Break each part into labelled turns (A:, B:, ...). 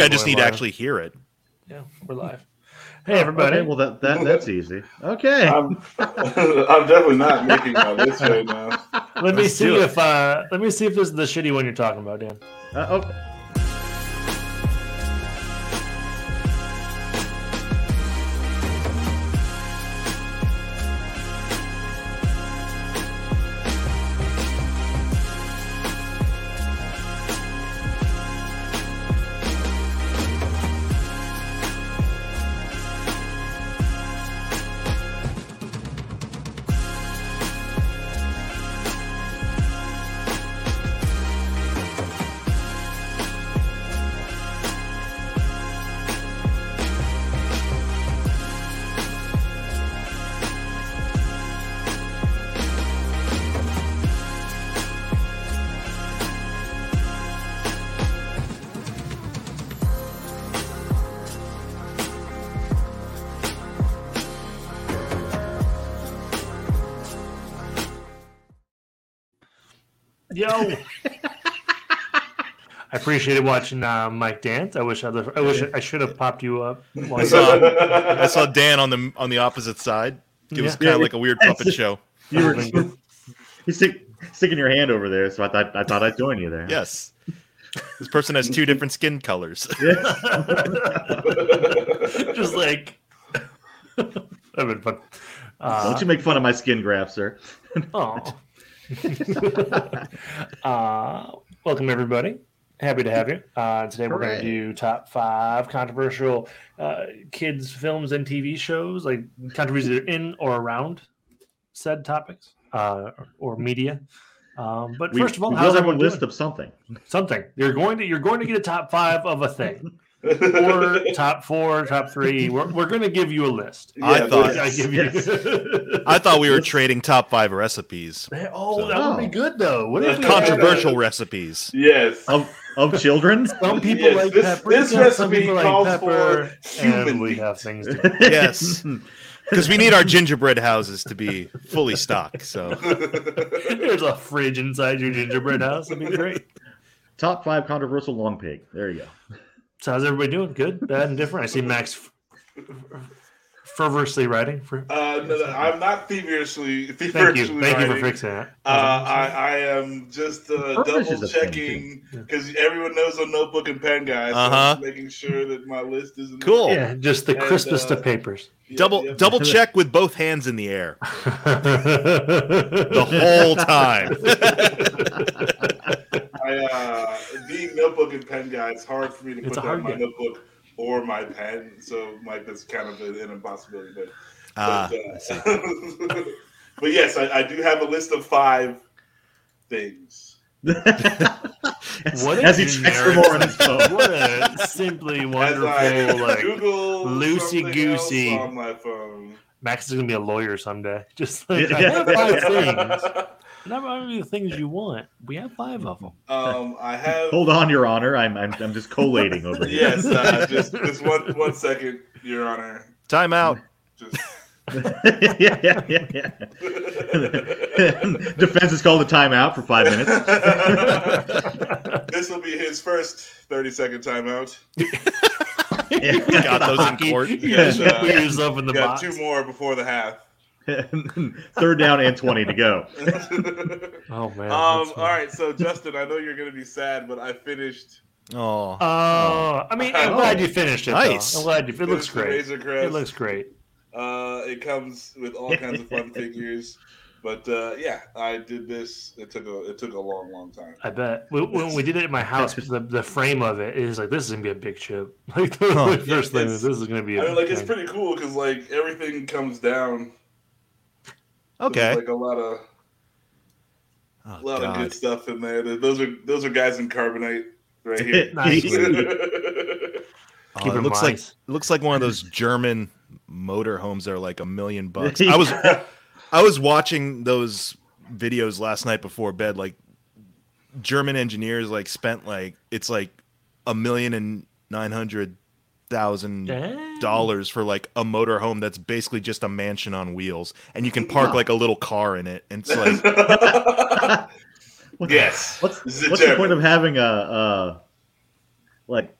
A: I just
B: We're
A: need to
B: live.
A: actually hear it.
C: Yeah, we're live. Hey, everybody.
D: Okay, well, that, that that's easy. Okay.
C: Uh,
B: I'm, I'm definitely not making my list right now.
C: let me
A: let's
C: see
A: do it.
C: if uh, let me see if this is the shitty one you're talking about, Dan.
D: Uh, oh,
C: Yo. I appreciated watching uh, Mike dance. I wish I, I wish I should have popped you up. While
A: I
C: you were-
A: I saw Dan on the on the opposite side. It was
C: Yeah.
A: kind of like a weird puppet show.
D: you
C: uh,
D: were you stick, sticking your hand over there, so I thought I thought I'd join you there.
A: Yes, this person has two different skin colors.
D: Yeah.
C: Just like that would been fun.
D: Don't
C: Uh,
D: you make fun of my skin graft, sir?
C: aw. uh, welcome everybody. Happy to have you. Uh, today we're going to
D: Hooray.
C: do top five controversial uh, kids films and TV shows, like controversies either in or around said topics uh, or media. Um, but
D: We-
C: first of all,
D: we
C: how's
D: will have a
C: everyone
D: list
C: doing?
D: of something.
C: Something you're going to you're going to get a top five of a thing or top four, top three. We're, we're going to give you a list.
A: I thought-
C: I give you.
A: I thought we were trading top five recipes,
C: Man, oh,
A: So-
C: that would be
D: Oh.
C: good though. What if we
A: controversial recipes.
B: Yes.
C: Oh.
D: Of of children?
C: Some people
B: Yes,
C: like
B: this-
C: pepper.
B: this
C: some
B: recipe
C: people like
B: calls
C: pepper,
B: for
C: and
B: human
C: we
B: meat.
C: have things. To
A: Yes. Because we need our gingerbread houses to be fully stocked. So
B: Uh,
C: There's a fridge inside your gingerbread house. That'd be great.
D: Top five controversial long pig. There you go.
C: So how's everybody doing? Good, bad, and different. I see Max f- fervorously writing. For,
B: Uh, no, no, I'm not feverishly.
C: thank
B: feverishly
C: you, thank you for
B: writing.
C: fixing that.
B: Uh, I, I am just uh,
D: Purpose is
B: double
D: a thing,
B: checking because everyone knows I'm notebook and pen guy. So
A: Uh-huh.
B: I'm just making sure that my list isn't
A: Cool.
C: Oh, yeah, just the
B: And,
C: crispest
B: uh,
C: of papers.
B: Yeah,
A: double
B: yeah.
A: double check with both hands in the air the
C: the
A: whole time.
B: I, uh, being notebook and pen guy, it's hard for me to
C: It's
B: put
C: a
B: down
C: hard
B: my
C: game.
B: notebook or my pen. So like that's kind of an, an impossibility. But
A: Ah,
B: but, uh, but yes, I, I do have a list of five things.
D: as,
C: What a
D: as he checks for
C: generic-
D: more on his phone.
C: what a simply
B: As
C: wonderful
B: I
C: like
B: Google
C: loosey-goosey.
B: something else on my phone.
C: Max is gonna be a lawyer someday. Just like I
D: Yeah.
C: have five things. Not only the things you want. We have five of them.
B: um, I have
D: Hold on, Your Honor. I'm I'm, I'm just collating over here.
B: yes. Uh, just just one one second, Your Honor.
A: time out.
B: Just
D: yeah, yeah, yeah, yeah. Defense is called a timeout for five minutes.
B: this will be his first thirty second timeout.
A: Got those in court.
C: You
B: Yeah,
C: just
B: uh,
C: put yourself in the
B: We
C: box.
B: got two more before the half.
D: Third down and twenty to go.
B: um,
C: Oh man.
B: all
C: that's fun.
B: right, so Justin, I know you're gonna be sad, but I finished.
A: Oh,
C: Oh, I mean, I'm
B: Oh.
C: glad you finished it. though.
A: Nice.
C: I'm glad you. It looks
B: finished the
C: great.
B: Razor Crest.
C: It looks great.
B: Uh, it comes with all kinds of fun figures, but uh, yeah, I did this. It took a it took a long, long time.
C: I bet. When- When we did it at my house, the, the frame of it is like this is gonna be a big chip. Like the
A: Huh.
C: first thing is
B: It's-
C: this is gonna be.
B: I
C: a
B: mean, like it's
C: thing.
B: pretty cool because like everything comes down. So there's,
A: okay.
B: like a lot of
A: Oh,
B: a lot of
A: God.
B: good stuff in there. Those are those are guys in carbonite right here.
C: Nice.
A: Oh,
C: Keep
A: it
C: it
A: looks like
C: nice.
A: it looks like one of those German motor homes that are like a million bucks. I was I was watching those videos last night before bed. Like German engineers like spent like it's like a million and nine hundred thousand
C: Dang.
A: dollars for like a motor home that's basically just a mansion on wheels and you can park
D: Wow.
A: like a little car in it. And it's like
D: What the-
B: yes.
D: What's,
B: This is a
D: what's the
B: joke.
D: point of having a, uh like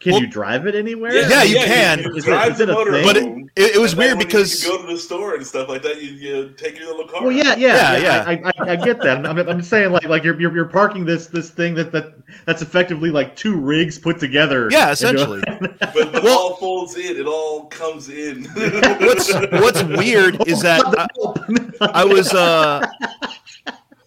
D: Can
A: Well-
D: you drive it anywhere?
A: Yeah, yeah, you can.
D: Is it-
B: drive
D: is it
B: the
D: a
B: motor
D: thing?
A: But it,
B: home,
A: it, it was
B: and then
A: weird
B: when you-
A: because
B: you go to the store and stuff like that. You, you take your little car.
D: Well, yeah,
A: Yeah,
D: yeah,
A: yeah.
D: I, I, I get that. I'm, I'm saying like like you're, you're you're parking this this thing that that that's effectively like two rigs put together.
A: yeah,
D: into a-
A: essentially.
B: but, but
A: Well-
B: it all folds in. It all comes in.
A: what's what's weird is that I, I was uh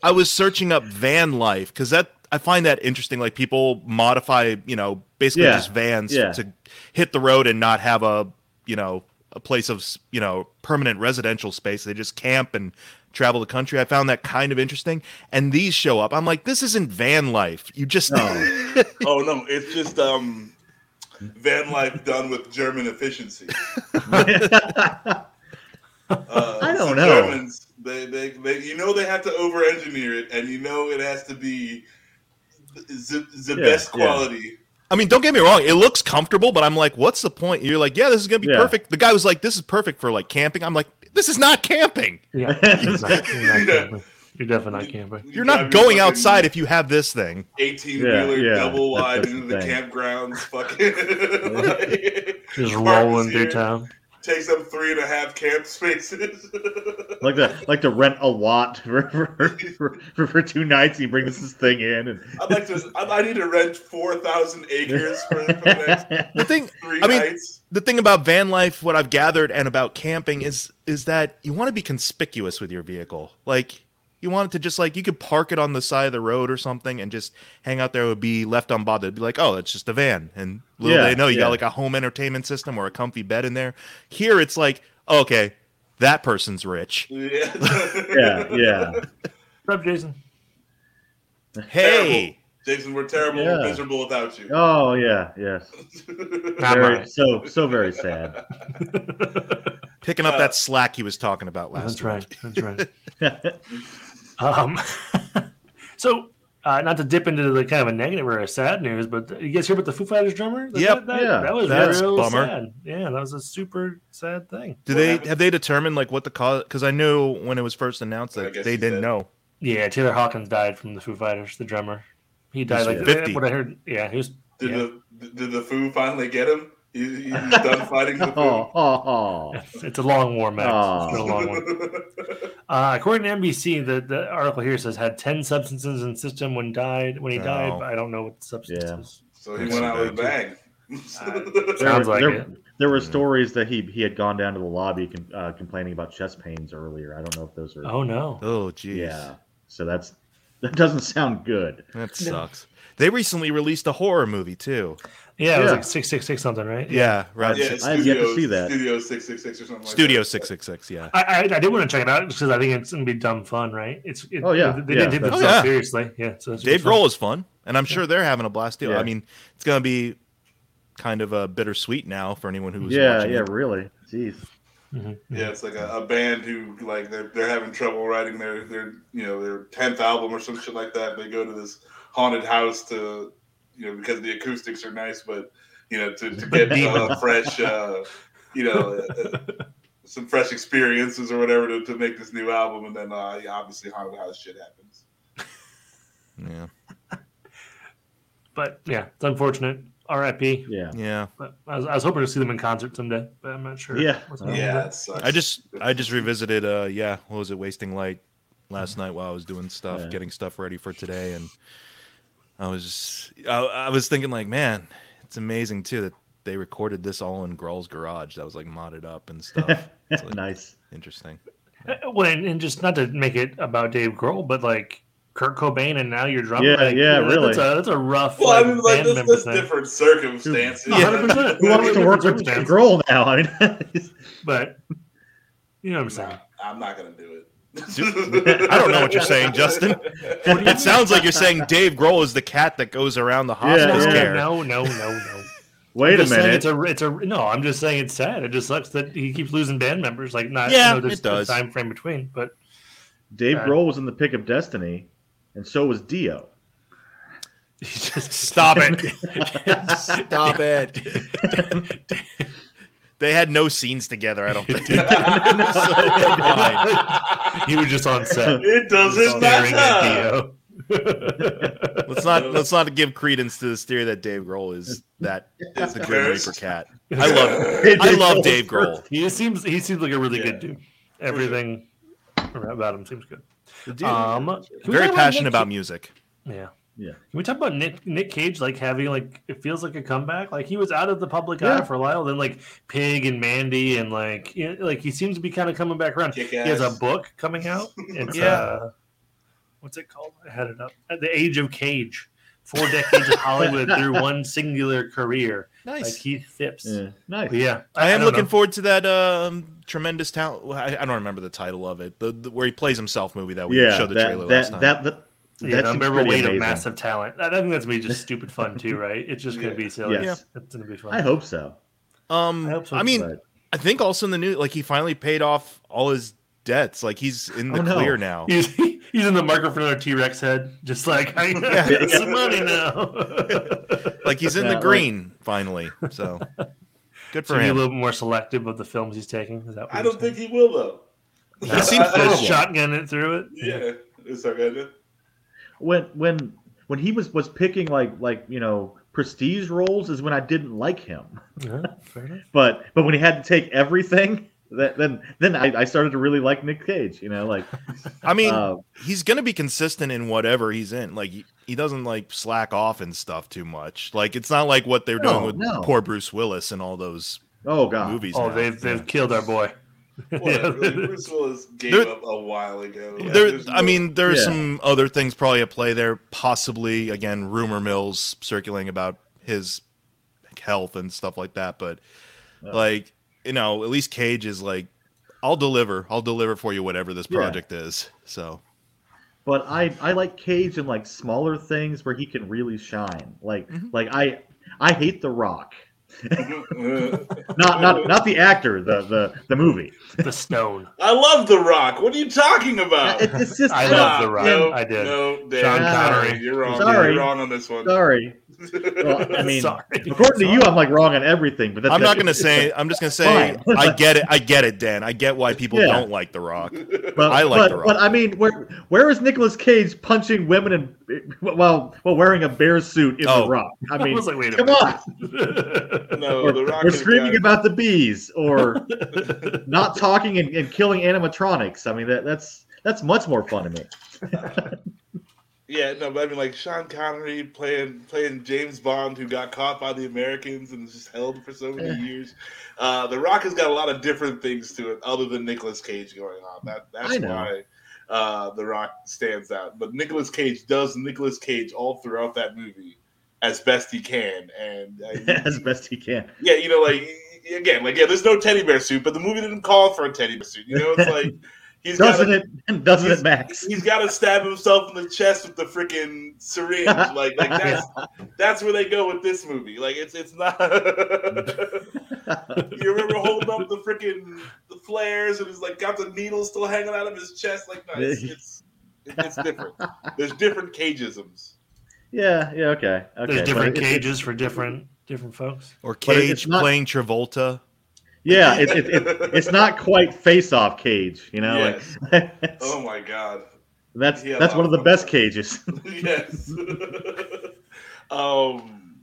A: I was searching up van life because that I find that interesting. Like people modify, you know, basically
D: Yeah.
A: just vans
D: Yeah.
A: to hit the road and not have a you know a place of s- you know permanent residential space. They just camp and travel the country. I found that kind of interesting. And these show up. I'm like, this isn't van life. You just
D: No.
B: oh no, it's just um, van life done with German efficiency. Uh,
D: I don't
B: the
D: know.
B: Germans, they, they, they, you know, they have to over-engineer it, and you know it has to be the, the
D: Yeah,
B: best
D: yeah.
B: quality.
A: I mean, don't get me wrong. It looks comfortable, but I'm like, what's the point? You're like, yeah, this is gonna be
D: Yeah.
A: perfect. The guy was like, this is perfect for like camping. I'm like, this is not camping.
C: Yeah, you're, not, you're, not camping. you're definitely not camping.
A: You're not going outside if you have this thing.
B: eighteen wheeler
D: Yeah, yeah,
B: double wide
D: that's- that's the
B: into the
D: thing.
B: campgrounds. Fucking like,
C: Just
B: Marvin's
C: rolling
B: here.
C: through town.
B: takes up three and a half camp spaces.
D: like to like to rent a lot for for, for, for, for two nights. You bring this, this thing in and
B: I'd like to. I, I need to rent four thousand acres for, for the next
A: The thing,
B: three
A: I mean,
B: nights.
A: the thing about van life, what I've gathered, and about camping is is that you want to be conspicuous with your vehicle. Like you want it to just like you could park it on the side of the road or something and just hang out there. It would be left unbothered. It'd be like, oh, it's just a van. And little
D: Yeah,
A: they know you
D: yeah.
A: got like a home entertainment system or a comfy bed in there. Here it's like, okay, that person's rich.
B: Yeah.
D: yeah, yeah.
C: What's up, Jason?
A: Hey,
B: Jason, we're terrible.
D: Yeah.
B: We're miserable without you.
D: Oh yeah, yes.
C: Not
D: Very,
C: mine.
D: so so very sad.
A: picking up
B: Uh,
A: that slack he was talking about last
C: That's
A: week.
C: right. That's right.
D: Oh,
C: Um, so, uh, not to dip into the kind of a negative or a sad news, but you guys hear about the Foo Fighters drummer? That-
A: Yep.
C: That,
D: Yeah.
C: that was
A: That's
C: real
A: bummer.
C: sad. Yeah, that was a super sad thing.
A: Do
B: What
A: they
B: happened?
A: have they determined like what the cause? Because I knew when it was first announced
B: I
A: that
B: guess
A: they
B: he's
A: didn't
B: dead.
A: know.
C: Yeah, Taylor Hawkins died from the Foo Fighters, the drummer. He died like
A: 50.
C: What I heard. Yeah, he was.
B: Did
C: yeah.
B: the did the foo finally get him? He, he's done fighting the
D: Oh,
B: foo.
D: oh, oh.
C: It's a long war, Max. It's been a long one.
B: oh
C: Uh, according to NBC, the, the article here says had ten substances in system when died when he died.
A: Oh.
C: But I don't know what the substances.
B: so he went out with a bang.
D: uh,
C: Yeah. Sounds like
D: there,
C: it.
D: There were
A: Mhm.
D: stories that he he had gone down to the lobby com- uh, complaining about chest pains earlier. I don't know if those are.
C: Oh no!
A: Oh, geez,
D: yeah. So that's that doesn't sound good.
A: that sucks. They recently released a horror movie too.
C: Yeah, it was
D: Yeah.
C: like six six six something, right?
A: Yeah, right.
B: yeah,
D: I have yet to
B: Studio-
D: see that.
B: Studio six six six or something.
A: Studio
B: like that.
A: Six Six Six. Yeah,
C: I, I, I did want to check it out because I think it's gonna be dumb fun, right? It's it,
D: Oh, yeah.
C: they,
D: Yeah,
C: didn't take
D: that's-
C: themselves
A: Oh, yeah.
C: seriously. Yeah, so it's
A: Dave
C: fun.
A: Grohl is fun, and I'm sure they're having a blast too.
D: Yeah.
A: I mean, it's gonna be kind of a bittersweet now for anyone who was
D: Yeah,
A: watching
D: yeah,
A: it.
D: really. Jeez.
C: Mhm.
B: Yeah, it's like a, a band who like they're, they're having trouble writing their their you know their tenth album or some shit like that. They go to this haunted house to you know because the acoustics are nice, but you know to, to get uh, fresh uh, you know uh, some fresh experiences or whatever to, to make this new album, and then uh, yeah, obviously haunted house shit happens.
A: yeah,
C: But yeah, it's unfortunate. R.I.P.
D: Yeah.
A: yeah.
C: But I was, I was hoping to see them in concert someday, but I'm not sure.
D: Yeah.
C: what's
D: Yeah.
C: going on
B: Yeah,
C: with
B: it sucks.
A: I just I just revisited. Uh, yeah, what was it? Wasting light last night while I was doing stuff,
D: Yeah.
A: getting stuff ready for today, and I was just I, I was thinking like, man, it's amazing too that they recorded this all in Grohl's garage. That was like modded up and stuff. It's like,
D: nice.
A: Interesting.
C: that. Uh, Well, and, and just not to make it about Dave Grohl, but like Kurt Cobain and now your drummer.
D: Yeah,
C: like,
D: yeah,
C: that-
D: really.
C: That's a, that's a rough.
B: well, I
C: like,
B: mean, like
C: band
B: this,
C: member
B: this
C: thing.
B: different circumstances.
C: No, 100%.
D: Who wants to work with Dave Grohl now? I mean,
C: but you know what I'm
B: No,
C: saying.
B: I'm not gonna do it.
A: I don't know what you're saying, Justin. It sounds like you're saying Dave Grohl is the cat that goes around the hospice
D: yeah.
A: care.
C: No, no, no, no. I'm
D: wait a
C: just saying It's
D: minute.
C: a, it's a, no, I'm just saying it's sad. It just sucks that he keeps losing band members. Like, not,
A: Yeah,
C: you know, there's
A: it does.
C: a time frame between, but
D: Dave
C: uh,
D: Grohl was in the pick of Destiny, and so was Dio.
C: he just,
A: Stop it. Stop it. they had no scenes together, I don't think.
C: he was just on set.
B: It doesn't
C: staring at
B: matter.
C: Dio.
A: Let's not let's not give credence to this theory that Dave Grohl is that is a good
B: Yes.
A: Reaper cat. I love it. I
D: Dave
A: love
D: Grohl's
A: Dave Grohl.
C: He just seems he seems like a really
B: Yeah.
C: good dude. Everything about him seems good.
A: The dude,
C: Um, can we talk
A: very passionate
C: Nick
A: about music.
C: Ca- Yeah.
D: Yeah.
C: Can we talk about Nick, Nick Cage like having like it feels like a comeback? Like he was out of the public
D: Yeah.
C: eye for a while, then like Pig and Mandy and like you know, like he seems to be kind of coming back around.
B: Kick
C: He has a
B: ass.
C: book coming out. It's,
A: Yeah.
C: Uh, what's it called? I had it up. At the Age of Cage. Four decades of Hollywood through one singular career. Like
A: Nice.
C: Keith Phipps.
D: Yeah.
C: But
D: Nice.
C: Yeah.
A: I am
C: don't
A: looking
C: know.
A: forward to that um, tremendous talent. well, I, I don't remember the title of it. The, the where he plays himself movie that we
D: Yeah.
A: showed the
D: that,
A: trailer
D: that,
A: last time.
D: that that
C: Yeah,
D: that
C: the
D: seems
C: unbearable
D: pretty
C: weight of
D: amazing.
C: massive talent. I I think that's gonna be just stupid fun too, right? It's just gonna
B: Yeah.
C: be silly.
D: Yes.
C: It's gonna be fun.
D: I hope so.
A: um,
C: I
A: I,
C: hope so,
A: mean,
D: but-
A: I think also in the new, like he finally paid off all his debts. Like he's in the
D: Oh, no.
A: clear now.
C: He's, he's in the market for another T Rex head, just like I got some money now.
A: Like he's in
D: Yeah,
A: the
D: like-
A: green finally. So good
C: so
A: for
C: be a
A: him.
C: little bit more selective of the films he's taking. Is that what
B: I
C: you're
B: don't
C: saying?
B: think he will though.
A: It seems
B: I- I don't-
A: horrible.
C: shotgun it through it.
B: Yeah, it's okay.
D: when when when he was was picking like like you know prestige roles is when I didn't like him.
C: Yeah, fair enough.
D: But but when he had to take everything, that, then then I, I started to really like Nick Cage. You know, like
A: I mean,
D: uh,
A: he's gonna be consistent in whatever he's in. Like he, he doesn't like slack off and stuff too much. Like it's not like what they're
D: No,
A: doing with
D: no.
A: poor Bruce Willis and all those
D: oh god,
A: movies.
C: Oh,
A: now.
C: they've they've killed our boy.
B: Whatever. Like, Bruce Willis gave
A: There-
B: up a while ago. Like,
A: there,
B: there's
A: I
B: no-
A: mean, there are
D: Yeah.
A: some other things probably at play there. Possibly, again, rumor mills circulating about his health and stuff like that. But
D: Yeah.
A: like, you know, at least Cage is like, I'll deliver. I'll deliver for you whatever this
D: Yeah.
A: project is. So
D: but I I like Cage in like smaller things where he can really shine. Like
A: Mhm.
D: like I I hate The Rock.
B: I
D: Not not not the actor, the the the movie.
C: the stone.
B: love The Rock. What are you talking about?
D: It- it's just
C: I
D: I
C: love The Rock.
B: No,
C: I did.
B: No, Dan,
C: Sean
B: sorry,
C: Connery.
B: You're wrong.
D: Sorry.
B: You're wrong on this one.
D: sorry. Well, I mean,
C: Sorry.
D: according to you, I'm like wrong on everything. But that's,
A: I'm not gonna say. I'm just gonna say.
D: Fine.
A: I get it. I get it, Dan. I get why people
D: Yeah.
A: don't like The Rock.
D: But,
A: I like
D: but,
A: The Rock.
D: But I mean, where where is Nicolas Cage punching women and while while wearing a bear suit in
A: Oh.
D: The Rock? I
C: I
D: mean,
C: was like, wait a
D: come
C: minute.
D: on.
B: No,
D: Or,
B: The Rock.
D: or
B: has
D: screaming
B: got-
D: about the bees, or not talking and, and killing animatronics. I mean, that that's that's much more fun to me.
B: Yeah, no, but I mean, like Sean Connery playing playing James Bond, who got caught by the Americans and was just held for so many years. Uh, the Rock has got a lot of different things to it, other than Nicolas Cage going on. That that's
D: I know.
B: why uh, The Rock stands out. But Nicolas Cage does Nicolas Cage all throughout that movie as best he can, and uh,
D: as best he can.
B: yeah, you know, like again, like yeah, there's no teddy bear suit, but the movie didn't call for a teddy bear suit. You know, it's like he's got
D: Doesn't it? Doesn't it, Max?
B: He's got to stab himself in the chest with the freaking syringe. Like, like that's that's where they go with this movie. Like, it's it's not. you remember holding up the freaking the flares and he's like got the needle still hanging out of his chest. Like, no, it's it's, it's different. There's different cageisms.
D: Yeah. Yeah. Okay. okay.
C: There's
D: but
C: different
D: it- it-
C: cages for different different folks.
A: Or
D: But it's
A: Cage
D: not-
A: playing Travolta.
D: Yeah. It, it, it, it's not quite face-off cage. You know. Like,
B: yes.
D: that's
B: Oh my god.
D: that's,
B: yeah,
D: that's one of the
B: wow.
D: best cages.
B: yes. um,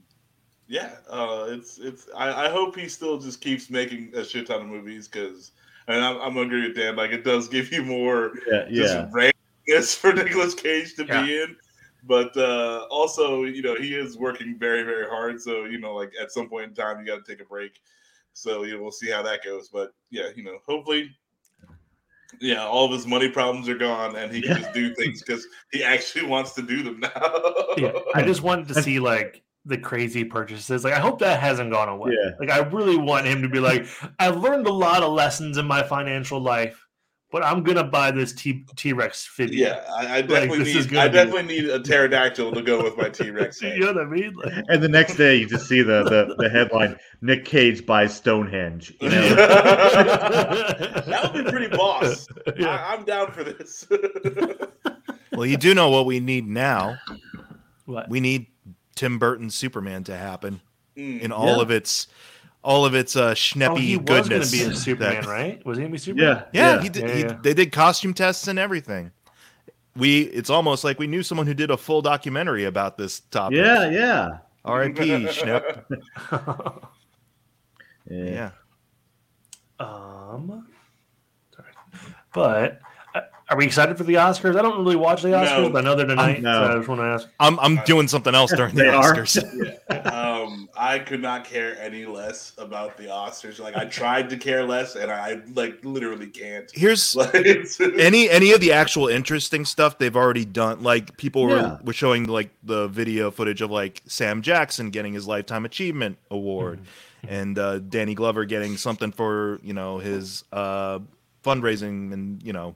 B: yeah, uh, it's it's. I, I hope he still just keeps making a shit ton of movies because, and I'm, I'm agree with Dan. Like it does give you more
D: yeah.
B: just
D: Yeah.
B: randomness for Nicolas Cage to
C: Yeah.
B: be in. But uh, also, you know, he is working very, very hard. So you know, like at some point in time, you got to take a break. So you know, we'll see how that goes. But yeah, you know, hopefully. Yeah, all of his money problems are gone, and he can
D: Yeah.
B: just do things because he actually wants to do them now.
C: yeah, I just wanted to see like the crazy purchases. Like, I hope that hasn't gone away.
D: Yeah.
C: Like, I really want him to be like, I learned a lot of lessons in my financial life, but I'm gonna buy this T T Rex figure.
B: Yeah, I, I definitely
C: this is
B: need. I
C: gonna be-
B: definitely need a pterodactyl to go with my T Rex.
C: you know what I mean? Like,
D: And the next day, you just see the, the, the headline: Nick Cage buys Stonehenge. You know,
B: That would be pretty boss.
C: Yeah.
B: I, I'm down for this.
A: Well, you do know what we need now.
C: What?
A: We need Tim Burton's Superman to happen
B: Mm.
A: in all
D: Yeah.
A: of its all of its uh schneppy
C: oh, he was
A: goodness.
C: gonna be a Superman,
A: that-
C: right? Was he gonna be Superman?
D: yeah,
A: Yeah, He did,
C: Yeah,
A: he,
C: yeah.
A: they did costume tests and everything. we it's almost like we knew someone who did a full documentary about this topic.
D: Yeah, yeah,
A: R.I.P. Schnepp.
D: yeah.
A: Yeah.
C: Um, sorry, but uh, are we excited for the Oscars? I don't really watch the Oscars,
B: No.
C: but I know they're tonight.
D: no.
C: So I just want to ask.
A: I'm I'm doing something else during the
D: They are.
A: Oscars.
B: um, I could not care any less about the Oscars. Like I tried to care less, and I like literally can't.
A: Here's
B: Like, it's-
A: any any of the actual interesting stuff they've already done like people were,
D: Yeah.
A: were showing like the video footage of like sam jackson getting his lifetime achievement award and uh, danny glover getting something for you know his uh, fundraising and you know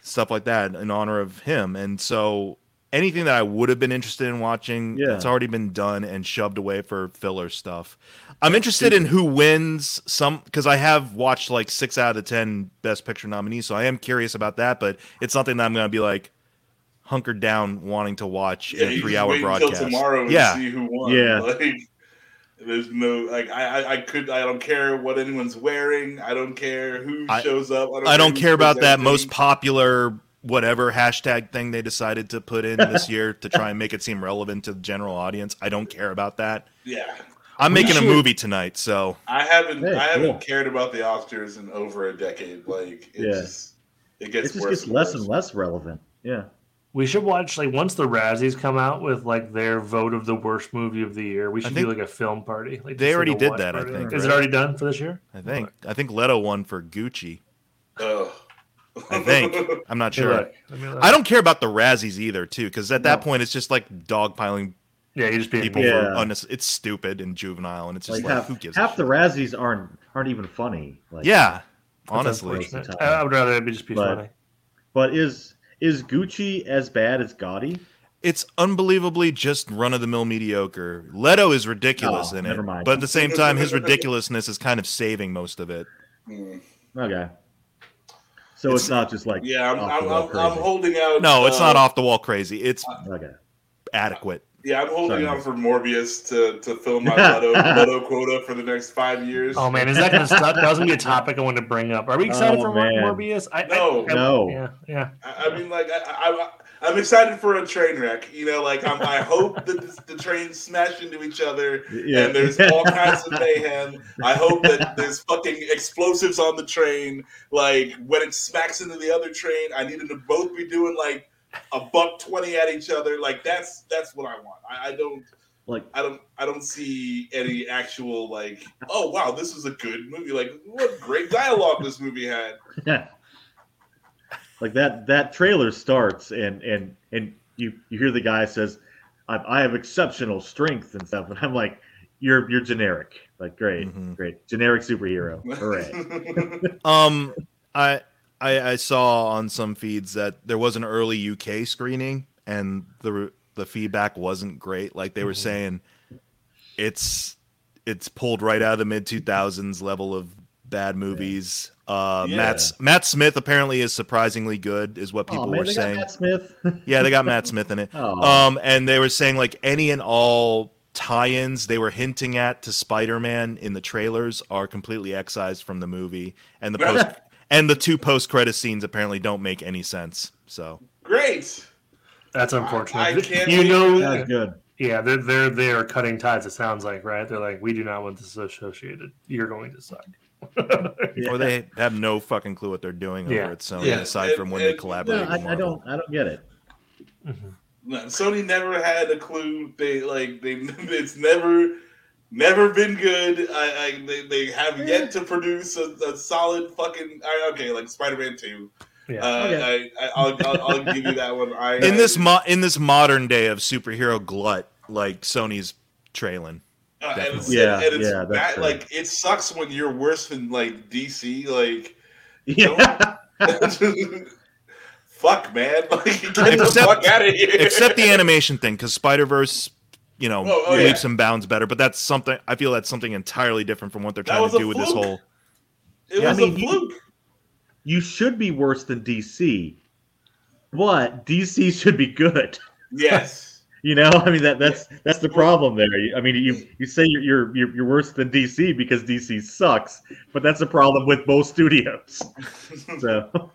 A: stuff like that in honor of him and so anything that i would have been interested in watching
D: Yeah.
A: it's already been done and shoved away for filler stuff i'm interested in who wins some because i have watched like six out of the ten best picture nominees so i am curious about that but it's something that i'm going to be like hunkered down wanting to watch
B: Yeah,
A: a
B: you
A: three
B: just
A: hour
B: wait until
A: broadcast
B: tomorrow and
A: yeah
B: see who won.
D: Yeah.
B: Like, there's no like I, I I could I don't care what anyone's wearing. I don't care who
A: I-
B: shows up. I don't,
A: I don't
B: who's
A: care about that most
B: presenting.
A: popular whatever hashtag thing they decided to put in this year to try and make it seem relevant to the general audience. I don't care about that.
B: yeah,
A: I'm
C: We
A: making a
C: should-
A: movie tonight, so
B: I haven't
D: Hey,
B: I haven't
D: cool.
B: cared about the Oscars in over a decade. Like it's
D: Yeah.
B: just, it
D: It
B: gets
D: just
B: worse
D: gets
B: and
D: less
B: worse.
D: and less relevant. Yeah.
C: We should watch like once the Razzies come out with like their vote of the worst movie of the year. We should do
A: think-
C: like a film party. Like
A: They
C: just, like,
A: already
C: a
A: did
C: watch
A: that, I
C: party.
A: think,
C: Is it
A: right?
C: already done for this year?
A: I think I think Leto won for Gucci.
B: Ugh.
A: I think I'm not
C: Let me
A: sure.
C: look. Let me look.
A: I don't care about the Razzies either, too, because at that
D: No.
A: point it's just like dogpiling
C: Yeah, you just being
A: people
C: mean.
A: for
D: Yeah.
A: unnecess- It's stupid and juvenile, and it's just
D: Like,
A: like,
D: half,
A: who gives a
D: half the
A: shit?
D: Razzies aren't aren't even funny. Like,
A: yeah,
C: That's
A: honestly,
C: unfortunate.
D: Most of the
C: I,
D: time.
C: I would rather it be just be
D: But-
C: funny.
D: But is is Gucci as bad as Gotti?
A: it's unbelievably just run of the mill mediocre. Leto is ridiculous
D: Oh,
A: in it,
D: never mind.
A: but at the same time, his ridiculousness is kind of saving most of it.
B: Mm.
D: Okay. So
A: It's-
D: it's, not just like
B: Yeah, I'm,
D: off the
B: I'm,
D: wall
B: I'm, I'm
D: crazy.
B: holding out.
A: No, it's
B: uh,
A: not off the wall crazy. It's
D: Okay.
A: adequate.
B: Yeah, I'm holding
D: Sorry.
B: on for Morbius to, to fill my Leto, Leto quota for the next five years.
C: Oh man, is that gonna stop? That was gonna be a topic I wanted to bring up. Are we excited
D: Oh,
C: for Mor-
D: man.
C: Morbius? I, I-
B: No.
C: I-
D: No.
C: Yeah, yeah.
B: I, I mean, like, I, I, I, I'm excited for a train wreck. You know, like, I'm, I hope that this, the trains smash into each other
D: Yeah.
B: and there's all kinds of mayhem. I hope that there's fucking explosives on the train. Like, when it smacks into the other train, I need them to both be doing, like, a buck twenty at each other, like that's that's what I want. I, I don't,
D: like
B: I don't, I don't see any actual like, oh wow, this was a good movie. Like, what great dialogue this movie had.
D: like that that trailer starts and and and you you hear the guy says I, I have exceptional strength and stuff and I'm like you're you're generic like great
A: Mhm.
D: great generic superhero hooray
A: Um, I, I I saw on some feeds that there was an early UK screening, and the the feedback wasn't great. Like they were
D: Mm-hmm.
A: saying,
C: Mhm.
A: it's it's pulled right out of the mid two thousands level of bad movies. Uh,
B: Yeah.
A: Matt S- Matt Smith apparently is surprisingly good, is what people
D: oh man
A: were
D: they
A: saying.
D: got Matt Smith
A: Yeah, they got Matt Smith in it.
D: oh
A: Um, and they were saying like any and all tie-ins they were hinting at to Spider-Man in the trailers are completely excised from the movie, and the post and the two post-credit scenes apparently don't make any sense. So
B: Great.
C: That's unfortunate.
B: I can't
C: you
B: believe-
C: know,
D: that was good
C: yeah, they're they're they're cutting ties. It sounds like right. They're like, we do not want this associated. You're going to suck.
A: or they have no fucking clue what they're doing
C: Yeah.
A: over at Sony
B: Yeah.
A: aside from when
B: It-
A: they
B: it-
A: collaborate.
D: no,
A: with
D: I, I
A: Marvel.
D: don't I don't get it
C: Mhm.
B: No, Sony never had a clue. They like they it's never never been good. I, I they, they have yet to produce a, a solid fucking I, okay like Spider Man Two.
C: Yeah.
B: Uh,
D: Okay.
B: I, I, I'll, I'll I'll give you that one. I,
A: In this mo- in this modern day of superhero glut, like Sony's trailing.
B: Uh, and it's,
D: Yeah,
B: and it's
D: yeah, that's
B: that,
D: true.
B: like it sucks when you're worse than like DC. Like
D: yeah
B: fuck, man, like get the
A: Except-
B: fuck out of here.
A: except the animation thing because spider-verse you know
B: Oh, oh,
A: leaps and bounds better but that's something i feel that's something entirely different from what they're
B: That
A: trying
B: was
A: to
B: a
A: do with this
B: fluke.
A: whole
B: it
D: Yeah, I
B: was
D: mean,
B: a
D: you-
B: fluke.
D: you should be worse than DC but DC should be good.
B: Yes.
D: You know, I mean that that's that's the problem there. You- I mean, you you say you're you're you're, you're worse than DC because DC sucks, but that's a problem with both studios. So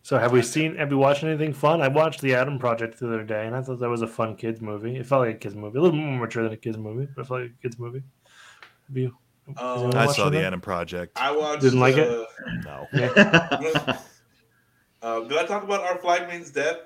C: So have we seen? Have we watched anything fun? I watched The Adam Project the other day, and I thought that was a fun kids movie. It felt like a kids movie, a little more mature than a kids movie, but it felt like a kids movie. Have you? has
D: Oh.
B: Um,
C: anyone
A: I
C: watched
A: saw the
C: anything?
A: Adam Project.
B: I watched.
C: Didn't like it?
B: uh,
A: No.
B: uh, did I talk about Our Flag Means Death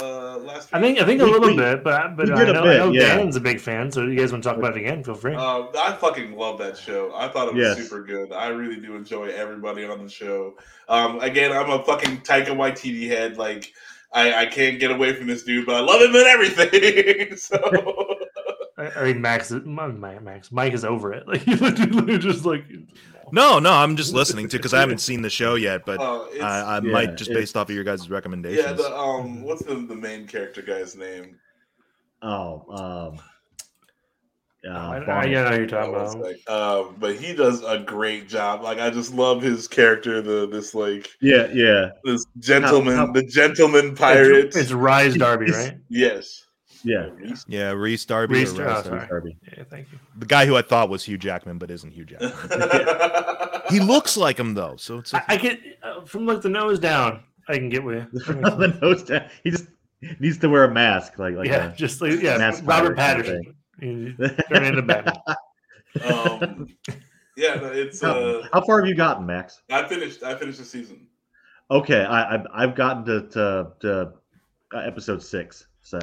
B: uh, last week?
C: I think I think a
D: We-
C: little
D: we-
C: bit, but I, but
D: we
C: I
D: did a
C: know, I
D: bit,
C: know
D: yeah. Uh,
C: Dan's a big fan, so you guys want to talk about it again? Feel free.
B: Um, I fucking love that show. I thought it was
D: Yes.
B: super good. I really do enjoy everybody on the show. Um, again, I'm a fucking Taika Waititi head. Like, I, I can't get away from this dude, but I love him and everything. so, uh,
C: I, I think Max, is- Ma- Ma- Max, Mike is over it. Like you literally just like
A: No, no, I'm just listening to because I haven't seen the show yet, but
B: uh, it's,
A: I, I
D: Yeah,
A: might just
D: it-
A: based off of your guys' recommendations.
B: yeah, the um, what's the, the main character guy's name?
D: oh, um,
C: I,
D: uh,
C: I, yeah, I know who you're
B: I
C: talking
B: was
C: about.
B: like, um, but he does a great job. Like, I just love his character. The this like
D: yeah, yeah,
B: this gentleman,
D: How- how-
B: the gentleman pirate.
C: It's, it's Rise Darby,
D: It's-
C: right?
B: yes.
D: yeah.
A: Yeah, Reese Darby. or
C: Reese Dar-
A: Rice Darby.
C: oh, sorry.
D: Kirby.
C: Yeah, thank you.
A: The guy who I thought was Hugh Jackman, but isn't Hugh Jackman. he looks like him though, so it's.
C: I, I get uh, from like the nose down. I can get with you. That makes sense.
D: The nose down. He just needs to wear a mask, like like
C: yeah, just like yeah,
D: Mass
C: Robert
D: Pirate kind
C: Patterson. You
D: a-
C: Turn into Batman.
B: um, yeah, no, it's. Uh,
D: how, how far have you gotten, Max?
B: I finished. I finished the season.
D: Okay, I, I've I've gotten to to, to uh, episode six. So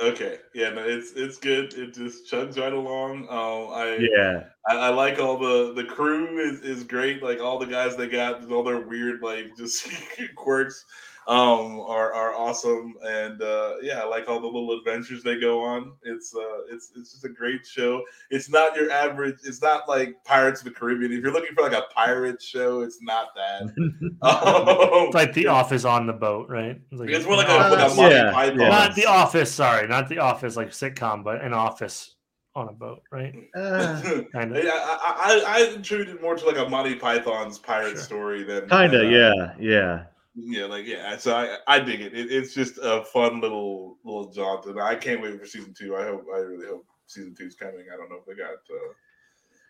B: Okay. Yeah. No, it's it's good. It just chugs right along. Um, I,
D: yeah,
B: I I like all the the crew is is great. Like all the guys they got, and all their weird like just quirks, um, are are awesome. And uh, yeah, I like all the little adventures they go on. It's uh, it's it's just a great show. It's not your average. It's not like Pirates of the Caribbean. If you're looking for like a pirate show, it's not that. Um,
C: It's like The Office on the boat, right?
B: It's more like a,
C: not-
D: Uh,
B: like a Monty
D: yeah,
B: Python.
D: yeah.
C: not The Office. Sorry, not The Office like sitcom, but an office on a boat, right?
D: uh,
C: Kind
B: Yeah,
C: of.
B: I, I, I attribute it more to like a Monty Python's pirate
C: Sure.
B: story than
D: kind of,
B: than, uh,
D: yeah, yeah.
B: yeah, like yeah. So I, I dig it. it. It's just a fun little little jaunt, and I can't wait for season two. I hope, I really hope season two's coming. I don't know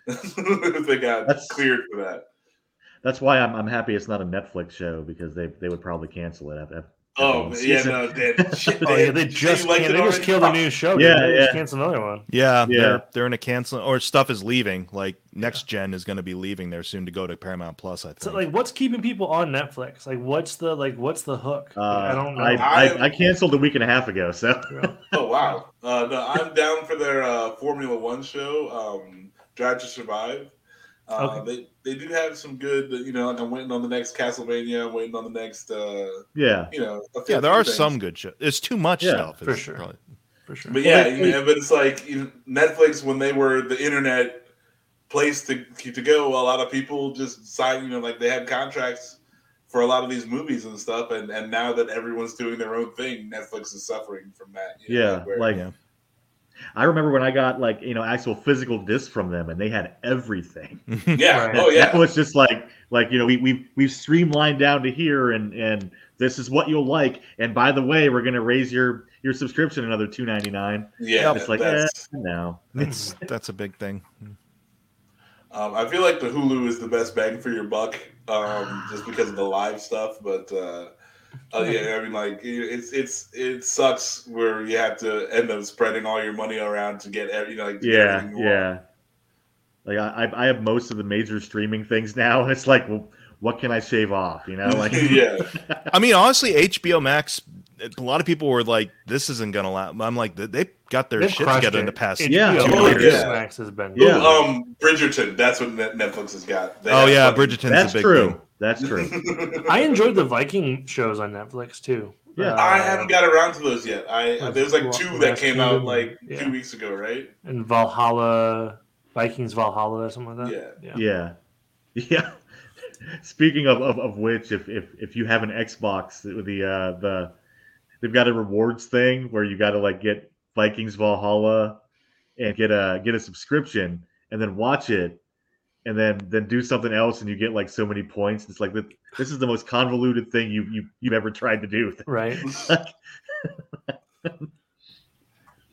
B: if they got uh, if they got
D: That's-
B: cleared for that.
D: That's why I'm I'm happy it's not a Netflix show because they they would probably cancel it. After,
B: Oh yeah,
D: season.
B: no, they, shit,
C: Oh yeah, they just
B: liked
C: yeah,
B: it
C: they just
B: already? Oh,
C: killed a
B: Fuck.
C: new show.
D: Yeah,
C: Yeah, they just
D: yeah.
C: canceled another one.
A: yeah,
D: Yeah.
A: they're they're in a canceling or stuff is leaving. Like next gen is going to be leaving there soon to go to Paramount Plus. I think.
C: So like, what's keeping people on Netflix? Like, what's the like, what's the hook?
D: Uh,
C: Like, I don't know.
D: I,
B: I-
D: I, I canceled a week and a half ago. So
B: Oh wow. Uh, no, I'm down for their uh, Formula One show, um, Drive to Survive. Uh, They they do have some good, you know. Like I'm waiting on the next Castlevania. I'm waiting on the next, uh,
D: yeah,
B: you know. a few-
A: yeah, there are
B: few things.
A: some good shows. It's too much
D: Yeah,
A: stuff.
C: for
A: It's
C: sure.
A: probably-
C: for sure.
B: But yeah, you
D: Well,
B: know, but it's like you know, Netflix when they were the internet place to to go. A lot of people just signed, you know, like they had contracts for a lot of these movies and stuff. And and now that everyone's doing their own thing, Netflix is suffering from that. you know,
D: yeah.
B: where-
D: Like
A: Yeah.
D: I remember when I got like you know actual physical disc from them, and they had everything.
B: yeah,
C: Right.
B: oh yeah.
D: That was just like like you know we we we've streamlined down to here, and and this is what you'll like. And by the way, we're gonna raise your your subscription another two ninety nine.
B: Yeah,
D: It's like eh,
B: that's-
D: no.
A: It's that's a big thing.
B: Um, I feel like the Hulu is the best bang for your buck, um, just because of the live stuff. But uh, uh, yeah, I mean, like it- it's it's it sucks where you have to end up spreading all your money around to get every you know, like to get
D: Yeah,
B: everything you want.
D: yeah. Like I, I- I have most of the major streaming things now, and it's like, well, what can I shave off? You know, like
B: yeah,
A: I mean, honestly, HBO Max. A lot of people were like, "This isn't gonna last." I'm like, "They- "They got their
C: They've
A: shit
C: crushed
A: together in the
C: it.
A: past."
C: It's-
D: Yeah.
C: yeah,
A: two
C: Lord
B: years.
C: Max has been.
D: Yeah.
B: Ooh, um, Bridgerton. That's what Net- Netflix has got. They
A: oh
B: have
A: yeah,
B: fucking-
A: Bridgerton's
D: that's
A: a big
D: true.
A: thing.
D: That's true.
C: I enjoyed the Viking shows on Netflix too. Uh,
D: Yeah.
B: I haven't got around to those yet. I uh, there's like two that came out like
C: Yeah.
B: two weeks ago, right?
C: and Valhalla, Vikings Valhalla or something like that.
B: Yeah.
C: Yeah,
D: Yeah, yeah. Speaking of, of, of which, if, if if you have an Xbox, the uh, the they've got a rewards thing where you got to like get Vikings Valhalla and get a get a subscription and then watch it and then then do something else and you get like so many points. It's like the- this is the most convoluted thing you you you've ever tried to do.
C: right.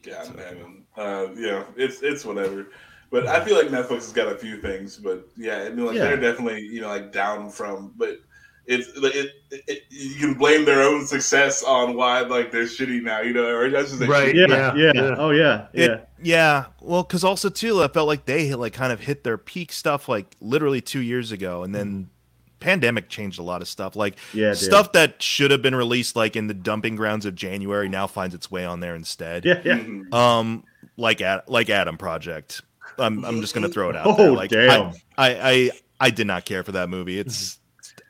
B: God, man. Uh, yeah, it's it's whatever. But I feel like Netflix has got a few things, but yeah, I mean, like
D: Yeah.
B: they're definitely you know like down from, but it's it, it, it, you can blame their own success on why like they're shitty now, you know, or that's just like,
C: Right.
D: Yeah,
C: Yeah,
D: yeah,
C: yeah.
D: Oh yeah, yeah.
A: It- yeah. Well, because also too, I felt like they like kind of hit their peak stuff like literally two years ago, and then pandemic changed a lot of stuff. Like
D: Yeah, it did.
A: stuff that should have been released like in the dumping grounds of January now finds its way on there instead.
D: yeah, yeah.
B: mhm.
A: Um, like at like Adam Project. I'm I'm just gonna throw it out.
D: Oh,
A: there. Like,
D: damn.
A: I, I I I did not care for that movie. It's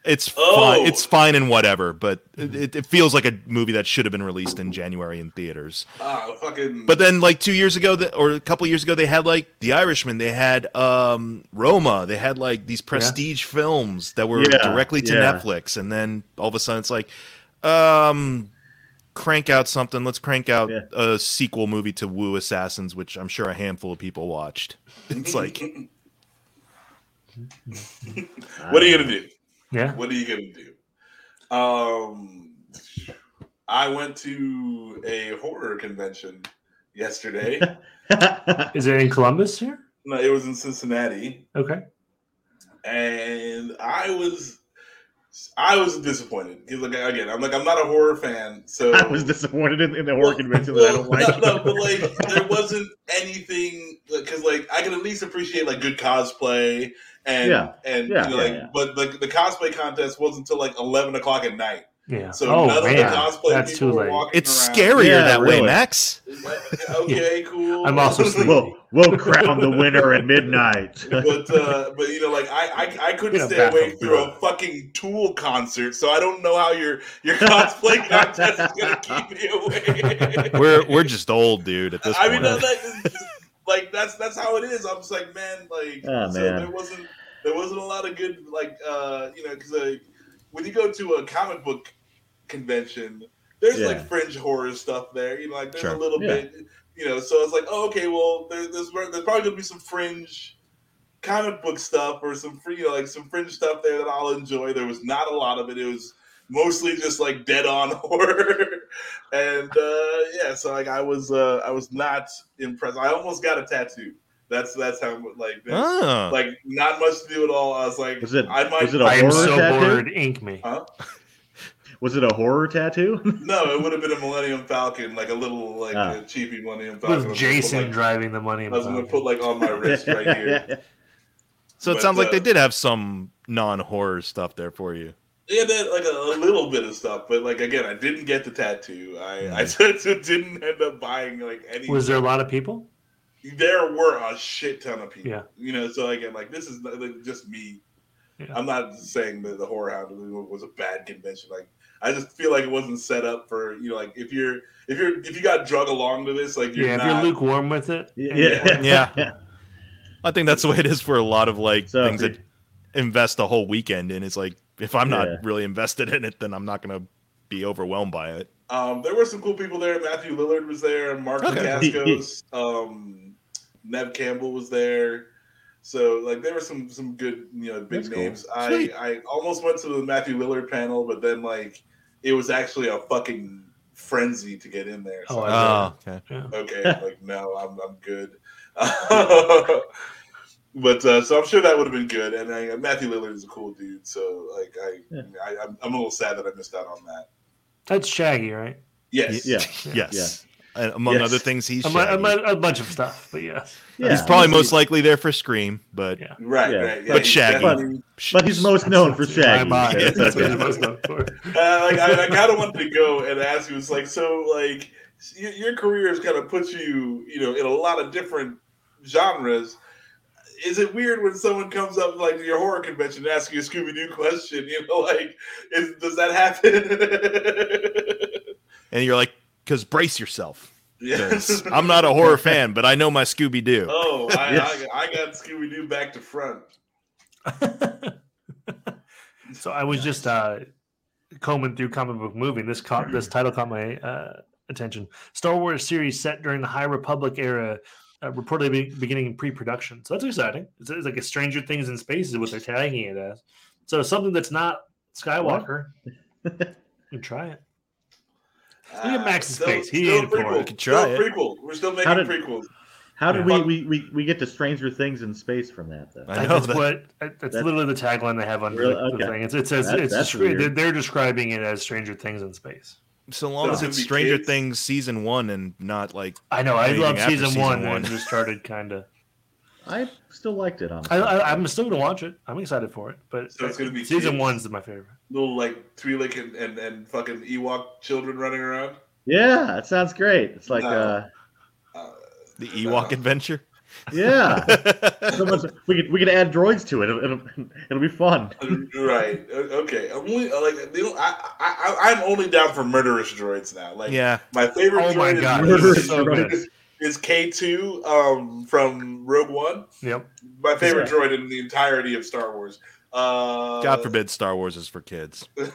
A: it's
B: Oh.
A: fine. It's fine and whatever, but it, it feels like a movie that should have been released in January in theaters.
B: Ah, fucking.
A: But then, like two years ago, th- or a couple years ago, they had like The Irishman, they had um, Roma, they had like these prestige films that were
D: Yeah,
A: directly to
D: yeah.
A: Netflix, and then all of a sudden it's like, um, crank out something. Let's crank out
D: Yeah.
A: a sequel movie to Woo Assassins, which I'm sure a handful of people watched. It's like,
B: what are you gonna do?
C: Yeah.
B: What are you gonna do? Um, I went to a horror convention yesterday.
C: Is it in Columbus here?
B: no, it was in Cincinnati,
C: Okay.
B: and I was, I was disappointed. 'Cause, Like again, I'm like I'm not a horror fan, so
D: I was disappointed in, in the horror convention that I don't
B: Well,
D: like.
B: No, no, but like there wasn't anything because like I can at least appreciate like good cosplay and
D: Yeah.
B: and
D: Yeah,
B: you know,
D: yeah,
B: like
D: yeah.
B: but like the cosplay contest wasn't until like eleven o'clock at night.
C: Yeah.
B: So
C: oh
B: none
C: man,
B: of the cosplay
C: that's
B: people
C: too
B: were
C: late.
B: walking
A: it's
B: around.
A: scarier
D: Yeah,
A: that way,
D: really.
A: Max.
B: okay, cool.
C: I'm also sleepy.
D: We'll, we'll crown the winner at midnight.
B: but uh, but you know, like I I, I
C: In
B: couldn't
C: a
B: stay awake
C: bathroom
B: through a
C: door.
B: fucking Tool concert, so I don't know how your your cosplay contest is gonna keep me awake.
A: We're we're just old, dude. At this
B: I mean,
A: point,
B: that, that- like that's that's how it is. I'm just like, man, like
D: Oh,
B: so
D: man.
B: there wasn't there wasn't a lot of good like uh you know because like when you go to a comic book convention, there's
D: Yeah.
B: like fringe horror stuff there. You know, like there's
A: Sure.
B: a little
D: Yeah.
B: bit. You know, so it's like, oh, okay, well, there, there's there's probably gonna be some fringe comic book stuff or some free you know, like some fringe stuff there that I'll enjoy. There was not a lot of it. It was mostly just like dead on horror and uh yeah so like i was uh i was not impressed i almost got a tattoo that's that's how like that's,
A: Ah.
B: like not much to do at all i was like
D: Was it-
B: i might
D: was it a
C: I am
D: horror
C: so
D: tattoo?
C: bored. Ink me.
D: Was it a horror tattoo?
B: no it would have been a millennium falcon like a little like
D: Ah.
B: a cheapy millennium falcon I
C: With
B: was gonna put,
C: Jason
B: like,
C: driving the money.
B: i was gonna put like on my wrist right here
A: so it
B: but,
A: sounds like
B: uh,
A: they did have some non-horror stuff there for you.
B: yeah that like a, a little bit of stuff but like again i didn't get the tattoo i i
D: Mm.
B: didn't end up buying like any
C: Was there a lot of people?
B: there were a shit ton of people.
C: Yeah.
B: You know, so again, like this is not- like, just me.
C: Yeah.
B: I'm not saying that the horror hound was a bad convention. Like I just feel like it wasn't set up for you know, like if you're if you're if you got drug along to this, like you're
C: yeah.
B: not.
C: If you're lukewarm with it.
D: Yeah.
A: Yeah. I think that's the way it is for a lot of like
D: So-
A: things that invest a whole weekend in. It's like if I'm
D: Yeah.
A: not really invested in it, then I'm not gonna be overwhelmed by it.
B: um, there were some cool people there. Matthew Lillard was there. Mark
A: Okay.
B: Dacascos, um, Nev Campbell was there. So like there were some some good you know big
D: That's cool.
B: names.
A: Sweet.
B: I I almost went to the Matthew Lillard panel, but then like it was actually a fucking frenzy to get in there. So
C: Oh,
B: I
C: I
B: was like,
A: Oh, okay.
B: okay, like no, I'm I'm good. but uh, so I'm sure that would have been good. And I, uh, Matthew Lillard is a cool dude, so like I,
D: Yeah.
B: I I'm, I'm a little sad that I missed out on that.
C: That's Shaggy, right?
B: Yes,
D: Yeah.
A: Yes. And among
D: Yes.
A: other things, he's
C: A, mu- a,
A: shaggy.
C: mu- a bunch of stuff, but yes.
D: Yeah.
A: he's probably most likely there for Scream, but
C: Yeah.
B: right,
D: Yeah.
B: right.
A: But
B: he's
A: Shaggy.
B: definitely-
D: But he's most known for Shaggy.
C: My mind.
A: Yes,
C: That's what
A: okay.
C: he's most known for.
B: Uh, like I, I kind of wanted to go and ask you. It's like so, like your, your career has kind of put you, you know, in a lot of different genres. Is it weird when someone comes up like to your horror convention and asks you a Scooby Doo question? You know, like is, does that happen?
A: and you're like, because brace yourself. 'Cause
B: yes.
A: I'm not a horror fan, but I know my Scooby Doo.
B: Oh, I,
D: Yes.
B: I, I got Scooby Doo back to front.
C: so I was just uh, combing through comic book movie. This caught this title caught my uh, attention. Star Wars series set during the High Republic era, uh, reportedly be- beginning in pre-production. So that's exciting. It's, it's like a Stranger Things in space is what they're tagging it as. So something that's not Skywalker. and try it. Look at Max's face. He
B: still
C: ain't
B: prequel.
C: for it.
A: You could try
B: Ah, Still
A: it.
B: Prequel. We're still making
D: did-
B: prequels.
D: How did
C: Yeah.
D: we, we, we we get to Stranger Things in space from that though?
A: I know
C: that's
A: that.
C: what uh, that's,
D: that-
C: literally the tagline they have on
D: Really?
C: the,
D: Okay.
C: thing. It's, it says
D: That-
C: it's
D: that's
C: descri-
D: weird.
C: they're- they're describing it as Stranger Things in space.
A: So long
B: No,
A: as it's
B: it'd be
A: Stranger
B: kids.
A: Things season one and not like
C: I know. I
A: Anything
C: love
A: after
C: season,
A: season
C: one,
A: one.
C: and it just started kind of.
D: I still liked it
C: I,
D: honestly.
C: I, I'm still gonna watch it. I'm excited for it, but
B: So it's gonna be
C: season
B: kids?
C: one's my favorite.
B: Little like Twi'lek and, and and fucking Ewok children running around.
D: yeah, it sounds great. It's like
B: No.
D: uh,
B: Uh,
A: the Ewok adventure.
D: yeah. So much- we could we could add droids to it. It'll, it'll, it'll be fun.
B: right. O- Okay. I'm only uh, like they don't, I, I I- I'm only down for murderous droids now. Like
A: yeah,
B: my favorite
C: Oh
B: droid
C: my
B: is-
C: god,
D: Murder
C: it's
D: is
C: so
D: right.
C: good.
B: is K2 um from Rogue One.
C: Yep.
B: My favorite
D: Yeah.
B: droid in the entirety of Star Wars. Uh,
A: God forbid Star Wars is for kids.
D: Yeah,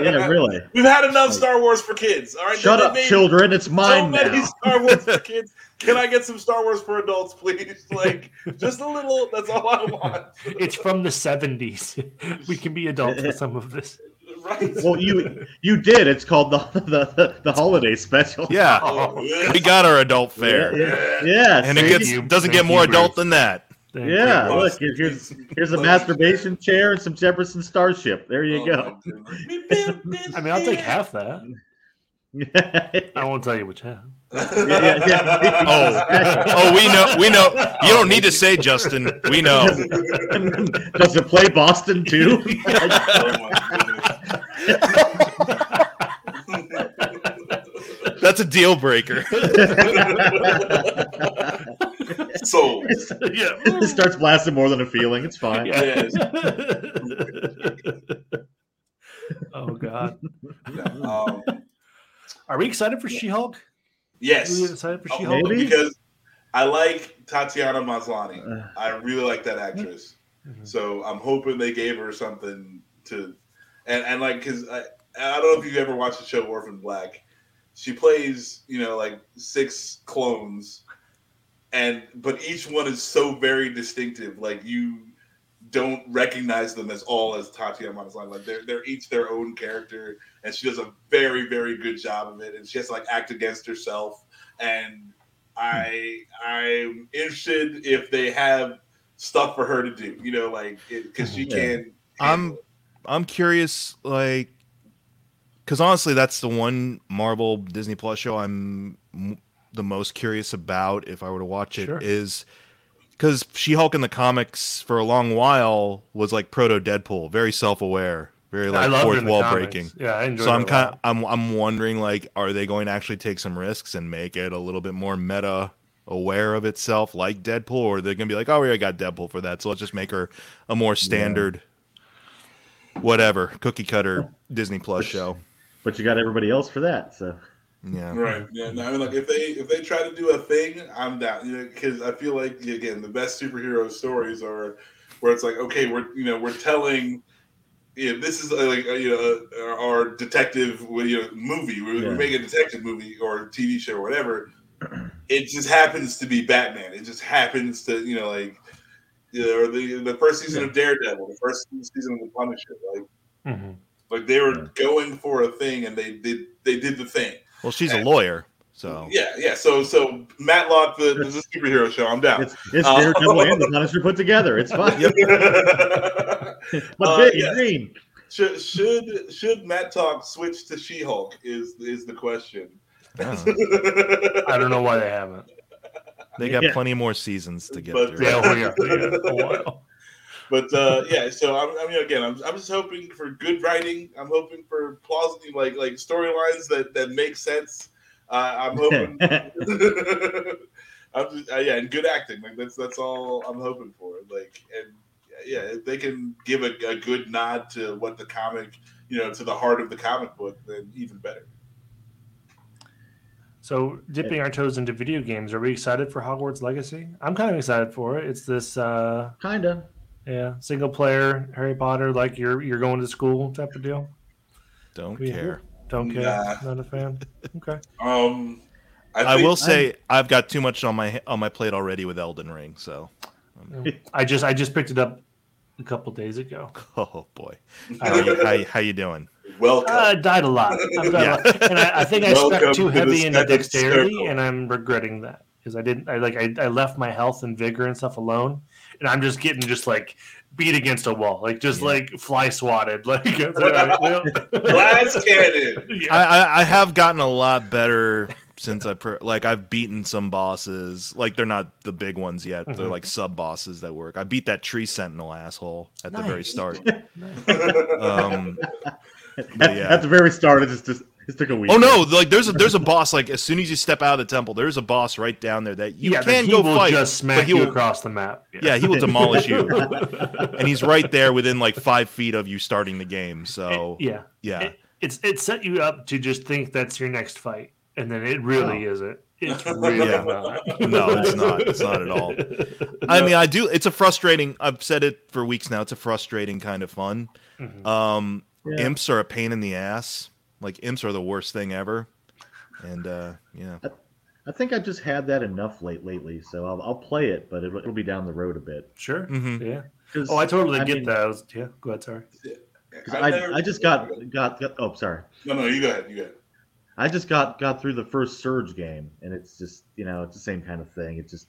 D: yeah, really.
B: We've had enough Star Wars for kids. All right,
D: Shut
B: they-
D: up,
B: they made
D: children. It's
B: So
D: mine
B: many
D: now.
B: Star Wars for kids. Can I get some Star Wars for adults, please? Like just a little. That's all I want.
C: It's from the 70s. We can be adults with some of this.
B: Right.
D: Well, you you did. It's called the the, the, the holiday special.
A: Yeah,
B: Oh, yeah.
A: we got our adult fare,
D: Yeah, yeah,
A: and it
D: see?
A: gets
C: you.
A: doesn't
C: Thank
A: get more
C: you,
A: adult
C: Bruce.
A: than that.
C: Thank you.
D: yeah.
B: Well,
D: Look, here- here's here's a masturbation chair and some Jefferson Starship. There you
B: Oh,
D: go.
B: my goodness.
C: I mean, I'll take half that.
B: Oh.
C: I won't tell you which half.
D: yeah, yeah.
A: Oh, we know, we know. You don't need to say, Justin. We know.
D: Does it play Boston too?
A: That's a deal breaker.
B: Sold.
C: yeah.
D: it starts blasting more than a feeling. It's fine.
B: Yes.
C: oh God.
B: Um,
C: Are we excited for She-Hulk? Are we
B: yes.
C: excited for
B: Oh,
C: She-Hulk?
D: maybe.
B: Because I like Tatiana Maslany.
D: Uh,
B: I really like that actress.
C: Mhm.
B: So I'm hoping they gave her something to, and and like because I I don't know if you've ever watched the show Orphan Black. She plays you know like six clones, and but each one is so very distinctive. Like you don't recognize them as all as Tatiana Maslany. Like they're they're each their own character, and she does a very very good job of it. And she has to like act against herself. And I I'm interested if they have stuff for her to do. You know, like because she
D: Yeah.
B: can.
A: I'm I'm curious, like, because honestly, that's the one Marvel Disney Plus show I'm m- the most curious about if I were to watch it. Is
C: Sure.
A: because She Hulk in the comics for a long while was like proto Deadpool, very self aware, very
C: I
A: like
C: love her
A: fourth
C: in the
A: wall
C: comics.
A: breaking.
C: Yeah, I enjoy.
A: So I'm kind of I'm I'm wondering like, are they going to actually take some risks and make it a little bit more meta aware of itself, like Deadpool, or they're gonna be like, oh, we already got Deadpool for that, so let's just make her a more standard, whatever cookie cutter Disney Plus show.
D: but you got everybody else for that. So
A: Yeah,
B: Right. Yeah. No, I mean, like if they if they try to do a thing, I'm down. You know, because I feel like again, the best superhero stories are where it's like, okay, we're you know we're telling. Yeah, this is uh, like uh, you know uh, our detective well, you know, movie. We,
D: Yeah.
B: we make a detective movie or TV show or whatever. It just happens to be Batman. It just happens to you know like, you know, or the the first season of Daredevil, the first season of The Punisher. Like
C: Mhm.
B: like they were
D: Yeah.
B: going for a thing and they did they did the thing.
A: well, she's a lawyer, so
B: Yeah, yeah. So, so Matlock, the, the superhero show. I'm down.
D: it's it's
B: Uh,
D: Daredevil and the Punisher put together. It's fine. But
B: Uh,
D: big and
B: yeah.
D: green.
B: should, should should Matt Talk switch to She Hulk? Is is the question?
A: I don't know.
C: I don't know why they haven't.
A: they got
D: Yeah.
A: plenty more seasons to get
B: But-
A: through.
C: Yeah, we are. We are. A while.
B: but uh, yeah, so I'm, I mean, again, I'm, I'm just hoping for good writing. I'm hoping for plausible, like like storylines that that make sense. Uh, I'm hoping. I'm just, uh, yeah, and good acting. Like that's that's all I'm hoping for. Like and yeah, if they can give a, a good nod to what the comic, you know, to the heart of the comic book, then even better.
C: So, dipping our toes into video games, are we excited for Hogwarts Legacy? I'm kind of excited for it. It's this, uh,
D: Kinda.
C: yeah, single player Harry Potter, like you're you're going to school type of deal.
A: Don't
C: We-
A: care.
C: Don't care.
B: Nah.
C: Not a fan. Okay.
B: Um,
A: I,
B: think-
A: will say i have got too much on my on my plate already with Elden Ring, so
C: I just I just picked it up a couple days ago.
A: oh boy, how you, how, you- how you doing?
B: welcome.
C: Uh, died a lot. I've died a lot.
A: Yeah.
C: And I, I think I
B: Welcome
C: stepped too
B: to the
C: heavy into
B: second
C: dexterity,
B: circle.
C: and I'm regretting that. because I didn't. I like I, I left my health and vigor and stuff alone, and I'm just getting just like beat against a wall, like just
A: Yeah.
C: like fly swatted. Like it's all right, well.
B: Blast cannon.
C: Yeah.
A: I, I I have gotten a lot better since I per- like I've beaten some bosses. Like they're not the big ones yet. They're
C: Mhm.
A: like sub bosses that work. I beat that tree sentinel asshole at the very
C: Nice.
A: start.
D: Uh,
A: Um,
D: At,
A: yeah.
D: at the very start, it just, just it took a week.
A: oh no! Like there's a there's a boss. Like as soon as you step out of the temple, there's a boss right down there that you
C: yeah,
A: can
C: he
A: go
C: will
A: fight.
C: just smack
A: but he
C: you
A: will-
C: across the map.
A: yeah, he will demolish you, and he's right there within like five feet of you starting the game. So
C: yeah.
A: yeah,
C: It, it's it set you up to just think that's your next fight, and then it really isn't. It's really
A: Yeah.
C: not.
A: No, it's not. It's not at all. I mean, I do. It's a frustrating. I've said it for weeks now. It's a frustrating kind of fun.
C: Mhm.
A: Um,
D: Yeah.
A: Imps are a pain in the ass. Like imps are the worst thing ever. And uh, yeah,
D: I think I just had that enough late lately, so I'll, I'll play it, but it'll, it'll be down the road a bit.
C: Sure.
A: Mhm.
C: Yeah.
D: 'Cause
C: Oh, I totally
D: I
C: get
D: mean-
C: that. I was, yeah. Go ahead. Sorry.
D: 'cause I, I just got, got got oh sorry,
B: No, no, you go ahead. You go ahead.
D: I just got got through the first Surge game, and it's just you know it's the same kind of thing. It's just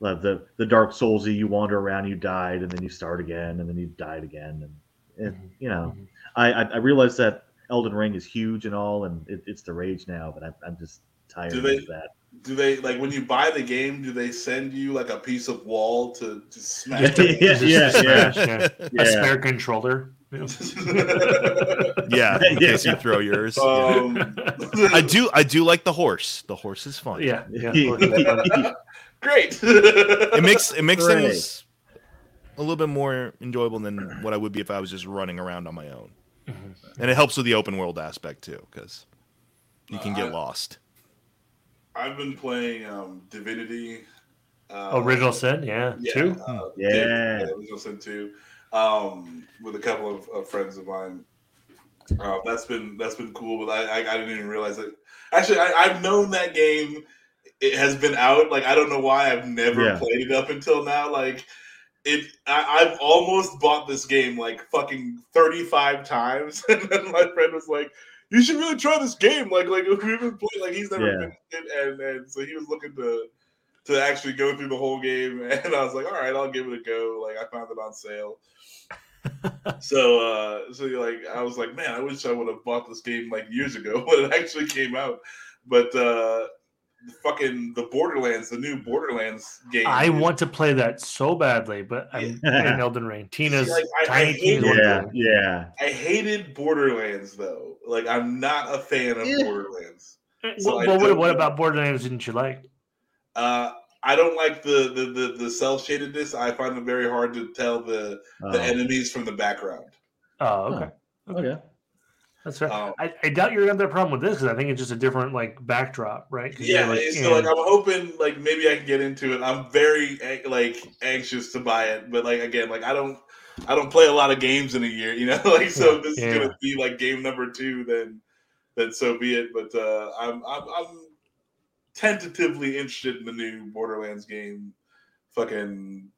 D: like the the Dark Soulsy. You wander around, you died, and then you start again, and then you died again, and it,
C: Mhm.
D: you know
C: Mhm.
D: I, I I realize that Elden Ring is huge and all, and it, it's the rage now, but I, I'm just tired
B: Do
D: of
B: they-
D: that.
B: Do they like when you buy the game? Do they send you like a piece of wall to, to
D: yeah,
B: smash?
D: yeah,
B: it?
D: yeah, yeah.
C: Smash, yeah. A
D: yeah.
C: spare controller. Yeah.
A: yeah. In
D: Yeah.
A: case you throw yours. Yeah.
D: Oh.
B: um,
A: I do. I do like the horse. The horse is fun.
C: Yeah. yeah.
B: great.
A: It makes it makes
D: Hooray.
A: things a little bit more enjoyable than what I would be if I was just running around on my own.
C: Mhm.
D: Mm-hmm.
A: And it helps with the open world aspect too, because you can
B: Uh,
A: get lost.
B: I've been playing um, Divinity. Uh,
C: Original Sin. Yeah.
B: Yeah,
C: Two.
B: uh,
D: Yeah.
B: Original Sin two, um, with a couple of, of friends of mine. Uh, that's been that's been cool, but I, I, I didn't even realize it. Actually, I, I've known that game. It has been out. Like I don't know why I've never
D: Yeah.
B: played it up until now. Like it, I, I've almost bought this game like fucking thirty five times, and then my friend was like, "You should really try this game." Like like we've been playing. Like he's never
D: Yeah.
B: finished it, and and so he was looking to to actually go through the whole game. And I was like, all right, I'll give it a go. Like I found it on sale. so uh so you're like I was like, man, I wish I would have bought this game like years ago when it actually came out. But uh the fucking the Borderlands, the new Borderlands game.
C: I
B: dude.
C: want to play that so badly, but I'm in Elden Ring. Tina's
B: like, I- I
C: tiny
B: hate
C: Tina's
B: it.
C: wondering.
D: yeah, yeah.
B: I hated Borderlands though. Like I'm not a fan of
D: Yeah.
B: Borderlands. So I
C: Well, what,
B: don't
C: what
B: know.
C: about Borderlands didn't you like?
B: Uh I don't like the the the, the cell shadedness. I find it very hard to tell the the
D: Oh,
B: enemies from the background.
C: Oh, okay.
D: okay.
C: That's fair.
B: Um,
C: I, I doubt you're gonna have that problem with this because I think it's just a different like backdrop, right? 'Cause you're,
B: Yeah,
C: like,
B: so like
C: in-
B: I'm hoping like maybe I can get into it. I'm very an- like anxious to buy it, but like again, like I don't I don't play a lot of games in a year, you know. like so, if this
C: Yeah.
B: is gonna be like game number two, then then so be it. But uh, I'm, I'm I'm tentatively interested in the new Borderlands game, fucking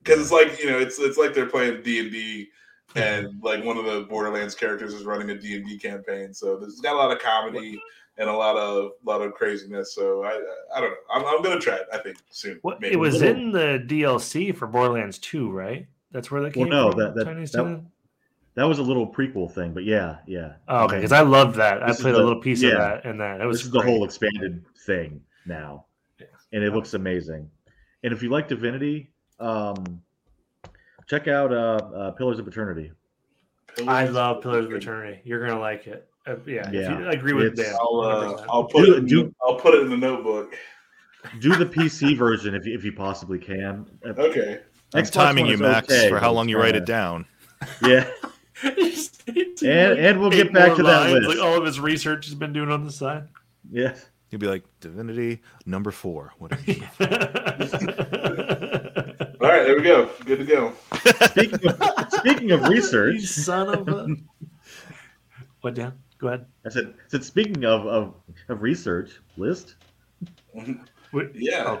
B: because it's like you know it's it's like they're playing D and D. And like one of the Borderlands characters is running a D and D campaign, so there's got a lot of comedy and a lot of lot of craziness. So I I don't know. I'm, I'm gonna try it. I think soon.
C: What,
B: maybe.
C: it was
D: Little-
C: in the DLC for Borderlands 2, right? That's where that
D: Well,
C: came
D: no,
C: from.
D: that- that-
C: Chinese
D: that-
C: Tuna?
D: That was a little prequel thing, but yeah, yeah.
C: oh, okay, because I loved that. I
D: Um, This is
C: played a
D: the-
C: little piece
D: yeah.
C: of that and that. It was
D: this is the
C: great.
D: whole expanded thing now, and it looks amazing. And if you like Divinity, um, check out uh, uh, Pillars of Eternity.
C: I love Pillars of Eternity. You're gonna like it. Uh, yeah, if
D: Yeah.
C: you I agree with
D: It's-
C: Dan.
B: I'll, uh,
C: 100%.
B: I'll put
D: Do-
B: it in,
D: do-
B: I'll put it in the notebook.
D: Do the PC version if you, if you possibly can. Uh,
B: Okay.
A: I'm
D: Xbox
A: timing
D: One
A: you,
D: is
A: Max,
D: okay,
A: for how
D: but
A: long you
D: it's,
A: write
D: uh,
A: it down.
D: Yeah, and and we'll get back to that list.
C: Like all of his research he's been doing on the side.
D: yeah,
A: You'd be like Divinity number four. What is
B: All right. There we go. Good to go.
D: speaking of, speaking of
C: You
D: research,
C: son of a. what, Dan? Go ahead.
D: I said, I said speaking of, of of research list.
C: We,
B: Yeah.
C: Oh.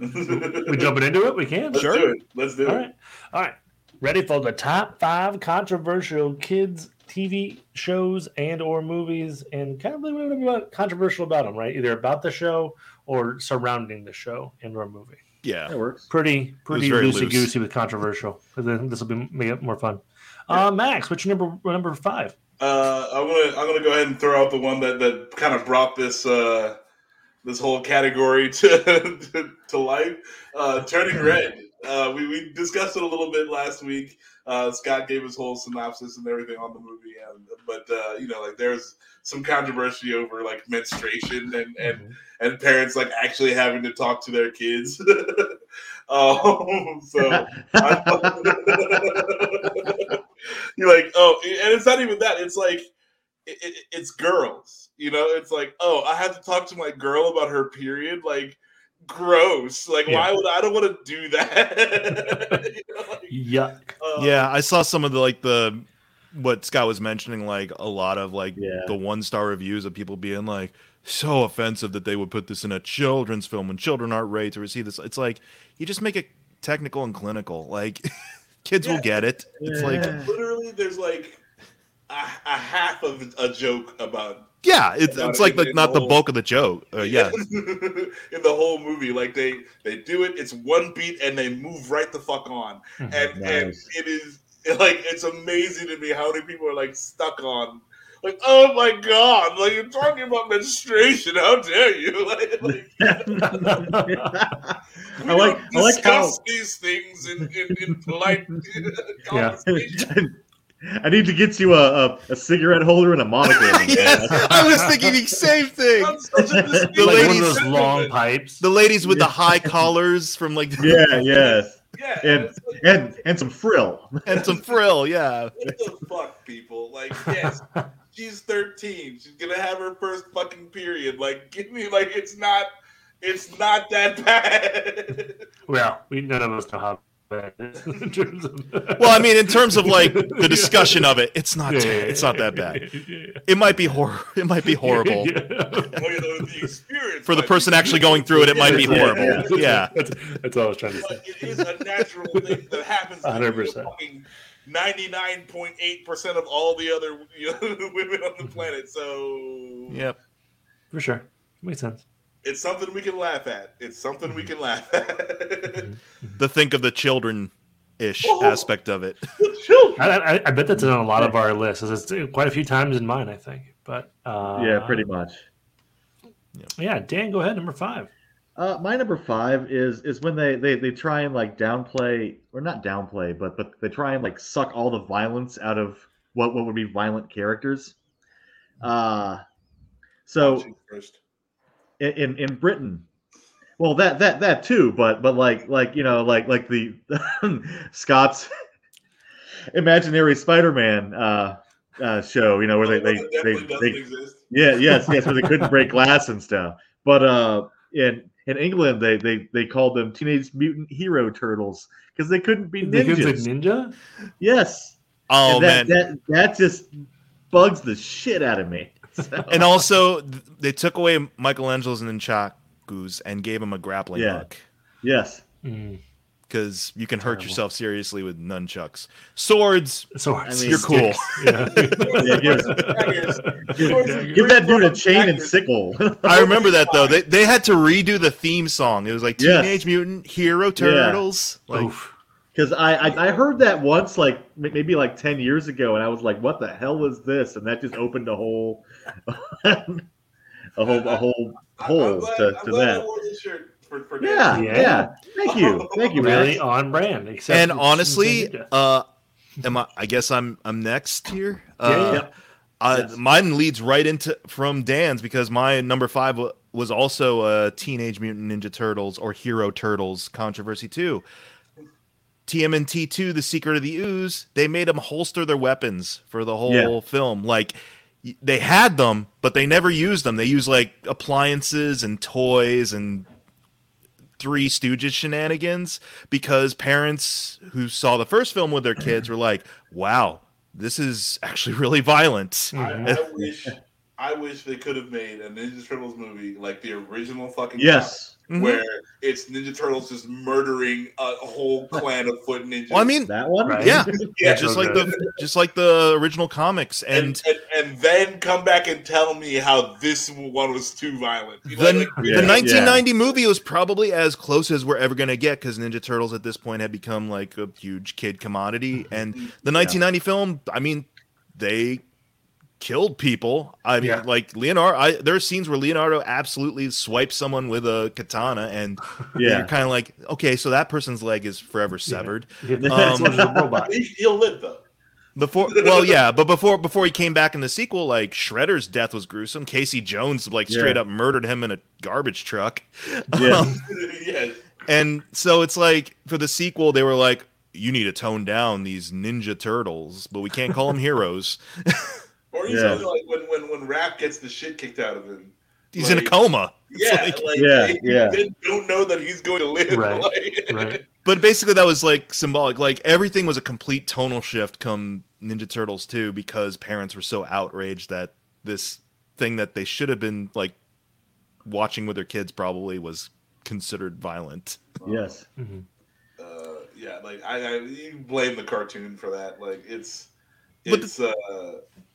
C: we jumping into it? We can.
B: Let's
A: Sure.
B: do it. Let's do
C: All
B: it.
C: right. All right. Ready for the top five controversial kids TV shows and or movies and kind of a little bit about- controversial about them, right? Either about the show or surrounding the show and or movie.
A: Yeah.
D: That works.
C: Pretty pretty
A: very
C: loosey
A: loose.
C: goosey with controversial. I think This will be make it more fun. Uh, Max, what's your number number five?
B: Uh, I'm gonna I'm gonna go ahead and throw out the one that, that kind of brought this uh, this whole category to to, to life. Uh, Turning red. Uh, we we discussed it a little bit last week. Uh, Scott gave his whole synopsis and everything on the movie, and, but uh, you know, like there's some controversy over like menstruation and and and parents like actually having to talk to their kids. um, so I- you're like, oh, and it's not even that. It's like it, it, it's girls. You know, it's like, oh, I have to talk to my girl about her period. Like, gross. Like, why would I don't want to do that? You know, like,
C: Yuck.
B: uh,
A: yeah, I saw some of the like the what Scott was mentioning, like a lot of like
D: Yeah.
A: the one star reviews of people being like so offensive that they would put this in a children's film when children aren't ready to receive this. It's like you just make it technical and clinical. Like kids
B: Yeah.
A: will get it. It's like
D: Yeah.
B: literally, there's like a, a half of a joke about
A: yeah, it's
B: About
A: it's
B: it
A: like
B: in
A: like not the
B: whole-
A: bulk of the joke. Uh, yeah,
B: in the whole movie, like they they do it. It's one beat, and they move right the fuck on.
A: Mm-hmm.
C: Mhm.
B: And and
D: Nice.
B: it is like it's amazing to me how many people are like stuck on. Like, oh my god! Like you're talking about menstruation. How dare you? Like, like we
D: I like
B: don't
D: I like how
B: discuss these things in in, in polite conversation.
D: I need to get you a, a, a cigarette holder and a monocle.
A: yes, I was thinking the same thing.
B: I'm such a
A: The
C: like one
A: ladies-
C: of those long
B: sentiment.
C: pipes.
A: The ladies with the high collars from like
D: Yeah, yes.
B: Yeah,
D: And-
B: it's like,
D: And and some frill.
A: and some frill. Yeah,
B: What the fuck, people? Like, yes, she's 13. She's gonna have her first fucking period. Like, give me like it's not it's not that bad.
C: well, we none of us know how bad it is in terms of
A: Well, I mean, in terms of like the discussion of it, it's not
C: Yeah, yeah,
A: it's not that
C: yeah,
A: bad.
C: yeah, yeah, yeah.
A: It might be hor- It might be horrible
C: Yeah.
B: Well, you know, the experience
A: for the
B: might
A: person
B: be-
A: actually going through it. It might be
D: Yeah, yeah,
A: horrible. Yeah,
C: That's, that's all I was trying to say.
B: But it is a natural thing that happens. to
C: 100%.
B: fucking 99.8% of all the other you know, women on the planet. So
A: yep.
C: For sure. Makes sense.
B: it's something we can laugh at. It's something we can laugh at.
A: The think of the children ish
B: Oh.
A: aspect of it.
C: I, I, I bet that's on a lot of our lists. It's quite a few times in mine, I think. But uh,
D: yeah, pretty much.
C: Yeah, Dan, go ahead. Number five.
D: Uh, my number five is is when they, they they try and like downplay or not downplay, but but they try and like suck all the violence out of what what would be violent characters. Uh, so
B: first.
D: in- in in Britain. Well, that that that too, but but like like you know like like the Scott's imaginary Spider-Man uh, uh, show, you know, where they they,
B: That
D: they,
B: definitely doesn't
D: they
B: exist.
D: yeah yes yes where they couldn't break glass and stuff. But uh, in in England, they they they called them Teenage Mutant Hero Turtles because they couldn't be
C: They give the
D: ninjas.
C: ninja?
D: yes,
A: Oh
D: and that,
A: man.
D: that that just bugs the shit out of me. So-
A: And also, th- they took away Michelangelo's nunchakus and gave him a grappling
D: Yeah.
A: hook
D: yes,
C: Mm,
A: because you can hurt
C: Terrible.
A: yourself seriously with nunchucks. Swords,
C: swords.
D: I mean-
A: you're cool.
C: Yeah.
D: Yeah, give- give that dude a chain and sickle.
A: I remember that though. They they had to redo the theme song. It was like
D: Yes.
A: Teenage Mutant Hero Turtles. Like,
C: Oof.
D: Because I, I I heard that once, like m- maybe like ten years ago, and I was like, "What the hell was this?" And that just opened a whole, a whole, a whole hole to, to
B: I
D: that.
B: wore this shirt for, for
D: Yeah,
B: Nancy.
D: yeah,
C: Yeah.
D: Thank you, thank you,
C: Really
D: really.
C: on brand. Except
A: and
C: it's
A: honestly,
C: ninja.
A: uh, am I? I guess I'm I'm next here.
C: Yeah,
A: Uh,
C: yeah.
A: I,
D: Yes.
A: Mine leads right into from Dan's because my number five wa was also a Teenage Mutant Ninja Turtles or Hero Turtles controversy too. TMNT two, The Secret of the Ooze. They made them holster their weapons for the whole
D: Yeah.
A: film. Like y- they had them, but they never used them. They used like appliances and toys and Three Stooges shenanigans because parents who saw the first film with their kids were like, "Wow, this is actually really violent."
C: Mm-hmm.
B: I, I wish, I wish they could have made a Ninja Turtles movie like the original fucking.
D: Yes,
B: comic,
A: Mhm.
B: Where it's Ninja Turtles just murdering a whole clan of foot ninjas.
A: Well, I mean,
D: that one.
C: Right.
A: yeah,
B: yeah,
A: just like the just like the original comics, and
B: and, and, and then come back and tell me how this one was too violent. You
A: The,
B: know, like, we-
A: the
D: yeah.
A: 1990 movie was probably as close as we're ever going to get because Ninja Turtles at this point had become like a huge kid commodity. And the 1990 film, I mean, they killed people. I mean,
C: Yeah.
A: like Leonardo, I, there are scenes where Leonardo absolutely swipes someone with a katana, and you're
D: Yeah.
A: kind of like, okay, so that person's leg is forever severed.
C: If that soldier's a robot.
B: he- He'll live though.
A: Before, well, yeah, but before before he came back in the sequel, like Shredder's death was gruesome. Casey Jones like straight
D: Yeah.
A: up murdered him in a garbage truck.
D: Yeah.
B: yes.
A: And so it's like for the sequel, they were like, "You need to tone down these Ninja Turtles, but we can't call them heroes.
B: Or
D: Yeah.
B: even like when when when Rap gets the shit kicked out of him.
A: He's in a
B: Like-
A: coma."
B: Yeah,
A: like-
B: like,
D: Yeah,
B: they,
D: yeah.
B: they don't know that he's going to live.
C: Right,
B: like-
C: right.
A: But basically, that was like symbolic. Like everything was a complete tonal shift come Ninja Turtles two because parents were so outraged that this thing that they should have been like watching with their kids probably was considered violent.
D: Yes.
C: Mhm.
B: uh, yeah, like I, I you blame the cartoon for that. Like it's
A: But the-
B: it's uh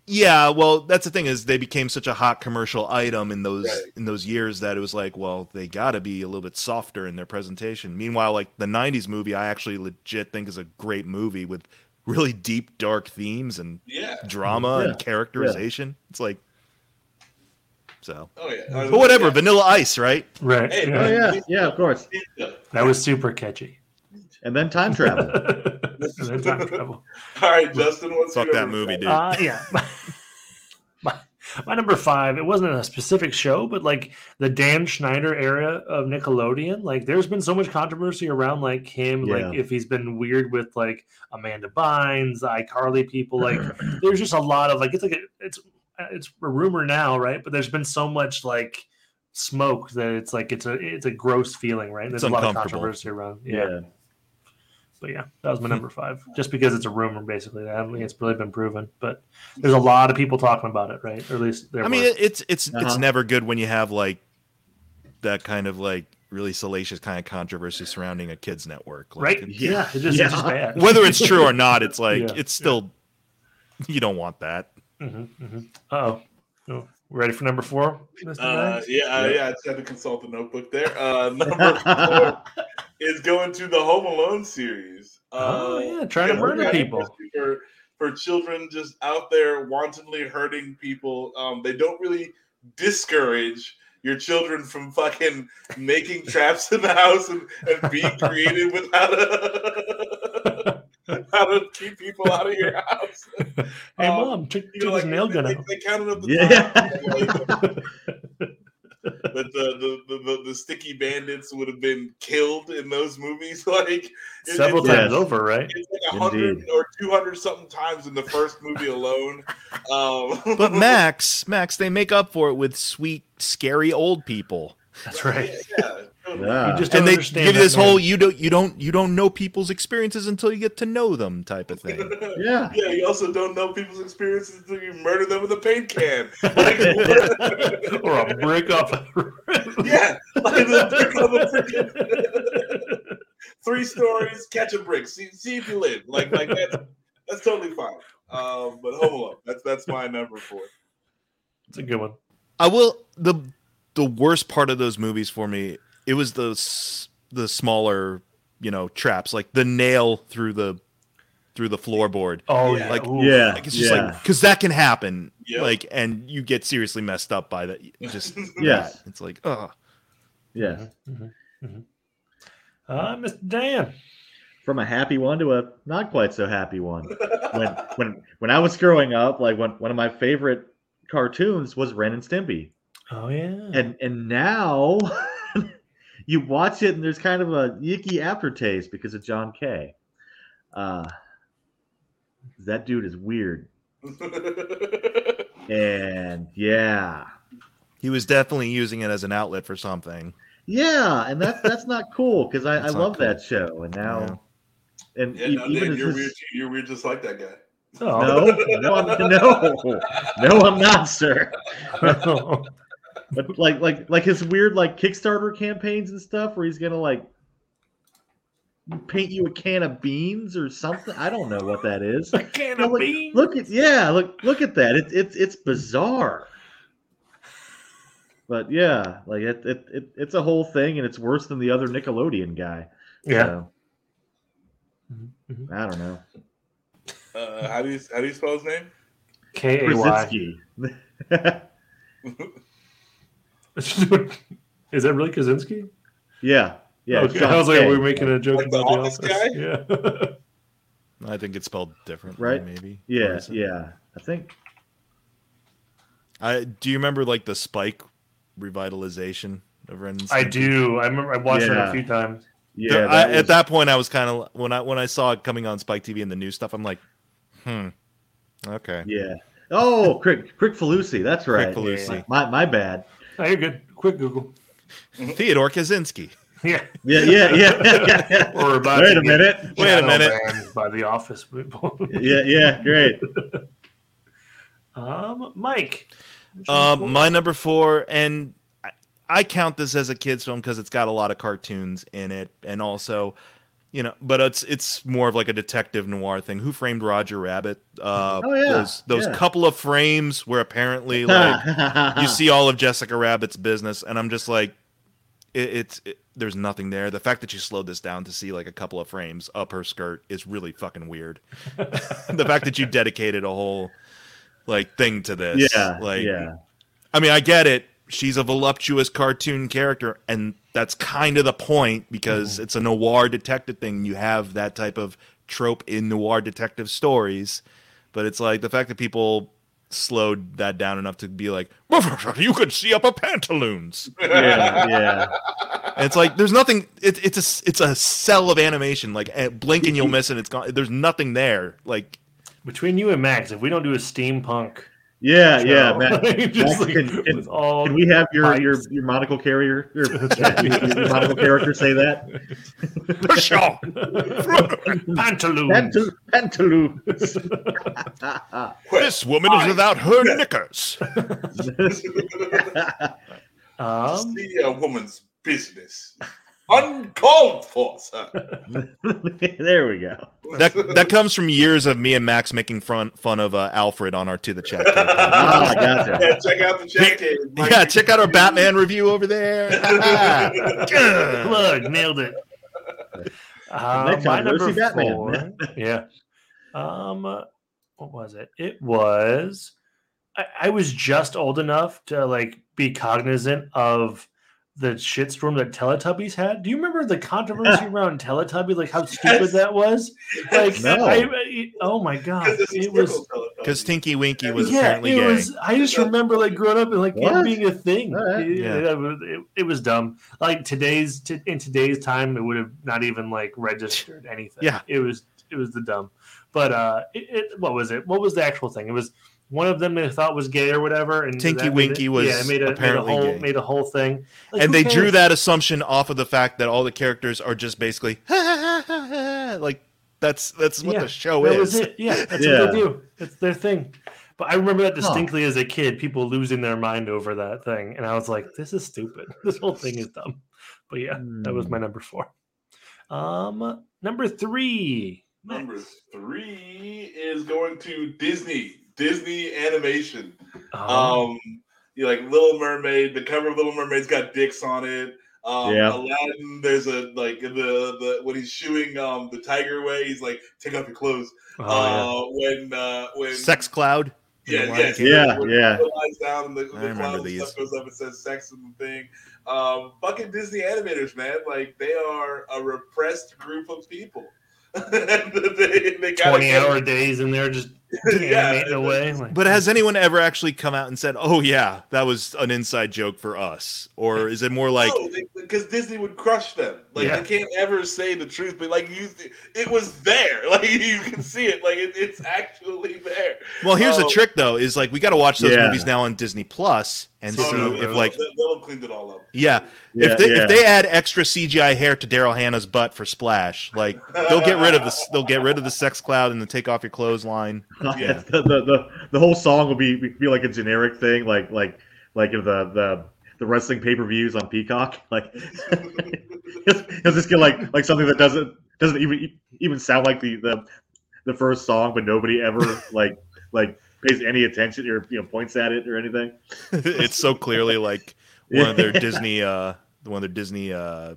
A: Yeah, well, that's the thing is they became such a hot commercial item in those
B: Right.
A: in those years that it was like, well, they got to be a little bit softer in their presentation. Meanwhile, like the '90s movie, I actually legit think is a great movie with really deep, dark themes and
B: yeah.
A: drama
D: Yeah,
A: and characterization. It's like, so,
B: Oh yeah.
A: but whatever.
B: Yeah.
A: Vanilla Ice, right?
C: Right.
B: Hey,
C: yeah.
D: Oh yeah. Yeah. Of course.
C: That was super catchy.
D: And then time travel.
C: And then time travel.
B: All right, Justin, what's
A: Fuck
B: your
A: that
B: number
A: movie,
B: five?
A: dude.
C: Uh, yeah. my, my number five, it wasn't a specific show, but like the Dan Schneider era of Nickelodeon, like there's been so much controversy around like him,
D: Yeah.
C: like if he's been weird with like Amanda Bynes, the iCarly people, like there's just a lot of like it's like a, it's it's a rumor now, right? But there's been so much like smoke that it's like it's a it's a gross feeling, right? There's a lot of
A: uncomfortable.
C: controversy around, yeah.
D: Yeah.
C: But yeah, that was my number five. Just because it's a rumor, basically, I don't think it's really been proven. But there's a lot of people talking about it, right? Or at least there.
A: I mean,
C: were.
A: it, it's it's it's
D: Uh-huh.
A: never good when you have like that kind of like really salacious kind of controversy surrounding a kids network, like,
C: right?
A: it-
C: Yeah,
D: Yeah.
C: it just,
D: Yeah.
C: it's just bad.
A: whether it's true or not, it's like
C: Yeah.
A: it's still you don't want that.
C: Uh oh, ready for number four, Mr.
B: Uh,
C: Ryan?
B: yeah, uh, yeah, I just had to consult the notebook there. Uh, number four is going to the Home Alone series.
C: Oh,
B: Uh,
C: yeah, trying to
B: yeah,
C: murder
B: yeah,
C: people.
B: for for children just out there wantonly hurting people. Um, they don't really discourage your children from fucking making traps in the house and, and being creative with how to how to keep people out of your house.
C: Hey,
B: um,
C: mom, took,
B: You
C: took
B: know,
C: his
B: like,
C: nail gun
B: they,
C: out.
B: they counted up the
D: Yeah.
B: time, like, that the, the, the, the sticky bandits would have been killed in those movies. Like it-
C: Several
B: it's,
D: Yeah.
C: times over, right?
B: it's like a hundred
D: Indeed.
B: or two hundred something times in the first movie alone. Um,
A: But Max, Max, they make up for it with sweet, scary old people.
C: That's right.
B: Yeah, totally.
D: Yeah.
C: You just don't
A: And they
C: understand
A: give you
C: that
A: this
C: man.
A: whole you don't you don't you don't know people's experiences until you get to know them type of thing.
D: yeah.
B: Yeah, you also don't know people's experiences until you murder them with a paint can.
C: or a brick up.
B: yeah, like the three stories, catch a brick, see, see if you live. Like, like that's that's totally fine. Um, but Home Alone, that's that's my number four.
C: It's a good one.
A: I will the the worst part of those movies for me it was the s- the smaller you know traps like the nail through the through the floorboard
C: Oh yeah,
B: Yeah.
A: Like-
C: Ooh.
D: Yeah.
A: like it's just
D: yeah.
A: like because that can happen
B: Yep.
A: like and you get seriously messed up by that just
D: Yes.
A: that. it's like oh
D: yeah.
C: Mhm, mhm. Uh, Mr. Dan.
D: From a happy one to a not quite so happy one. when when when I was growing up, like one one of my favorite cartoons was Ren and Stimpy.
C: Oh yeah.
D: and and now you watch it and there's kind of a yicky aftertaste because of John Kay. Uh, that dude is weird, and yeah,
A: he was definitely using it as an outlet for something
D: yeah, and that's that's not cool because I, I
A: That's not
D: love
A: cool.
D: that show, and now and
B: yeah,
D: e-
B: no,
D: even
B: Dan,
D: as
B: you're
D: this-
B: weird. too. You're weird, just like that guy.
C: oh.
D: no, no, I'm, no, no, I'm not, sir. But like, like, like his weird like Kickstarter campaigns and stuff, where he's gonna like paint you a can of beans or something. I don't know what that is.
C: A can
D: No,
C: of
D: look,
C: beans.
D: Look at yeah, look look at that. It's it's it's bizarre. But yeah, like it, it, it it's a whole thing, and it's worse than the other Nickelodeon guy.
C: Yeah.
D: So,
C: Mhm, mhm.
D: I don't know.
B: Uh, how do you how do you spell his name?
C: K A Y.
D: Brzezinski.
C: Is that really Kaczynski?
D: yeah, yeah.
C: Okay, I was like,
D: John
C: we were
D: K.
C: making a joke
B: Like the
C: about the
B: office
C: office.
B: guy?
C: Yeah.
A: I think it's spelled differently,
D: Right?
A: maybe. Or
D: Yeah,
A: is it-
D: yeah. I think
A: I do you remember like the Spike revitalization of Ren? and
C: I
A: Stimpy?
C: do. I remember I watched it
D: Yeah.
C: a few times.
D: yeah.
A: There- I,
D: was-
A: At that point, I was kind of when I when I saw it coming on Spike TV and the new stuff, I'm like, hmm, okay.
D: Yeah. Oh, Crick Crick Falusi. That's right.
A: Falusi.
D: My my bad.
C: Oh, you're good. Quick Google.
A: Theodore Kaczynski.
C: Yeah.
D: Yeah, yeah, yeah.
C: Or about
D: Wait
C: to
D: a
C: get
D: minute.
A: Wait a
C: shadow
A: minute.
C: banned By the office people.
D: Yeah, yeah. Great.
C: um, Mike.
A: Um, my number four, and I, I count this as a kids film because it's got a lot of cartoons in it, and also, you know, but it's it's more of like a detective noir thing. Who framed Roger Rabbit? Uh,
D: Oh, yeah,
A: those those
D: yeah.
A: couple of frames where apparently like you see all of Jessica Rabbit's business, and I'm just like, it, it's it, there's nothing there. The fact that you slowed this down to see like a couple of frames up her skirt is really fucking weird. the fact that you dedicated a whole like thing to this,
D: Yeah,
A: like,
D: yeah.
A: I mean, I get it. She's a voluptuous cartoon character, and that's kind of the point because it's a noir detective thing. You have that type of trope in noir detective stories, but it's like the fact that people slowed that down enough to be like, you could see up a pantaloons.
D: Yeah, yeah.
A: And it's like there's nothing. It, it's a s- it's a cell of animation. Like eh, blink and you'll miss, and it's gone. There's nothing there. Like
C: Between you and Max, if we don't do a steampunk,
D: Yeah,
C: show,
D: yeah, Matt.
C: just
D: Max,
C: like,
D: can- can-
C: with all
D: Can we have your
C: pipes.
D: your, your monocle carrier, your, yeah, your, your monocle character say that?
A: "Pshaw."
C: pantaloons?
D: Pantal- Pantaloons.
A: this woman is without her knickers.
C: Um,
B: See a woman's business. Uncalled for, sir.
D: there we go.
A: That that comes from years of me and Max making fun fun of uh, Alfred on our to the chat. podcast.
D: Ah, gotcha.
B: yeah, check out the check in.
A: yeah, check out our Batman review over there.
C: plug nailed it. Uh,
D: Next
C: my
D: time,
C: number
D: Lucy Batman.
C: four. yeah. Um, uh, what was it? It was. I, I was just old enough to like be cognizant of the shitstorm that Teletubbies had. Do you remember the controversy around Teletubby? Like how stupid
B: Yes.
C: that was. Like,
D: No.
C: I, I- oh my god, it was
A: Because Tinky Winky was
C: yeah,
A: apparently
C: it
A: gay.
C: was. I just remember like growing up and like
D: What?
C: it being a thing.
D: All right.
C: It,
A: Yeah.
C: it- it- it was dumb. Like today's t- in today's time, it would have not even like registered anything.
A: Yeah.
C: it was it was the dumb. But uh, it, it what was it? What was the actual thing? It was one of them they thought was gay or whatever, and
A: Tinky
C: that made
A: Winky
C: it,
A: was
C: yeah, it made a,
A: apparently
C: made a whole
A: gay.
C: made a whole thing, Like,
A: and
C: who
A: they drew
C: cares?
A: that assumption off of the fact that all the characters are just basically like that's that's what
C: Yeah,
A: the show
C: that
A: is.
C: was it. Yeah, that's
D: Yeah.
C: what they do. It's their thing. But I remember that
D: Huh.
C: distinctly as a kid, people losing their mind over that thing, and I was like, "This is stupid. This whole thing is dumb." But yeah, that was
D: Hmm.
C: my number four. Um, number three.
B: Number three is going to Disney. Disney animation.
C: Oh,
B: Um, you like Little Mermaid. The cover of Little Mermaid's got dicks on it. Um,
D: Yeah.
B: Aladdin. There's a like the the when he's shooing um the tiger away, he's like, take off your clothes.
C: oh,
B: uh, When uh, when
A: Sex Cloud. in The
B: Yeah,
A: Lion
B: yeah,
A: King.
D: Yeah,
B: when
D: yeah.
B: it lies down and the, the
A: remember
B: cloud
A: these.
B: stuff goes up. It says sex and the thing. Um, fucking Disney animators, man. Like they are a repressed group of people. they, they gotta
C: twenty
B: get-
C: hour days, and they're just animating away. Like,
A: But has anyone ever actually come out and said, "Oh yeah, that was an inside joke for us," or is it more like,
B: because Disney would crush them. Like
C: Yeah.
B: they can't ever say the truth, but like you, it was there. Like you can see it. Like it, it's actually there.
A: Well, here's the
B: Oh.
A: trick though: is like we got to watch those
D: Yeah.
A: movies now on Disney Plus and
C: So-
A: see
B: Oh,
C: no,
A: if
C: no,
A: like,
B: they'll, they'll clean it all up.
A: yeah,
D: Yeah,
A: if they
D: yeah.
A: if they add extra CGI hair to Daryl Hannah's butt for Splash, like they'll get rid of this, they'll get rid of the sex cloud and the take off your clothes line.
B: Yeah.
D: the, the, the, the whole song will be be like a generic thing, like like like if the the the wrestling pay per views on Peacock. Like he'll, he'll just get like like something that doesn't doesn't even even sound like the the, the first song, but nobody ever like like pays any attention or you know points at it or anything.
A: it's so clearly like one of their
D: Yeah.
A: Disney uh one of their Disney uh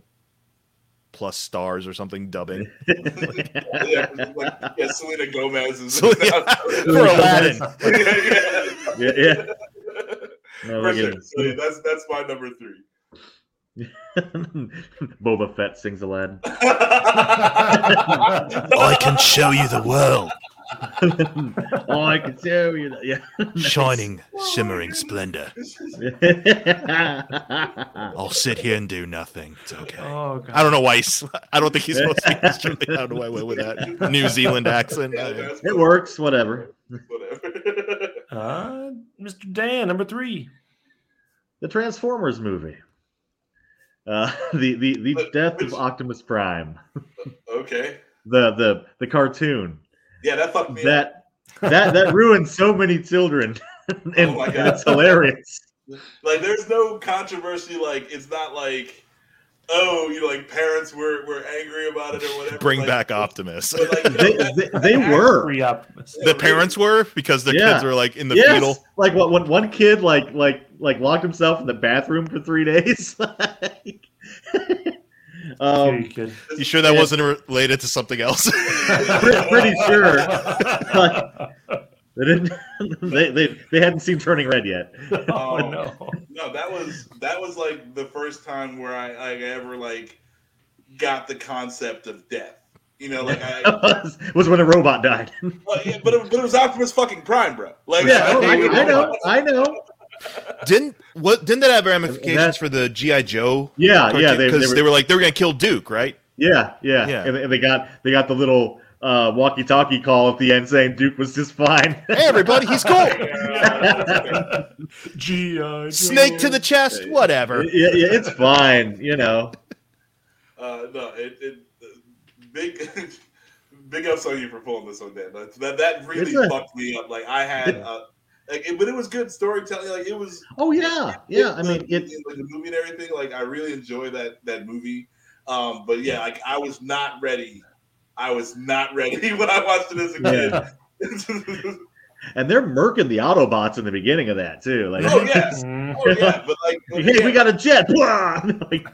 A: plus stars or something dubbing
B: yeah, 'cause, like, yeah, Selena Gomez is
A: So, yeah, for Aladdin.
B: yeah, yeah.
D: Yeah, yeah.
B: For
D: No, like,
B: sure. So, yeah, that's that's my number three.
D: Boba Fett sings Aladdin.
A: I can show you the world,
D: oh, I can tell you that.
A: shining, simmering splendor.
D: Yeah.
A: I'll sit here and do nothing. It's okay.
C: Oh
A: I
C: god.
A: don't know why he's. I don't think he's supposed to be Australian. I don't know why I went with that New Zealand accent.
B: Yeah,
A: I-
B: that's
D: it works. Whatever.
B: Whatever.
C: Uh, Mr. Dan, number three.
D: The Transformers movie. Uh, the the the
B: But
D: death
B: which-
D: of Optimus Prime.
B: okay.
D: The the the cartoon.
B: Yeah, that fucked me. up.
D: That that that ruined so many children, and,
B: Oh my
D: and
B: God.
D: it's hilarious.
B: Like, there's no controversy. Like, it's not like, oh, you know, like parents were were angry about it or whatever.
A: Bring
B: Like,
A: back Optimus.
B: but, like,
D: They they, they were.
C: Three Optimus.
A: The parents were because their
D: Yeah.
A: kids were like in the
D: yes.
A: fetal.
D: Like what? When one kid like like like locked himself in the bathroom for three days. like,
C: Here
D: um,
C: you kid.
A: You sure that
D: Yeah.
A: wasn't related to something else?
D: pre- pretty sure they didn't. They, they they hadn't seen Turning Red yet.
C: oh no.
B: No, that was that was like the first time where I like I ever like got the concept of death. You know, like I,
D: was, was when a robot died.
B: well, yeah, but it, but it was Optimus fucking Prime, bro. Like
D: yeah,
B: I,
D: I,
B: don't even
D: I know, I know.
A: didn't what? Didn't that have ramifications
D: That- Uh,
A: for the GI Joe?
D: Yeah, yeah, they,
A: because
D: they
A: they,
D: were,
A: were like they were gonna kill Duke, right?
D: yeah, yeah,
A: Yeah.
D: And, and they got they got the little uh, walkie-talkie call at the end saying Duke was just fine.
A: Hey, everybody, he's cool.
B: Yeah.
C: G.I.
A: Snake to the chest,
D: yeah,
A: whatever.
D: yeah, it's fine, you know.
B: Uh, no, it, it big big ups on you for pulling this one, Dan. That that, that really
D: It's a-
B: fucked me up. Like I had, uh, like, it, but it was good storytelling. Like it was,
D: Oh yeah, yeah. I mean,
B: it,
D: it.
B: like the movie and everything. Like I really enjoy that that movie. Um, but yeah, like I was not ready. I was not ready when I watched it as a kid.
D: Yeah. And they're murking the Autobots in the beginning of that too. Like,
B: Oh, yeah.
C: Mm.
B: oh yeah, but like, but
D: hey, we
B: yeah,
D: got a jet. Blah! Like,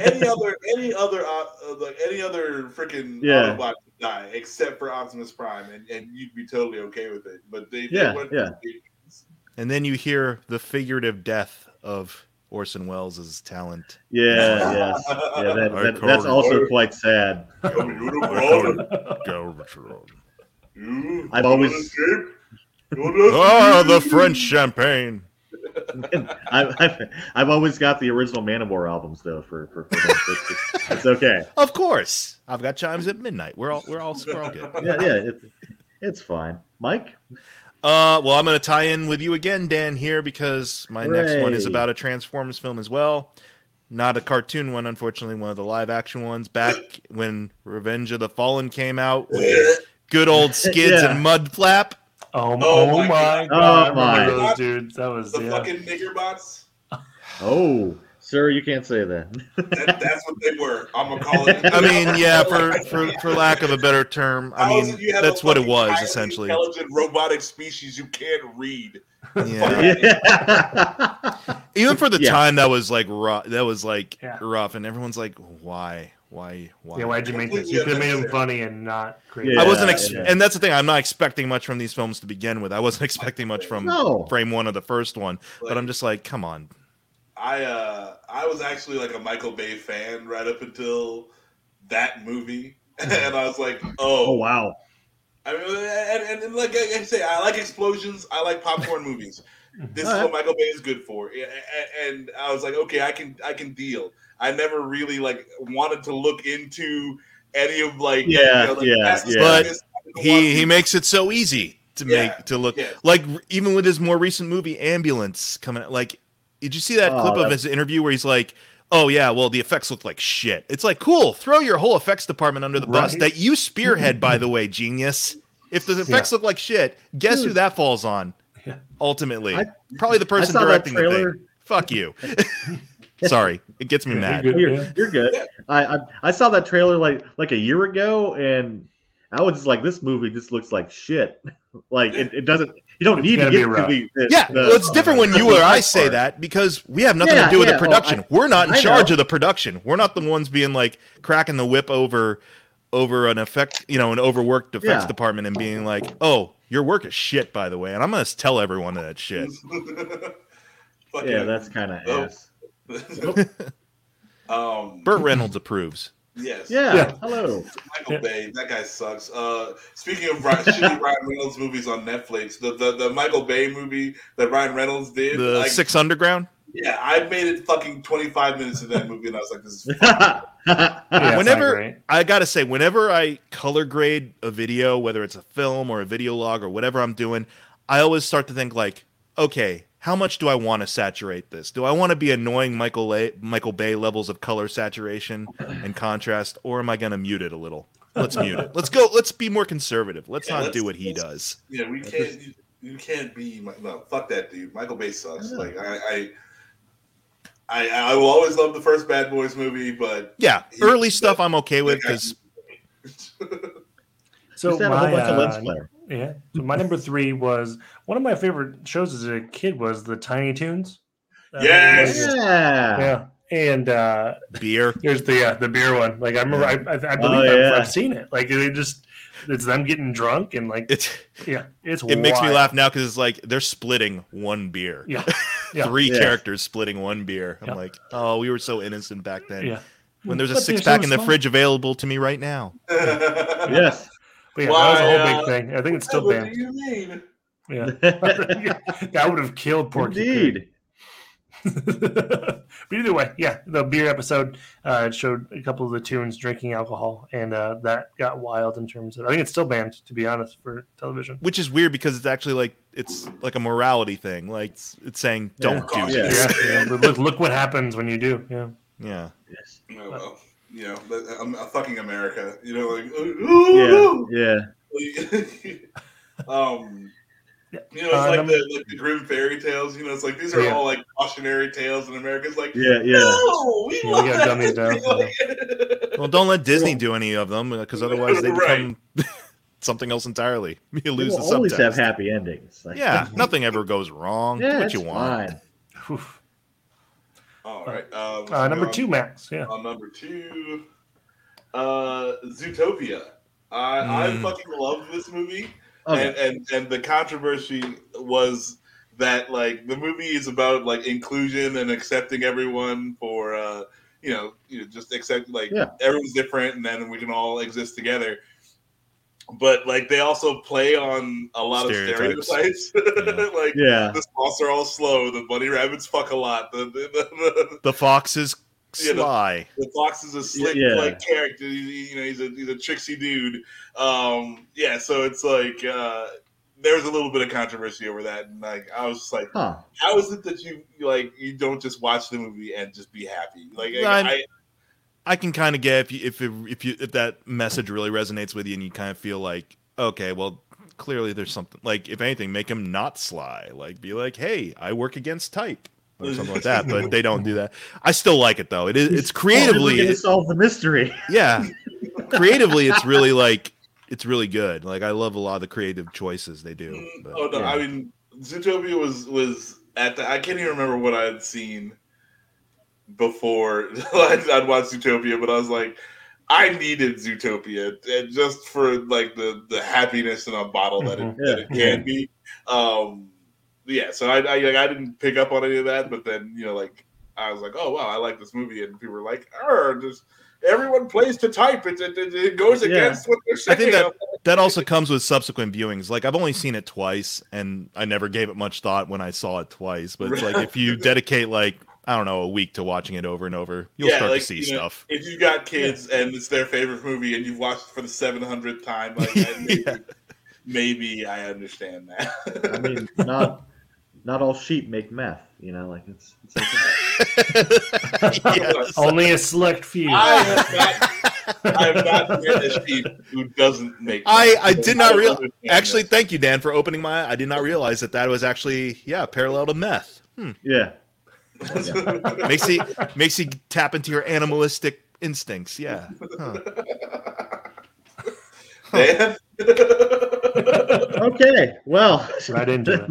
B: any other, any other, uh, uh, like any other freaking
D: Yeah.
B: Autobot could die except for Optimus Prime, and, and you'd be totally okay with it. But they,
D: Yeah,
B: they went-
D: yeah.
A: And then you hear the figurative death of Orson Welles' talent.
D: yeah, yes. Yeah, that,
A: I
D: that, that's
A: called-
D: also quite sad.
B: Come here, little brother.
A: oh,
B: You
D: I've
B: wanna
D: always-
B: escape? You're
A: Ah, the French champagne.
D: I've, I've, I've always got the original Manowar albums though for for, for this. It's, it's- it's okay.
A: Of course, I've got chimes at midnight. We're all we're all, we're all good.
D: Yeah, yeah, it's it's fine. Mike,
A: Uh, well, I'm going to tie in with you again, Dan, here because my next one is
D: Hooray.
A: about a Transformers film as well. Not a cartoon one, unfortunately, one of the live action ones back when Revenge of the Fallen came out with good old skids
D: Yeah.
A: and mudflap.
C: Oh, m-
B: Oh,
C: oh my
B: my
C: god.
D: God. Oh,
C: I remember
B: my.
C: those dudes. That was
B: The
C: yeah.
B: fucking nigger bots.
D: oh sir, you can't say that.
B: That, that's what they were. I'm gonna call it.
A: I mean, yeah, for, for, for lack of a better term, I
B: How is
A: mean,
B: it you have a
A: that's what it
B: fucking
A: was
B: highly
A: essentially.
B: Intelligent robotic species you can't read.
A: Yeah.
D: yeah.
A: Even for the
D: Yeah.
A: time, that was like rough. That was like
C: Yeah.
A: rough, and everyone's like, "Why, why, why?"
C: Yeah, why'd you make this? You could have made them funny and not crazy.
D: Yeah,
A: I wasn't, ex-
D: yeah.
A: and that's the thing. I'm not expecting much from these films to begin with. I wasn't expecting much from
D: No.
A: frame one of the first one,
B: Like,
A: but I'm just like, come on.
B: I uh, I was actually like a Michael Bay fan right up until that movie, and I was like,
D: Oh
B: oh,
D: wow.
B: I mean, and, and, and like I I say, I like explosions. I like popcorn movies. This is
D: Alright.
B: what Michael Bay is good for. Yeah, a- a- And I was like, okay, I can, I can deal. I never really like wanted to look into any of like,
D: Yeah,
B: like,
D: yeah,
B: Fast and
D: yeah.
A: But
B: Furious, I don't want
A: He he
B: to-
A: makes it so easy to
B: Yeah,
A: make to look
B: yeah.
A: like even with his more recent movie Ambulance coming out. Like, did you see that
D: Oh,
A: clip of
D: that-
A: his interview where he's like, "Oh yeah, well the effects look like shit." It's like, cool, throw your whole effects department under the bus
C: Right.
A: that you spearhead, by the way, genius. If the effects look like shit, guess who
D: Dude.
A: that falls on?
C: Yeah.
A: Ultimately,
D: I-
A: probably the person
D: I saw that
A: directing the
D: trailer.
A: thing. Fuck you. Sorry, it gets me mad.
C: You're good.
D: Oh, You're,
C: Yeah.
D: you're good. I, I I saw that trailer like like a year ago, and I was just like, this movie just looks like shit. like it, it doesn't. You don't
C: It's
D: need to
C: gotta be
D: get to
C: rough.
D: the, the-
A: Yeah,
D: the-
A: well, it's different when you or I say
D: part.
A: that because we have nothing
D: Yeah,
A: to do with
D: yeah,
A: the
D: oh,
A: production.
D: I-
A: We're not in
D: I
A: charge
D: know.
A: of the production. We're not the ones being like cracking the whip over over an effect, you know, an overworked effects
D: Yeah.
A: department and being like, "Oh, your work is shit, by the way," and I'm gonna tell everyone that shit.
B: Fuck
D: Yeah, that's kind of
B: Oh.
D: ass.
B: um,
A: Burt Reynolds approves.
B: yes.
D: Yeah.
C: Yeah.
D: Hello.
B: Michael
C: Yeah.
B: Bay, that guy sucks. Uh, speaking of Ryan, shitty Ryan Reynolds movies on Netflix, the, the the Michael Bay movie that Ryan Reynolds did,
A: The
B: like,
A: Six Underground.
B: yeah, I made it fucking twenty five minutes of that movie, and I was like, this is
C: Yeah, it's not
A: Whenever-
C: great.
A: I gotta say, whenever I color grade a video, whether it's a film or a video log or whatever I'm doing, I always start to think like, okay, how much do I want to saturate this? Do I want to be annoying Michael La- Michael Bay levels of color saturation and contrast, or am I gonna mute it a little? Let's mute it. Let's go. Let's be more conservative. Let's
B: Yeah,
A: not
B: let's-
A: do what he
B: let's-
A: does.
B: Yeah, we
D: That's
B: can't. You, you can't be Mi- no. Fuck that dude. Michael Bay sucks.
D: Yeah.
B: Like I, I, I, I will always love the first Bad Boys movie, but
A: Yeah,
B: He-
A: early stuff I'm okay with because
C: So
D: just had a whole
C: my,
D: bunch of lens
C: uh,
D: flare.
C: yeah. So my number three was one of my favorite shows as a kid was the Tiny Toons. Uh,
B: Yes!
C: yeah.
D: Yeah.
C: yeah. And uh,
A: beer.
C: there's the uh, the beer one. Like I remember, I, I, I believe
A: Oh,
D: yeah.
C: I've, I've seen it. Like they just it's them getting drunk and like
A: It's
C: yeah, it's
A: it makes me
C: wild.
A: laugh now because it's like they're splitting one beer.
C: Yeah, yeah.
A: three
D: Yeah.
A: characters splitting one beer. I'm
C: Yeah.
A: like, oh, we were so innocent back then.
C: Yeah.
A: When there's a
C: But they're
A: six pack
C: so
A: in the
C: small.
A: fridge available to me right now.
B: yeah,
D: Yes.
C: But yeah, that was a
B: Why,
C: whole
B: uh,
C: big thing. I think it's still
B: what do
C: banned.
B: you mean?
C: Yeah, that would have killed Porky. Pig.
D: Indeed.
C: but either way, yeah, the beer episode uh, it showed a couple of the tunes drinking alcohol, and uh, that got wild in terms of. I think it's still banned, to be honest, for television.
A: Which is weird because it's actually like it's like a morality thing. Like it's, it's saying don't
B: Yeah.
A: do
D: Yeah.
A: this.
C: Yeah, yeah, but look, look what happens when you do. Yeah,
A: Yeah.
D: Yes.
B: No, Oh, well, you know, that- I'm a fucking America. You know, like
D: Yeah.
B: ooh,
D: Yeah.
B: um.
C: Yeah.
B: You know, it's
C: Uh,
B: like,
C: number-
B: the, like the grim fairy tales. You know, it's like these are
C: Yeah.
B: all like cautionary tales in America. It's like,
D: Yeah. Yeah.
B: no, we,
C: Yeah, we gotta
B: want-
C: dumb these down.
A: Well, don't let Disney do any of them because otherwise they become something else entirely. You lose
D: People
A: the
D: always have
A: subtext.
D: happy endings. Like,
A: Yeah, nothing ever goes wrong.
D: Yeah.
A: do what
D: it's
A: you want.
D: fine.
C: Whew.
B: All right. Um, so
C: Uh, number
B: on-
C: two, Max. Yeah,
B: On number two, uh, Zootopia. I, I
C: Hmm.
A: Mm.
B: fucking love this movie,
D: Okay.
B: and, and and the controversy was that like the movie is about like inclusion and accepting everyone for uh, you know you know, just accept like
D: Yeah.
B: everyone's different, and then we can all exist together. But like they also play on a lot
A: Stereotypes.
B: of stereotypes, like
D: Yeah.
B: the sloths are all slow, the bunny rabbits fuck a lot, the, the, the, the
A: The fox is
B: Yeah, the-
A: sly.
B: the Fox is a slick
D: Yeah.
B: like character. He's, you know, he's a he's a tricksy dude. Um, yeah, so it's like uh, there was a little bit of controversy over that, and like I was just like,
D: Huh.
B: how is it that you like you don't just watch the movie and just be happy? Like I,
A: I'm-
B: I-
A: I can kind of get if you, if it, if you if that message really resonates with you and you kind of feel like okay, well, clearly there's something like if anything, make him not sly. Like be like, hey, I work against type or something like that. But they don't do that. I still like it though. It is it's creatively,
D: We're gonna solve the mystery.
A: yeah, creatively, it's really like it's really good. Like I love a lot of the creative choices they do.
B: Mm,
A: But,
B: Oh no!
D: yeah.
B: I mean, Zootopia was was at the. I can't even remember what I had seen before I'd, I'd watched Zootopia, but I was like, I needed Zootopia and just for like the the happiness in a bottle that it,
A: Mm-hmm.
C: Mhm.
B: that it can be. Um, yeah, so I I, like, I didn't pick up on any of that, but then you know like I was like, oh wow, I like this movie, and people were like, er, just. Everyone plays to type. It, it, it- it goes
D: Yeah.
B: against what they're
A: I
B: saying.
A: think that that also comes with subsequent viewings. Like I've only seen it twice, and I never gave it much thought when I saw it twice. But it's like if you dedicate like I don't know a week to watching it over and over, you'll
B: Yeah,
A: start
B: like,
A: to see
B: you know,
A: stuff.
B: if you got kids and it's their favorite movie and you've watched it for the 700th time like that, maybe,
A: Yeah.
B: maybe i understand that
D: I mean, not not all sheep make meth. You know, like it's. it's okay.
A: Yes.
C: only a select few.
B: i have not i have not met a sheep who doesn't make
A: I-
B: that.
A: I did not
B: don't
A: real-
B: understand
A: Actually,
B: that.
A: thank you, Dan, for opening my. eye. I did not realize that that was actually yeah parallel to meth. Hmm.
D: yeah.
A: makes you makes you tap into your animalistic instincts. Yeah. Huh.
B: Dan?
D: okay, well,
C: Right into it.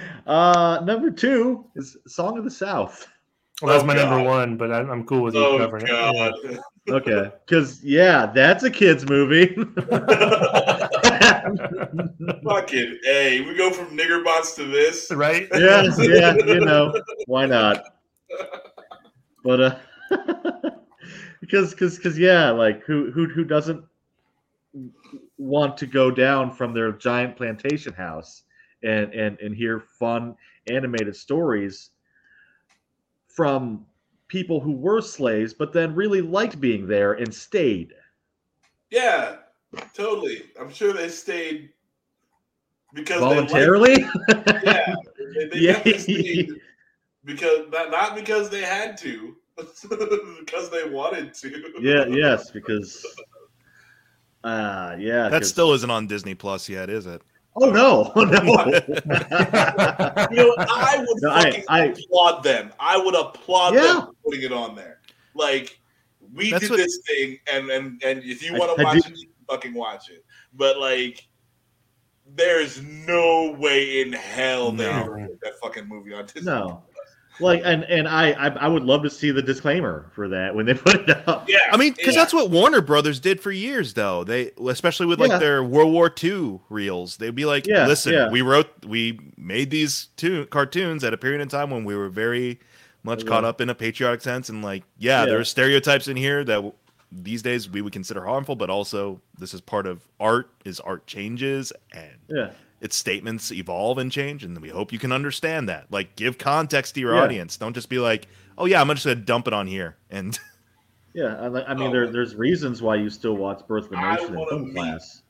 D: uh, number two is "Song of the South."
C: Well, that's my
B: Oh,
C: number
B: God.
C: one, but I, I'm cool with you
B: oh
C: covering
B: God!
D: Okay, because yeah, that's a kids' movie.
B: Fucking a. We go from nigger bots to this.
C: it. Right?
D: yeah, yeah, you know, why not? But uh because because because yeah, like who who who doesn't want to go down from their giant plantation house and and and hear fun animated stories from people who were slaves but then really liked being there and stayed.
B: Yeah, totally. I'm sure they stayed because
D: Voluntarily?
B: They liked, yeah, they, they
D: Yeah.
B: definitely stayed because not, not because they had to, because they wanted to.
D: yeah, yes, because uh yeah,
A: That
D: 'cause-
A: still isn't on Disney Plus yet, is it?
D: Oh no, oh, no.
B: You know, I would
D: No, I-
B: fucking
D: I-
B: applaud them. I would applaud
D: Yeah.
B: them for putting it on there. Like we
A: That's
B: did
A: what-
B: this thing, and and and if you
D: I-
B: want to
D: I
B: watch
D: do-
B: it, you can fucking watch it. But like, there is no way in hell they
A: No.
B: ever put that fucking movie on Disney.
D: no. Like and and I, I I would love to see the disclaimer for that when they put it up.
B: Yeah,
A: I mean, because
B: yeah.
A: that's what Warner Brothers did for years, though. They, especially with like
D: Yeah.
A: their World War II reels, they'd be like,
D: Yeah,
A: "Listen,
D: yeah.
A: we wrote, we made these two cartoons at a period in time when we were very much
D: Yeah.
A: caught up in a patriotic sense, and like, yeah,
D: Yeah.
A: there are stereotypes in here that w- these days we would consider harmful, but also this is part of art. Is art changes and
D: Yeah.
A: its statements evolve and change, and we hope you can understand that. Like, give context to your
D: Yeah.
A: audience. Don't just be like, "Oh yeah, I'm just gonna dump it on here." And
D: Yeah. I, li- I mean
B: Oh.
D: there there's reasons why you still watch Birth of a
B: I
D: Nation in
B: wanna
D: film
B: meet-
D: class.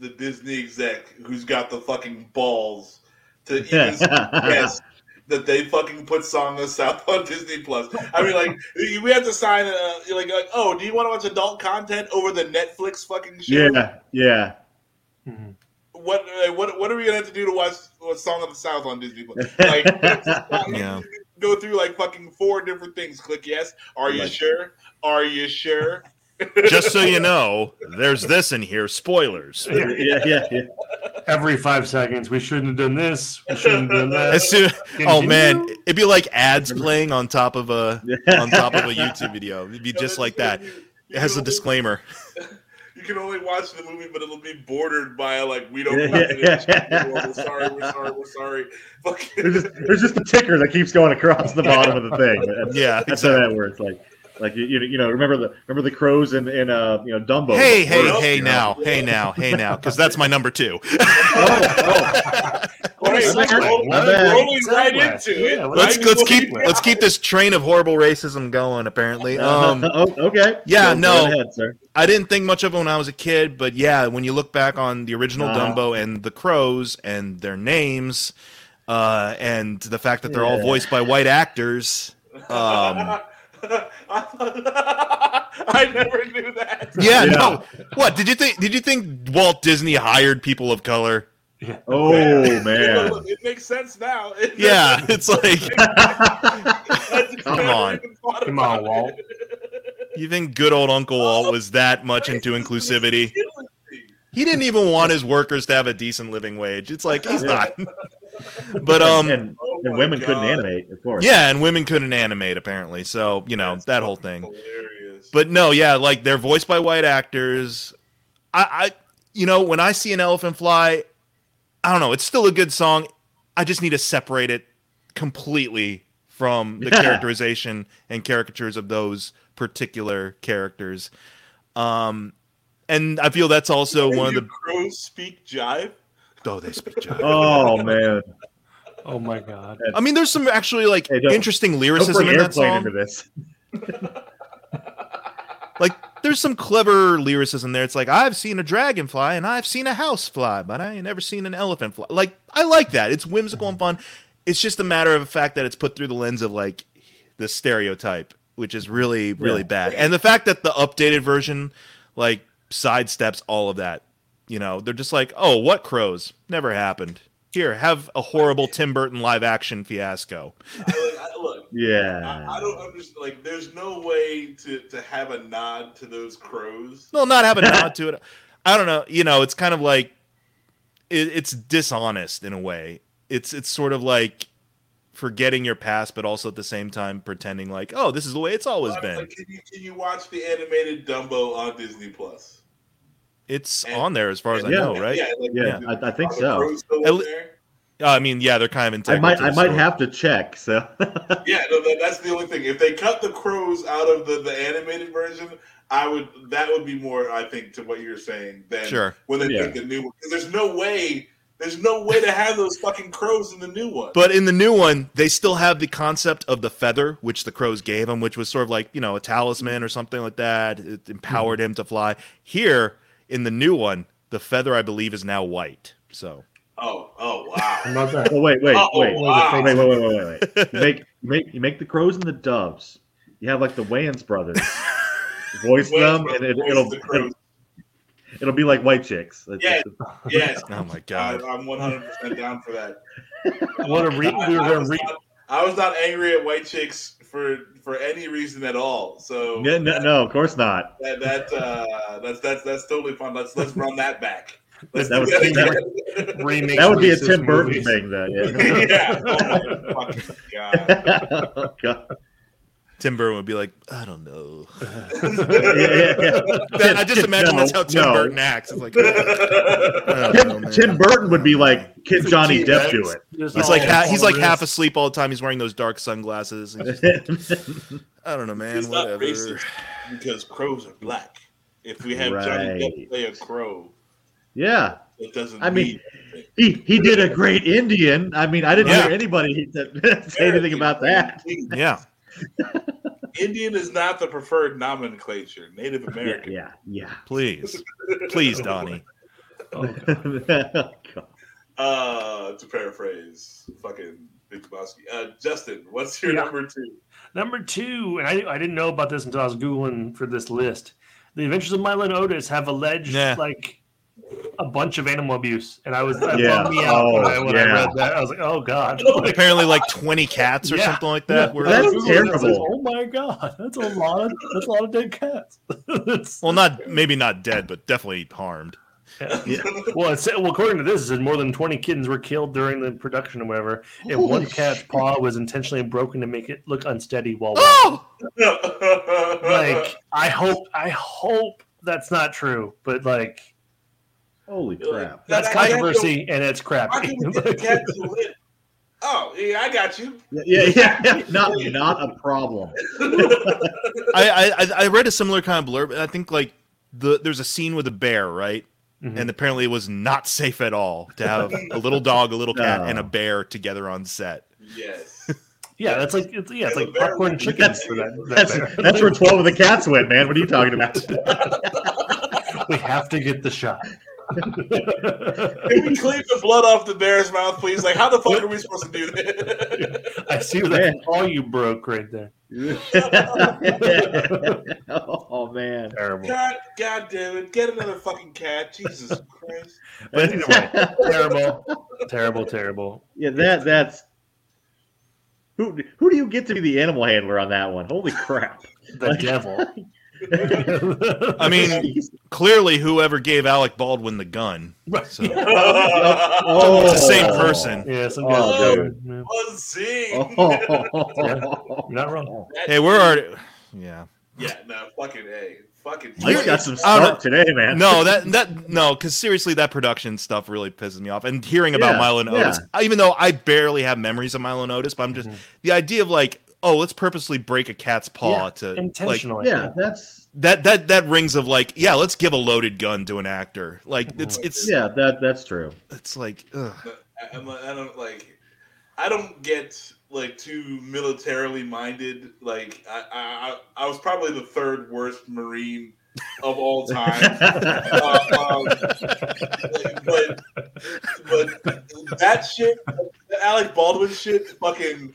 B: the Disney exec who's got the fucking balls to even
D: yes.
B: yes, that they fucking put Song of the South on Disney Plus. I mean, like we have to sign a you're like, like, oh, do you want to watch adult content over the Netflix fucking show?
D: Yeah. Yeah.
C: Mhm.
B: What uh, what what are we gonna have to do to watch, watch Song of the South on Disney Plus? Like,
A: Yeah.
B: go through like fucking four different things. Click yes. Are you
D: Like-
B: sure? Are you sure?
A: just so you know, there's this in here. Spoilers.
D: Yeah. Yeah. yeah.
C: Every five seconds, we shouldn't have done this. We shouldn't have done that.
A: As soon, oh
C: Continue.
A: man, it'd be like ads playing on top of a on top of a YouTube video. It'd be
B: No,
A: just
B: that's
A: like
B: gonna
A: that.
B: be- you
A: It has
B: can
A: a
B: only-
A: disclaimer.
B: You can only watch the movie, but it'll be bordered by like we don't.
D: Yeah,
B: want it.
D: yeah.
B: We're sorry, we're sorry, we're sorry. Fucking.
D: There's just there's just a ticker that keeps going across the bottom of the thing. That's,
A: Yeah,
D: that's how
A: exactly.
D: that works. Like like you you you know remember the remember the crows and and uh you know Dumbo.
A: Hey, hey,
B: Well,
A: hey
D: you know.
A: now, hey now, hey now, because that's my number two.
C: What a
B: Hey,
C: segue.
D: roll-
C: What a
D: roll-
C: great
B: rolling right
C: segue.
B: into it.
C: Yeah, what a
A: Let's
C: great
A: let's keep
C: segue.
A: let's keep this train of horrible racism going. Apparently, um,
D: oh, okay.
A: yeah,
D: Go- go
A: no.
D: ahead, sir.
A: I didn't think much of it when I was a kid, but yeah, when you look back on the original
D: Uh-huh.
A: Dumbo and the crows and their names, uh, and the fact that they're all
D: Yeah.
A: voiced by white actors. Um,
B: I never knew that.
A: yeah,
D: Yeah.
A: no. What did you think? Did you think Walt Disney hired people of color?
D: Oh man.
B: Look, it makes sense now.
A: Yeah, it's like Come on.
C: Come on, Walt.
A: you think good old Uncle Walt was that much into inclusivity? He didn't even want his workers to have a decent living wage. It's like he's
D: Yeah.
A: not. But um,
D: and,
B: Oh
D: and women couldn't animate, of course.
A: yeah, and women couldn't animate apparently. So you know that whole thing. But no, yeah, like they're voiced by white actors. I, I, you know, when I see an elephant fly, I don't know. It's still a good song. I just need to separate it completely from the
D: Yeah.
A: characterization and caricatures of those particular characters. Um, and I feel that's also one of the
B: crows speak jive.
A: oh they speak jive.
D: Oh man.
C: Oh my God.
A: I mean, there's some actually like
D: Hey, don't-
A: interesting
D: Don't
A: lyricism
D: bring
A: in that
D: airplane
A: song.
D: into this.
A: like there's some clever lyricism there. It's like I've seen a dragonfly and I've seen a house fly, but I ain't never seen an elephant fly. Like I like that. It's whimsical and fun. It's just a matter of the fact that it's put through the lens of like the stereotype, which is really really
D: Yeah.
A: bad. And the fact that the updated version like sidesteps all of that. You know, they're just like, "Oh, what crows? Never happened." Here, have a horrible Tim Burton live action fiasco.
B: I, like, I, look,
D: Yeah.
B: I, I don't understand. Like, there's no way to to have a nod to those crows.
A: Well, not have a nod to it. I don't know. You know, it's kind of like it, it's dishonest in a way. It's it's sort of like forgetting your past, but also at the same time pretending like, oh, this is the way it's always
B: Like,
A: been.
B: can, you, can you watch the animated Dumbo on Disney Plus?
A: It's
B: and-
A: on there as far as I
D: Yeah.
A: know, right?
B: Yeah, like,
D: Yeah,
B: the-
D: I, I think
B: are the
D: so.
B: crows still
A: At
B: in
A: le-
B: there?
A: Uh, I mean, yeah, they're kind of
D: I
A: integral.
D: might
A: to
D: I
A: the
D: might
A: story.
D: have to check. So
B: Yeah, no, that, that's the only thing. If they cut the crows out of the, the animated version, I would that would be more, I think, to what you're saying than
A: sure,
B: when they
D: Yeah.
B: make the new one. Because there's no way, there's no way to have those fucking crows in the new one.
A: but in the new one, they still have the concept of the feather, which the crows gave him, which was sort of like you know a talisman or something like that. It empowered him to fly. Here in the new one, the feather I believe is now white. So
B: oh, oh wow,
C: How about that?
D: oh, wait, wait,
B: Oh,
D: wait,
B: wow.
D: wait, wait, wait, wait, wait, wait. You make you make you make the crows and the doves. You have like the Wayans brothers voice them, and it,
B: Voice
D: it'll
B: the crows.
D: it'll be like white chicks. That's-
B: Yeah. yes,
A: oh my
B: I,
A: god,
B: I'm 100 percent down for that.
C: What a re-
B: I,
C: we were
B: I
C: gonna
B: was
C: re-
B: not, I was not angry at white chicks for for any reason at all. So
D: No, no, no, of course not.
B: that that uh, that's that's that's totally fun. Let's let's run that back. Let's
D: That
B: do
D: was-
B: that again.
C: remake.
D: That would be a
C: racist
D: Tim Burton
C: movies.
D: thing, though. Yeah.
B: yeah. Oh my fucking god.
D: Oh, God.
A: Tim Burton would be like, I don't know.
D: Yeah, yeah, yeah.
A: That- I just imagine
D: no,
A: that's how Tim
D: no.
A: Burton acts. It's like, I don't know,
D: Tim,
A: man.
D: Tim Burton would be like, "Can
C: It's a
D: Johnny Depp
C: T-Rex.
D: do it?"
C: Just
A: He's
C: all-
A: like ha- he's
C: all
A: like half
C: wrists.
A: asleep all the time. He's wearing those dark sunglasses. And he's just- I don't know, man.
B: He's not
A: whatever.
B: racist because crows are black. If we have
D: Right.
B: Johnny Depp play a crow,
D: yeah,
B: it doesn't.
D: I mean,
B: mean,
D: he he did a great Indian. I mean, I didn't
A: Yeah.
D: hear anybody that- say anything about that.
A: Yeah,
B: Indian is not the preferred nomenclature. Native
D: Yeah,
B: American.
D: yeah, yeah.
A: please, please, Donnie. Oh,
D: God.
B: Uh, to paraphrase, fucking Big Lebowski. Uh, Justin, what's your
C: Yeah.
B: number two?
C: Oh. Number two, and I, I didn't know about this until I was googling for this list. The Adventures of Milo and Otis have alleged
A: Nah.
C: like a bunch of animal abuse, and I was that
D: Yeah.
C: bummed me out when, I, when I
D: Oh,
C: read that. I was like, oh god,
A: Apparently, like twenty cats or
C: Yeah.
A: something like that. were-
D: That's
C: I was googling this, I was like,
D: terrible.
C: oh my god, that's a lot. Of, that's a lot of dead cats. It's-
A: well, not maybe not dead, but definitely harmed.
C: well, it's, well, according to this, it said more than twenty kittens were killed during the production or whatever, and
D: Holy
C: one cat's paw was intentionally broken to make it look unsteady while.
B: Ah!
C: walking.
A: Oh,
C: like I hope I hope that's not true, but like
D: Holy crap!
C: that's
B: I- I- I
C: controversy and it's
B: Why
C: crappy.
B: can't we get the cat to live? Oh, yeah, I got you.
D: Yeah, yeah, yeah. not not a problem.
A: I, I I- I read a similar kind of blurb. and I think like the there's a scene with a bear, right?
D: Mm-hmm.
C: Mhm.
A: And apparently, it was not safe at all to have a little dog, a little cat,
D: No.
A: and a bear together on set.
B: Yes.
C: yeah, that's like it's, yeah, it's
B: Yeah,
C: like
B: the bear
C: popcorn
B: would-
C: chicken
D: that's-
C: for that. that
D: That's
C: bear.
D: that's where twelve of the cats went, man. What are you talking about?
C: we have to get the shot.
B: Can we clean the blood off the bear's mouth, please? Like, how the fuck are we supposed to do that?
C: I see that all you broke right there.
D: oh man.
C: Terrible.
B: God, God damn it! Get another fucking cat, Jesus Christ!
C: But either way, terrible, terrible, terrible.
D: Yeah, that that's who who do you get to be the animal handler on that one? Holy crap.
C: The devil.
A: I mean, clearly, whoever gave Alec Baldwin the gun, so
D: Oh.
A: it's the same person.
C: yeah, some
D: Oh,
C: guys.
D: dude.
C: yeah,
B: One scene.
D: Oh.
C: you're not wrong.
A: Hey, we're already. Yeah.
B: Yeah, no, fucking a, fucking.
D: Mike's got some
A: I don't-
D: snark today, man.
A: No, that that no, because seriously, that production stuff really pisses me off. And hearing about
D: Yeah,
A: Milo and Otis, even though I barely have memories of Milo and Otis, but I'm just
C: Mhm.
D: Mm-hmm.
A: the idea of like, oh, let's purposely break a cat's paw
C: Yeah,
A: to like
C: Intentionally.
D: Yeah, that's
A: that that that rings of like, yeah, let's give a loaded gun to an actor. Like it's
B: Mhm.
A: it's
D: yeah, that that's true.
A: it's like, ugh.
B: I, I'm, I don't like. I don't get like too militarily minded. Like I, I, I I was probably the third worst Marine of all time. Uh, um, but but that shit, the Alec Baldwin shit, fucking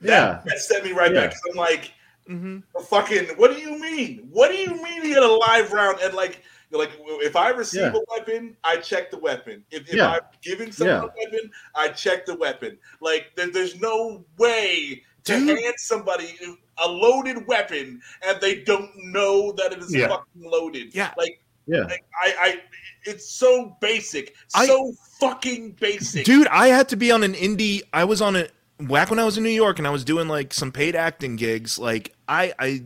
D: yeah.
B: that, that set me right
D: Yeah.
B: back. 'Cause I'm like,
A: hmm
B: fucking, what do you mean? What do you mean he had a live round? And like, like if I receive
D: Yeah.
B: a weapon, I check the weapon. If, if
D: Yeah.
B: I'm giving someone a weapon, I check the weapon. Like, there, there's no way to
A: Dude.
B: hand somebody a loaded weapon and they don't know that it is
C: Yeah.
B: fucking loaded.
A: Yeah.
B: Like,
D: Yeah.
B: like, I, I, it's so basic,
A: I-
B: so fucking basic.
A: Dude, I had to be on an indie. I was on a whack when I was in New York and I was doing like some paid acting gigs. Like I I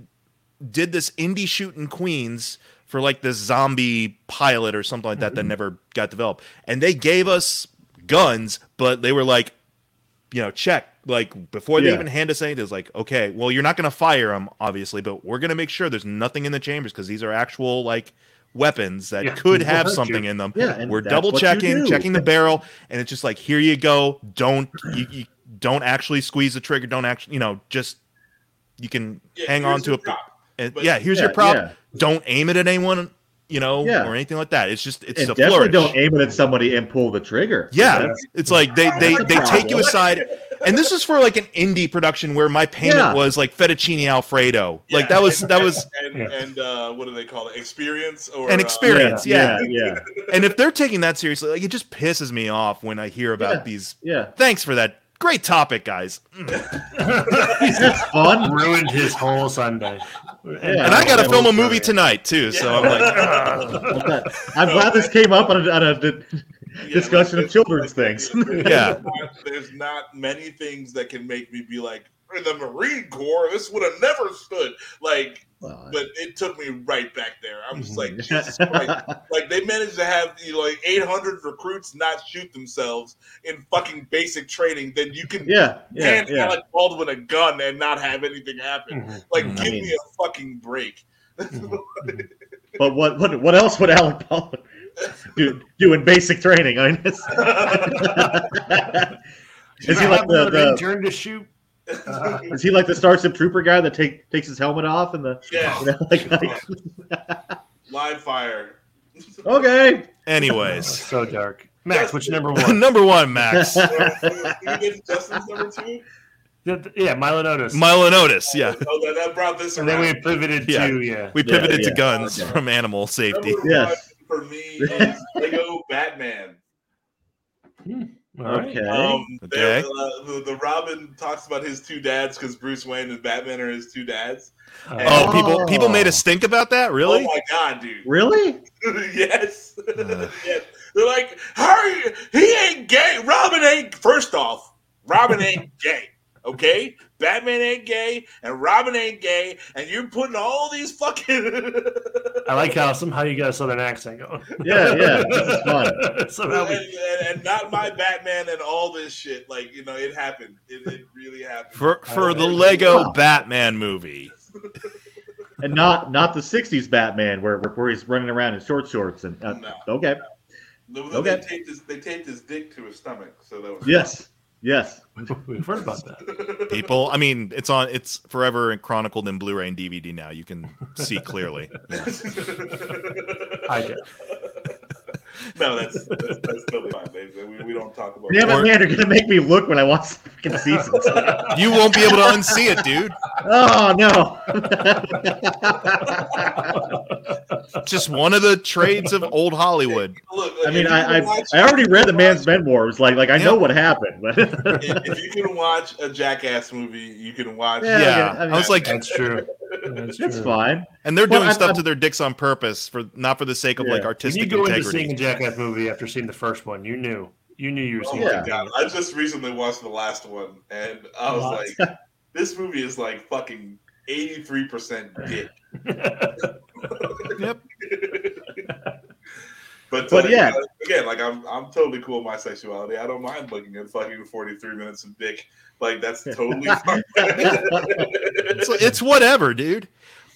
A: did this indie shoot in Queens for like this zombie pilot or something like that
C: Mm-hmm.
A: that never got developed. And they gave us guns, but they were like, you know, check. Like before they
D: Yeah.
A: even hand us anything, it's like, okay, well, you're not gonna fire them, obviously, but we're gonna make sure there's nothing in the chambers because these are actual like weapons that
C: Yeah,
A: could
C: we'll
A: have
C: hurt you.
A: something in them.
D: Yeah, and
A: we're
D: that's
A: double
D: what you
A: checking,
D: do.
A: checking the barrel, and it's just like, here you go. Don't you, you don't actually squeeze the trigger. Don't actually, you know, just you can
B: Yeah,
A: hang on
B: here's
A: to
B: the
A: it.
B: prop.
A: and,
B: but-
A: yeah, here's
D: Yeah,
A: your prop.
D: yeah.
A: Don't aim it at anyone, you know,
D: Yeah.
A: or anything like that. It's just it's
D: and
A: a
D: definitely
A: flourish.
D: don't aim it at somebody and pull the trigger.
A: yeah,
D: That's-
A: it's like they they they take you aside, and this is for like an indie production where my payment
D: Yeah.
A: was like fettuccine alfredo. Like that was
B: and-
A: that was
B: and,
C: Yeah.
B: and uh, what do they call it? Experience or
A: an
B: uh,
A: experience. Yeah,
D: yeah, yeah,
A: and if they're taking that seriously, like it just pisses me off when I hear about
D: Yeah.
A: these.
D: yeah.
A: Thanks for that. Great topic, guys.
D: It's fun.
C: Ruined his whole Sunday.
D: Yeah.
A: And I got to
D: Yeah.
A: film a movie tonight too, so I'm like,
D: I'm glad- I'm glad this came up on a, on a
B: yeah,
D: discussion
B: like,
D: of children's things.
A: Yeah.
B: There's not many things that can make me be like, "For the Marine Corps, this would have never stood. Like,
D: Well,
B: but it took me right back there. I'm just like,
D: Mm-hmm.
B: Jesus Christ. Like, they managed to have you know, like 800 recruits not shoot themselves in fucking basic training. Then you can
D: yeah, yeah,
B: hand
D: yeah.
B: Alec Baldwin a gun and not have anything happen.
C: Mhm.
B: Like,
A: Mhm.
B: give
D: Mm, I mean-
B: me a fucking break.
D: But what what what else would Alec Baldwin do, do in basic training? I mean, it's- is he
C: I
D: like
C: have
D: the,
C: another
D: the
C: intern to shoot? Uh,
D: is he like the Starship Trooper guy that take takes his helmet off and the
B: yeah,
D: you know, like, like,
B: live fire.
D: Oh. okay
A: anyways,
C: Oh, so dark. Max, which number one?
A: number one, Max,
B: you did Justin's number two?
C: Th- Yeah, Milo Notice.
A: Milo Notice. Yeah,
B: Oh, that, that brought this
C: and
B: around.
C: then we pivoted
A: Yeah.
C: to yeah.
A: we
D: Yeah,
A: pivoted
D: yeah.
A: to guns
B: Okay.
A: from animal safety.
B: Number
D: Yes.
B: one for me is Lego Batman.
C: All right.
D: okay
B: Um, there-
A: Okay.
B: uh, the, the Robin talks about his two dads because Bruce Wayne and Batman are his two dads.
A: Oh, people
D: Oh.
A: people made us think about that. Really?
B: Oh my god, dude.
D: really
B: yes.
A: Ugh.
B: yes. They're like, hurry, he ain't gay. Robin ain't, first off, Robin ain't gay. Okay? Batman ain't gay, and Robin ain't gay, and you're putting all these fucking.
C: I like how somehow you got a southern accent going.
D: Yeah, yeah, this is fun.
C: somehow
B: and,
C: we,
B: and, and not my Batman and all this shit. Like, you know, it happened. It, it really happened.
A: For for the
C: Wow.
A: Lego Batman movie.
D: and not not the '60s Batman where where he's running around in short shorts and uh,
B: No.
D: okay
B: They,
D: Okay.
B: they, taped his, they taped his dick to his stomach, so that was
D: yes yes
C: we've heard about that.
A: People, I mean, it's on. It's forever chronicled in Blu-ray and DVD now. You can see clearly.
C: I did.
B: no, that's that's, that's still fine. They, they- we, we don't talk about.
D: damn
A: Or-
D: it man you're gonna make me look when I watch the fucking seasons
A: You won't be able to unsee it, dude.
D: oh no
A: Just one of the trades of old Hollywood.
B: Look,
D: I mean
B: if you
D: I I,
B: can watch-
D: I already read the man's
B: if
D: memoirs like like I know what happened but
B: if you can watch a Jackass movie, you can watch.
D: Yeah,
A: Yeah,
D: I mean-
A: I was like,
C: That's true. That's
D: it's
C: true.
D: fine
A: And they're
D: Well,
A: doing
D: I'm-
A: stuff
D: I'm-
A: to their dicks on purpose for not for the sake of
D: Yeah.
A: like
C: When you
A: artistic
C: go into
A: integrity.
C: seeing a Jackass movie after seeing the first one, you knew. You knew you were
B: Oh
C: seeing
B: my
D: Yeah.
B: god! I just recently watched the last one, and I was
C: What?
B: like, "This movie is like fucking eighty-three percent dick."
C: Jackass.
A: Yep.
B: But,
D: But
B: uh,
D: yeah.
B: you know, again, like I'm, I'm totally cool with my sexuality. I don't mind looking at fucking 43 minutes of dick. Like that's totally fine.
A: It's, it's whatever, dude.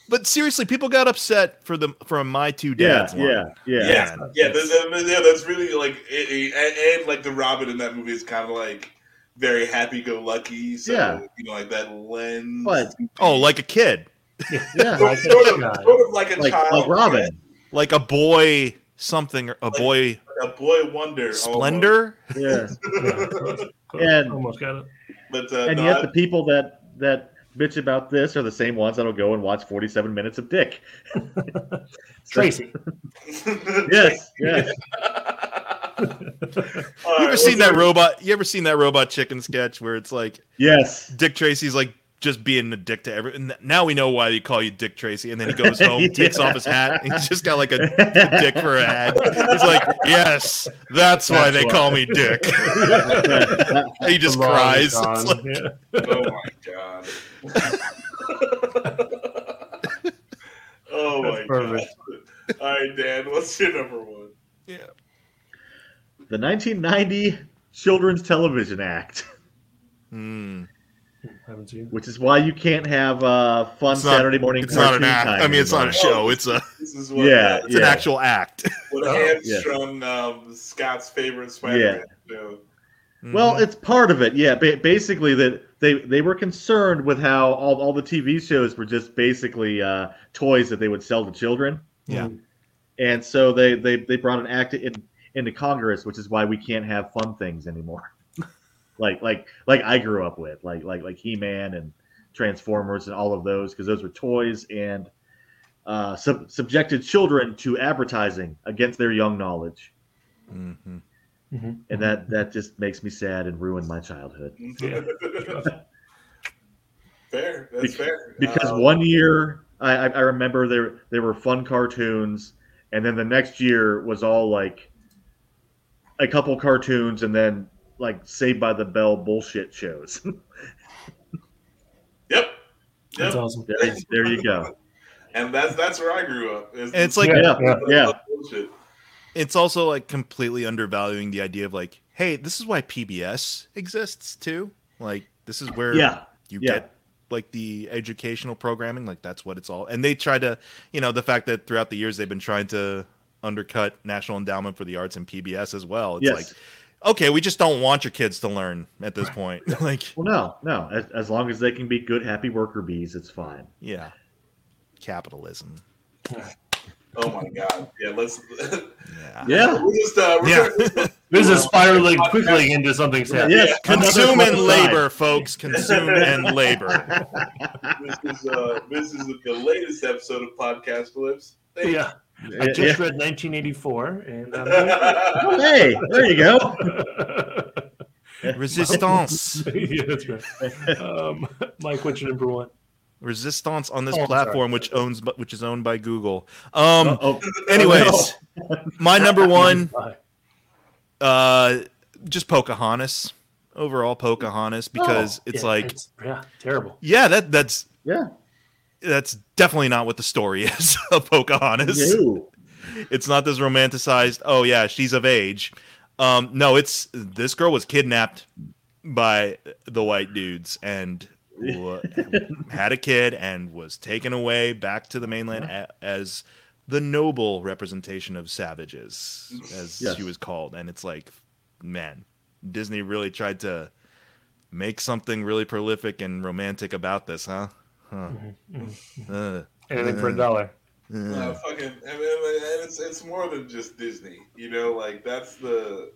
A: But seriously, people got upset for the from my two
D: yeah
A: dads. line.
D: yeah yeah
B: Yeah. yeah, that's, yeah, that's really like, it, it- and, and like the Robin in that movie is kind of like very happy-go-lucky. So
D: Yeah.
B: you know, like that lens.
D: but
A: Oh, like a kid,
D: yeah
B: sort,
C: like a
B: sort of,
C: child.
B: sort of like a
D: like,
B: child,
D: like Robin
A: like a boy something, or a boy
B: like a boy wonder, almost.
A: splendor.
D: yeah. And-
C: and almost got it.
B: But uh,
D: and
B: no,
D: yet
B: I-
D: the people that that bitch about this are the same ones that'll go and watch 47 minutes of dick
C: Tracy.
D: yes yes
B: All
A: You
B: right,
A: ever seen
B: well,
A: that robot? You ever seen that robot chicken sketch where it's like
D: Yes.
A: Dick Tracy's like just being a dick to every. and Now we know why they call you Dick Tracy. And then he goes home,
D: Yeah.
A: takes off his hat. And he's just got like a dick for a hat. He's like, yes, that's why
D: That's
A: they
D: why."
A: call me Dick. he just
C: Long
A: cries.
C: gone.
A: It's like,
C: Yeah.
B: Oh my god. oh my
C: That's perfect.
B: god. All right, Dan, what's your number one?
D: the 1990 Children's Television Act,
A: hmm.
C: Haven't seen.
D: which is why you can't have uh, fun
A: It's not-
D: Saturday morning.
A: it's not an
D: cartoon
A: act.
D: time
A: I mean, it's not a
D: anymore.
A: show. It's a
B: This is what uh,
D: Yeah.
A: it's an actual act.
B: what
C: Oh,
D: yeah.
B: hamstrung um, Scott's favorite Spider-Man. show.
A: Mm-hmm.
D: Well, it's part of it, yeah. Ba- basically, that they they were concerned with how all, all the TV shows were just basically uh, toys that they would sell to children,
A: Yeah.
D: and so they they, they brought an act in, into Congress, which is why we can't have fun things anymore. like like like I grew up with, like like like He Man and Transformers and all of those, because those were toys and uh, sub- subjected children to advertising against their young knowledge,
A: Mhm.
C: Mhm.
D: and that that just makes me sad and ruined my childhood.
B: fair. That's
D: Bec-
B: fair.
D: because
B: Uh,
D: one year I, I I remember there there were fun cartoons, and then the next year was all like a couple cartoons, and then like Saved by the Bell bullshit shows.
B: Yep.
C: That's
B: Yep.
C: awesome.
D: there, there you go.
B: And that's that's where I grew up. Is-
A: And it's like
D: Yeah,
C: Yeah.
D: yeah.
B: Bullshit.
A: it's also like completely undervaluing the idea of like, hey, this is why PBS exists too. Like this is where
D: Yeah,
A: you
D: yeah.
A: get like the educational programming like that's what it's all and they try to you know the fact that throughout the years they've been trying to undercut national endowment for the arts and pbs as well it's
D: yes.
A: like okay we just don't want your kids to learn at this point like
D: well, no, no. As, as long as they can be good, happy worker bees, it's fine.
A: yeah capitalism
B: Oh my god. Yeah. Let's.
A: yeah,
D: Yeah.
B: we're just. Uh, we're
A: Oh. Yeah.
C: This is spiraling quickly into something sad.
D: Yes.
A: consume
D: another
A: and
D: fun
A: labor folks consume and labor
B: this is uh, this is the latest episode of Podcast Flips. Thank
C: Yeah.
D: time.
C: I just
D: Yeah. Oh,
C: read 1984, and
B: you.
C: um,
D: Hey, there you go.
A: resistance
C: yeah, that's right. Um, Mike, what's your number one?
A: resistance on this
C: Oh, I'm sorry.
A: platform which owns which is owned by google um
D: Uh-oh.
A: anyways my number one
C: Bye.
A: Uh, just Pocahontas. Overall, Pocahontas because it's
C: Oh, Yeah,
A: like,
C: it's- yeah, terrible.
A: yeah, that that's
D: Yeah.
A: that's definitely not what the story is of Pocahontas.
D: No.
A: It's not this romanticized. Oh yeah, she's of age. Um, no, it's this girl was kidnapped by the white dudes and wa- had a kid and was taken away back to the mainland a- as the noble representation of savages, as
D: Yes.
A: she was called. And it's like, man, Disney really tried to make something really prolific and romantic about this, huh? Huh. Uh,
C: Mm-hmm. Anything for a dollar.
B: Uh,
A: uh.
B: fucking, and, and- and it's, it's more than just Disney, you know. Like that's the,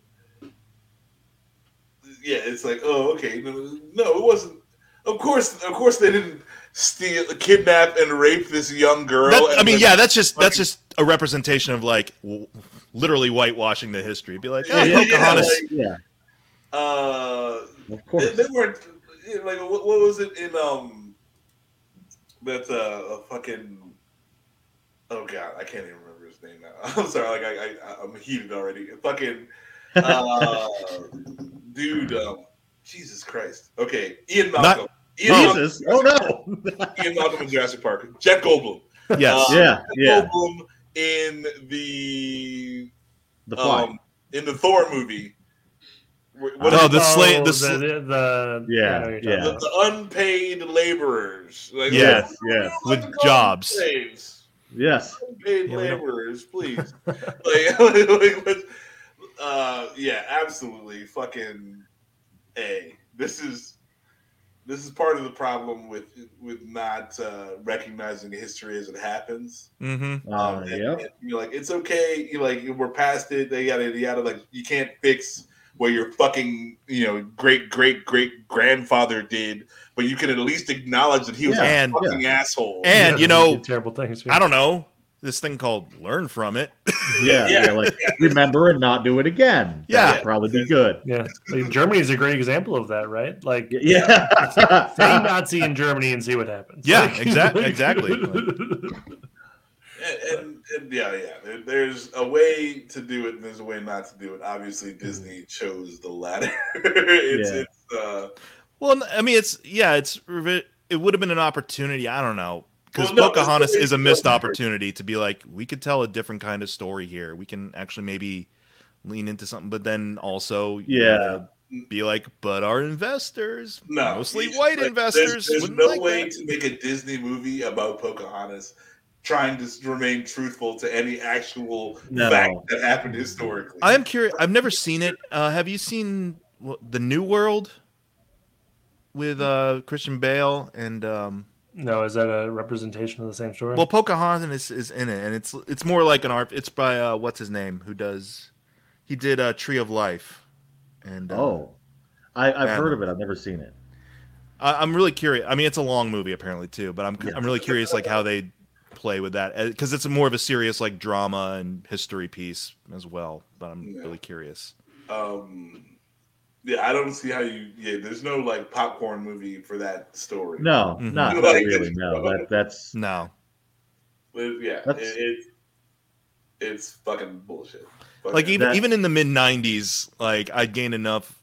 B: yeah. It's like, oh, okay, no, no, it wasn't. Of course, of course, they didn't steal, kidnap, and rape this young girl.
A: That- I
B: and
A: mean,
B: then-
A: yeah, that's just that's
B: fucking-
A: just a representation of like w- literally whitewashing the history. Be like, oh,
B: Yeah, yeah,
A: Pocahontas.
B: like-
D: Yeah,
B: Uh,
D: of
B: they,
D: course.
B: they weren't like what, what was it in um that uh a fucking oh god I can't even remember his name now I'm sorry like I, I I'm heated already fucking uh, dude um Jesus Christ okay Ian Malcolm Ian, Malcolm,
D: Jesus. Oh no.
B: Ian Malcolm in Jurassic Park Jeff Goldblum
A: Yes,
B: Uh,
D: Yeah.
B: Jeff
D: Yeah.
B: Goldblum in the
D: The fly.
B: um in the Thor movie Wh- what
A: No,
B: is
A: the slave- the
C: Oh, the,
A: sl-
C: the, the-
D: Yeah,
C: I know what you're
D: yeah.
B: the,
C: talking
B: the unpaid laborers. Like,
A: Yes,
B: we don't
D: yes.
B: have
A: With
B: to call them
A: jobs.
B: slaves.
D: yes.
B: Unpaid
A: Yeah, we don't-
B: laborers, please. like, like, let's- uh, yeah, absolutely. Fucking a. This is this is part of the problem with with not uh, recognizing history as it happens.
A: hmm
D: Uh,
B: Um, and-
D: yep.
B: and you're like, it's okay. You like, we're past it. They yada yada yada. Like, you can't fix what your fucking you know great great great grandfather did, but you can at least acknowledge that he was
D: Yeah,
B: a
A: and
B: fucking asshole.
A: and,
C: about.
A: you know,
C: terrible things.
A: I don't know. this thing called Learn from It.
D: Yeah,
B: Yeah.
D: yeah. like remember and not do it again.
A: Yeah.
D: That'd probably be good.
C: Yeah, like Germany is a great example of that, right? Like say
D: Yeah.
C: Nazi in Germany and see what happens.
A: Yeah,
C: Like-
A: exact- exactly.
B: And, and, and yeah, yeah. There, there's a way to do it, and there's a way not to do it. Obviously, Disney chose the latter. it's,
D: Mm-hmm. Yeah.
B: it's uh,
A: Well, n- I mean, it's yeah, it's revi- it would have been an opportunity. I don't know because
B: Well, no, it's-
A: Pocahontas
B: it's-
A: is a missed opportunity to be like we could tell a different kind of story here. We can actually maybe lean into something, but then also you
D: Yeah.
A: gotta be like, but our investors,
B: no,
A: mostly
B: it's-
A: white
B: like,
A: investors,
B: There's, there's
A: wouldn't
B: no
A: like
B: way
A: that.
B: to make a Disney movie about Pocahontas trying to s- remain truthful to any actual
D: No.
B: fact that happened historically.
A: I am curious. I've never seen it. Uh, have you seen wh- the New World with uh, Christian Bale and? Um,
C: no, is that a representation of the same story?
A: Well, Pocahontas is, is in it, and it's it's more like an art. It's by uh, what's his name who does he did uh, Tree of Life, and uh,
D: oh, I, I've
A: Yeah.
D: heard of it. I've never seen it.
A: I, I'm really curious. I mean, it's a long movie apparently too, but I'm
D: Yeah.
A: I'm really curious like how they play with that because it's more of a serious like drama and history piece as well. But I'm
B: Yeah.
A: really curious.
B: um, yeah, I don't see how you. Yeah, there's no like popcorn movie for that story.
D: No,
A: Mhm.
D: not not
B: Like-
D: really. No, that, that's
A: No,
B: But, yeah, it,
D: That's-
B: it, it's fucking bullshit. Fucking-
A: like even
D: That-
A: even in the mid '90s, like I gained enough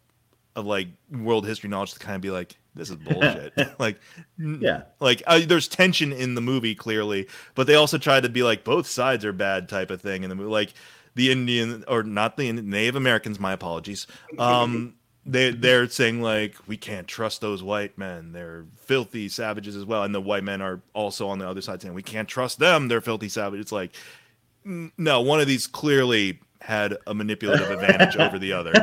A: of like world history knowledge to kind of be like, this is bullshit. like, n-
D: yeah,
A: like uh, there's tension in the movie clearly but they also try to be like both sides are bad type of thing and the movie like the indian or not the Indian, native americans my apologies um they they're saying like we can't trust those white men they're filthy savages as well and the white men are also on the other side saying we can't trust them they're filthy savages it's like n- no one of these clearly had a manipulative advantage over the other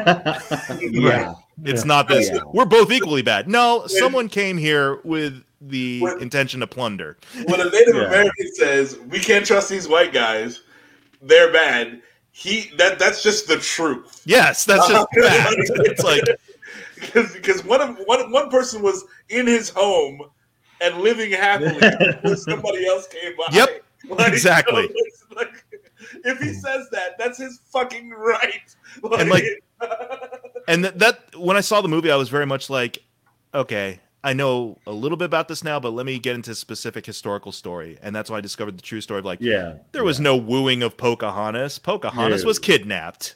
D: yeah,
A: it's
C: Yeah.
A: not this.
D: Yeah.
A: We're both equally bad. No, someone came here with the
B: When-
A: intention to plunder.
B: when a Native
D: Yeah.
B: American says we can't trust these white guys, they're bad. He that that's just the truth.
A: Yes, that's just fact. It's like
B: Because one of one one person was in his home and living happily when somebody else came by.
A: Yep, exactly.
B: so it's like, if he says that, that's his fucking right. Like,
A: And, like, and that, that when I saw the movie, I was very much like, okay, I know a little bit about this now, but let me get into specific historical story. And that's when I discovered the true story of like
D: yeah.
A: there was no wooing of Pocahontas. Pocahontas
D: Yeah.
A: was kidnapped.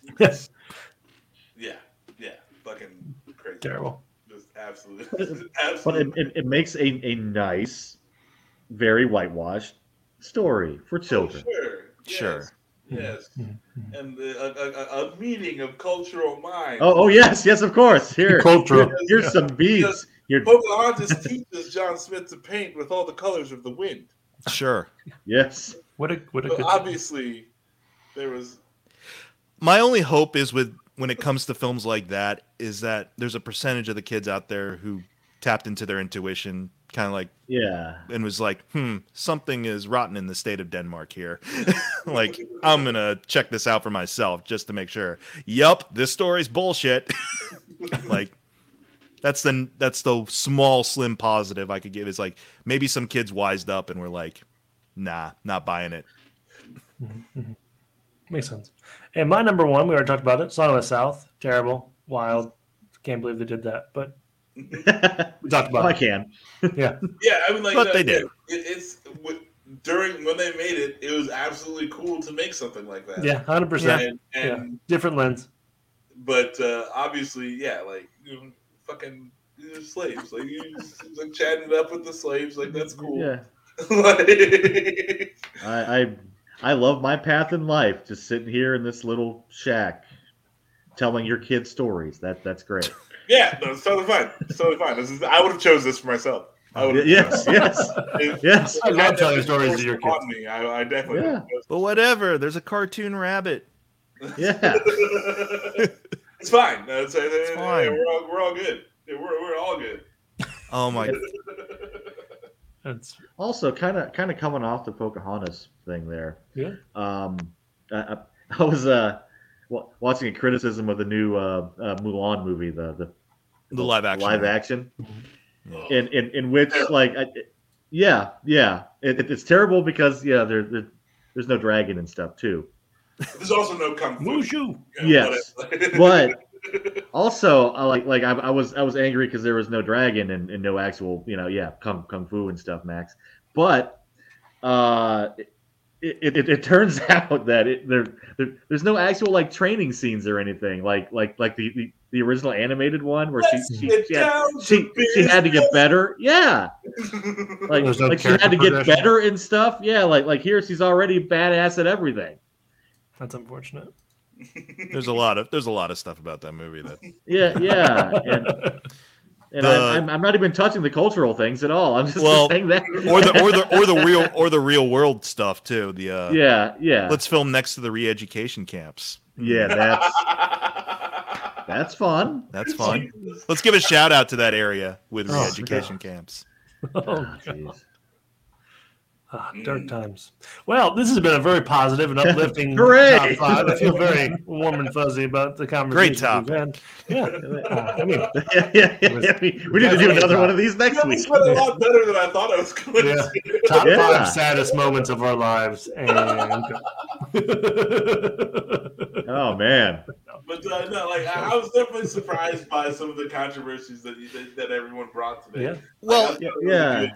B: yeah, yeah, fucking crazy.
C: Terrible.
B: Just absolutely,
D: But it,
B: absolutely.
D: it, it makes a, a nice, very whitewashed story for children. Mm-hmm.
B: Sure,
A: Sure.
B: yes, yes.
C: Mhm.
B: and the, a, a, a- a meeting of cultural minds.
D: Oh, oh yes, yes, of course. Here,
C: Cultural.
D: here's some beads. Here,
B: Pocahontas teaches John Smith to paint with all the colors of the wind.
A: Sure.
D: yes,
C: What a what a
B: But
C: good.
B: obviously, there was
A: my only hope is with when it comes to films like that is that there's a percentage of the kids out there who tapped into their intuition kind of like
D: yeah.
A: and was like hmm something is rotten in the state of denmark here like i'm gonna check this out for myself just to make sure yep this story's bullshit like that's the that's the small slim positive i could give is like maybe some kids wised up and were like nah not buying it
C: Mhm, mhm. Makes sense. And my number one, we already talked about it. Song of the South, terrible, wild. Can't believe they did that, but
D: if
C: we talked about
D: I
C: it.
D: can.
B: yeah. I mean, like,
A: But
B: no,
A: they did.
B: It, it's w- during when they made it, it was absolutely cool to make something like that.
C: Yeah, hundred percent.
B: and, and
C: Different lens.
B: but uh, obviously, yeah, like you know, fucking you're slaves, like you just, like chatting it up with the slaves, like that's cool.
D: Yeah,
B: Like-
D: I, I, I love my path in life. Just sitting here in this little shack, telling your kids stories. That that's great.
B: yeah, no, it's totally fine. It's totally fine. This is I would have chose this for myself. I would have
D: yes, yes, yes.
C: I love telling stories to your
B: Forced upon me. I, I definitely.
D: Yeah.
A: but whatever there's a cartoon rabbit
D: Yeah.
B: it's fine. No, it's, it's
A: fine.
B: We're all, we're all good. Yeah, We're, we're all good.
A: oh my
C: That's
D: Also, kind of kind of coming off the Pocahontas thing there.
C: yeah.
D: Um, I, I, I was uh wa- watching a criticism of the new uh, uh Mulan movie, the the
A: the live action
D: live action,
A: Yeah.
D: in in, in which like, I, yeah, yeah, it, it- it's terrible because yeah, they're, they're There's no dragon and stuff too.
B: There's also no kung fu.
C: Mushu.
B: Yeah,
D: Yes.
B: whatever.
D: But also, I like like I, I was I was angry because there was no dragon and, and no actual you know yeah kung kung fu and stuff, Max. But uh, it, it, it, it turns out that it, there, there there's no actual like training scenes or anything like like like the the, the original animated one where she
B: Let's
D: she,
B: get
D: she had,
B: down to
D: she, she had to get better. Yeah
B: business.
D: like,
C: There's no
D: like she had to
C: character
D: get
C: progression.
D: better and stuff. Yeah, like like here she's already badass at everything.
C: That's unfortunate.
A: There's a lot of there's a lot of stuff about that movie that
D: Yeah, yeah. And, and
A: The-
D: I, I'm, I'm not even touching the cultural things at all. I'm just
A: Well,
D: saying that.
A: or the or the or the real or the real world stuff too. The uh,
D: yeah, yeah,
A: let's film next to the re-education camps.
D: yeah. That's that's fun.
A: That's fun. Let's give a shout out to that area with
C: Oh,
A: re-education camps.
C: Oh,
D: Ah, jeez.
C: ah,
A: Mm.
C: dark times. Well, this has been a very positive and uplifting
D: Hooray!
C: top five. I feel very warm and fuzzy about the conversation.
A: Great topic.
C: we've had. Yeah. Uh, I mean,
D: yeah, yeah, yeah. We, we need to do another one of these next
B: That
D: week.
B: was a lot better than I thought I was going
C: Yeah.
B: to.
C: top
D: Yeah.
C: five saddest moments of our lives. And
D: Oh man,
B: But uh, no, like I, I was definitely surprised by some of the controversies that you, that, that everyone brought today.
C: Yeah.
B: Like, I
A: Well,
B: thought it was a
D: yeah.
B: good-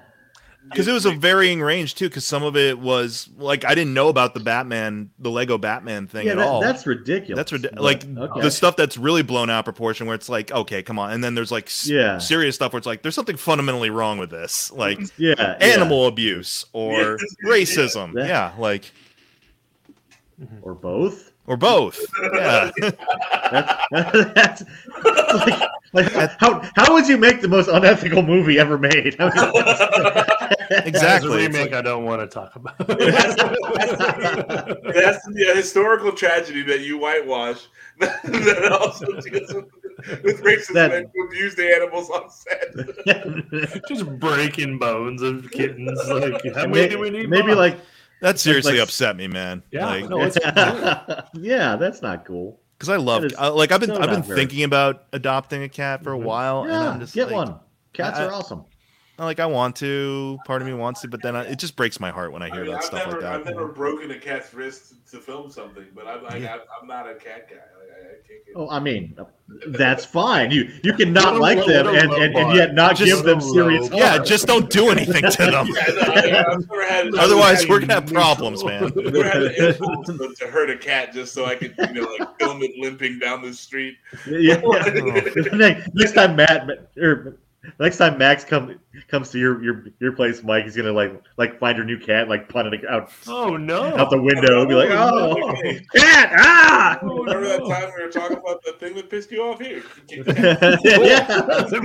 A: because it was a varying range too. Because some of it was like I didn't know about the Batman, the Lego Batman thing
D: yeah,
A: at
D: that-
A: all.
D: that's ridiculous.
A: That's ridi-
D: But-
A: like
D: okay.
A: the stuff that's really blown out of proportion, where it's like, okay, come on, and then there's like s-
D: Yeah.
A: serious stuff where it's like, there's something fundamentally wrong with this, like
D: yeah, yeah.
A: animal abuse or
B: Yeah.
A: racism,
D: Yeah.
A: yeah, like
D: or both.
A: or both, yeah.
D: That's, that's like, like how how would you make the most unethical movie ever made? I mean,
C: Exactly.
A: exactly.
C: a
A: It's
C: remake
A: like-
C: I don't want to talk about.
B: It has to be a historical tragedy that you whitewash that also deals with, with racist
D: That-
B: men who abuse the animals on set.
C: Just breaking bones of kittens. Like, how many
D: may-
C: do we need?
D: maybe
C: more?
D: like
A: that seriously
D: like-
A: upset me, man.
C: Yeah,
A: Like,
C: no, it's
D: yeah, that's not cool.
A: because I love
D: That is
A: I- like I've been
D: so
A: I've been
D: not fair.
A: thinking about adopting a cat for a
C: Mhm.
A: while, Oh, and
D: Yeah,
A: I'm just
D: get
A: like,
D: one. Cats
A: I-
D: are awesome.
A: like I want to. Part of me wants to, but then I, it just breaks my heart when I
B: I
A: hear
B: mean,
A: that
B: I've
A: stuff
B: never,
A: like
B: I've
A: that.
B: never broken a cat's wrist to film something, but I'm, like,
A: Yeah.
B: I'm, I'm not a cat guy. Like, I, I can't get
D: Oh, I mean, that's fine. You you cannot
C: Little-
D: like them
C: little
D: and, and, and
C: robot.
D: yet not
A: Just
D: give them
C: little
D: serious.
C: robot.
A: Yeah,
D: harm.
A: just don't do anything to them.
B: Yeah, no, I mean, I've never had.
A: Otherwise,
C: Yeah,
A: we're
C: you
A: gonna have
C: neutral.
A: problems, man.
B: I've never had the impulse to, to hurt a cat just so I could, you know, like film it limping down the street.
D: Yeah, yeah. next, next time Matt or next time Max comes comes to your, your your place, Mike, he's gonna like like find your new cat, like punt it out
C: oh
D: out
C: no!
D: the window, and be like,
B: Oh,
D: oh,
B: okay.
D: cat, ah.
C: Oh,
B: Remember that
C: no.
B: time we were talking about the thing that pissed you off here?
D: yeah.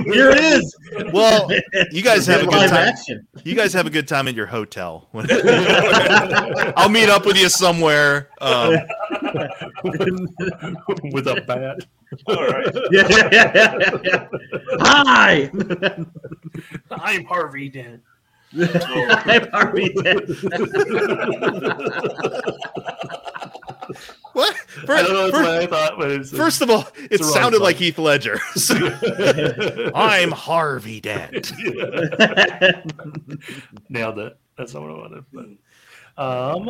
D: Here it is.
A: Well, you guys have a good
D: Live
A: time.
D: action.
A: You guys have a good time at your hotel. I'll meet up with you somewhere. Um,
C: With a bat.
B: All right.
D: Yeah, yeah, yeah, yeah, yeah. Hi,
C: I'm Harvey Dent.
D: I'm Harvey Dent.
A: what?
C: I don't
A: First,
C: know that's
A: first,
C: what I thought, but it's
A: first of all, it
C: the wrong
A: sounded
C: song.
A: like Heath Ledger. So, I'm Harvey Dent.
C: Yeah. nailed it. That's not what I wanted. But, um,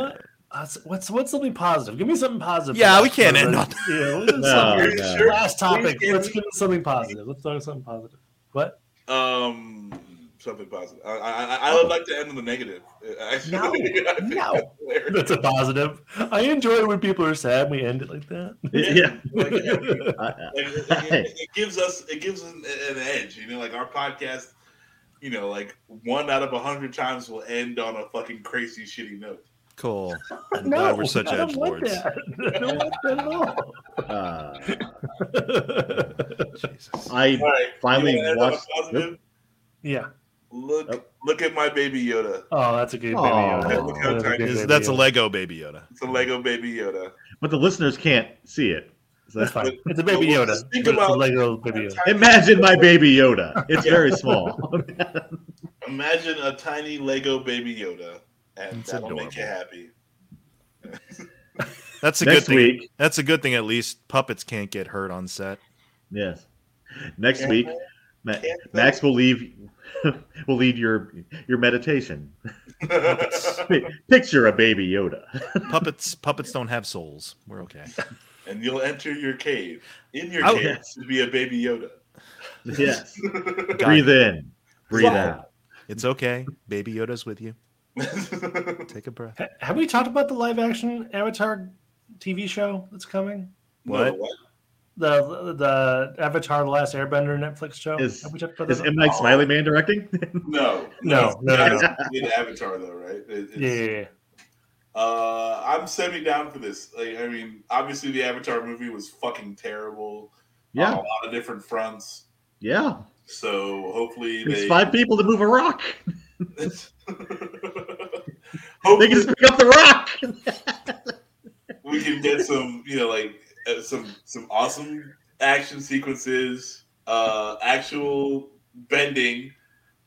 C: uh, what's what's something positive? Give me something positive.
A: Yeah,
C: for
A: we
C: that.
A: can't end
C: Yeah,
A: on-
C: well, it's
D: No,
C: something-
B: Are you
D: no.
B: sure?
C: Last topic.
B: Please,
C: Let's
B: Andy.
C: give me something positive. Let's talk something positive. What?
B: Um, something positive. I, I, I would like to end on the negative. Actually,
C: No,
B: I think that's
C: no.
B: hilarious.
C: That's a positive. I enjoy when people are sad. and We end it like that.
D: Yeah.
B: Like, like,
D: I-
B: it, it gives us it gives us an, an edge. You know, like our podcast. You know, like one out of a hundred times will end on a fucking crazy shitty note.
A: Cool. I'm glad we're such
C: I don't
A: edge
C: want
A: lords.
C: that. I don't want that at all.
D: I- uh,
A: Jesus.
B: All
D: I
B: right,
D: finally
B: you wanna end on a
D: watched.
B: positive?
C: yeah.
B: Look,
D: Oh.
B: look at my baby Yoda.
C: Oh, that's a good
D: Aw.
C: baby. Yoda.
B: That look how
C: That's
B: tiny
C: good
A: Is-
C: baby
A: That's a
C: Yoda.
A: Lego Baby Yoda.
B: It's a Lego baby Yoda.
D: But the listeners can't see it. So-
C: That's fine. It's a baby Yoda.
B: Think
C: Think about
B: about-
C: it's a Lego baby Yoda.
D: Imagine my baby Yoda. It's very small.
B: Imagine a tiny Lego baby Yoda, and
A: It's
B: that'll make you
A: adorable.
B: happy.
A: That's a
D: Next
A: good thing.
D: week,
A: That's a good thing. At least puppets can't get hurt on set.
D: yes. Next week, Ma- Max will leave will lead your your meditation. Pi- Picture a baby Yoda.
A: Puppets puppets don't have souls. We're okay.
B: and you'll enter your cave. In your
A: Oh,
B: cave to be a baby Yoda.
D: Yes.
A: Got
D: Breathe
A: it.
D: in. Breathe
B: Wow.
D: out.
A: It's okay. Baby Yoda's with you. Take a breath.
C: Ha- Have we talked about the live action Avatar TV show that's coming?
A: What?
C: The the, the Avatar: The Last Airbender Netflix show.
D: Is-
C: Have we talked about
D: Is
C: that?
D: M Night Smiley Man directing?
B: No,
C: No, no, no,
B: it's in Avatar though, right? It- it's-
C: yeah, yeah, yeah.
B: Uh, I'm semi down for this. Like, I mean, obviously the Avatar movie was fucking terrible on
D: yeah.
B: a lot of different fronts.
D: Yeah.
B: So hopefully
D: It's
B: they.
D: five people to move a rock. They
B: hopefully
D: can just pick up the rock.
B: we can get some, you know, like uh, some some awesome action sequences, uh, actual bending,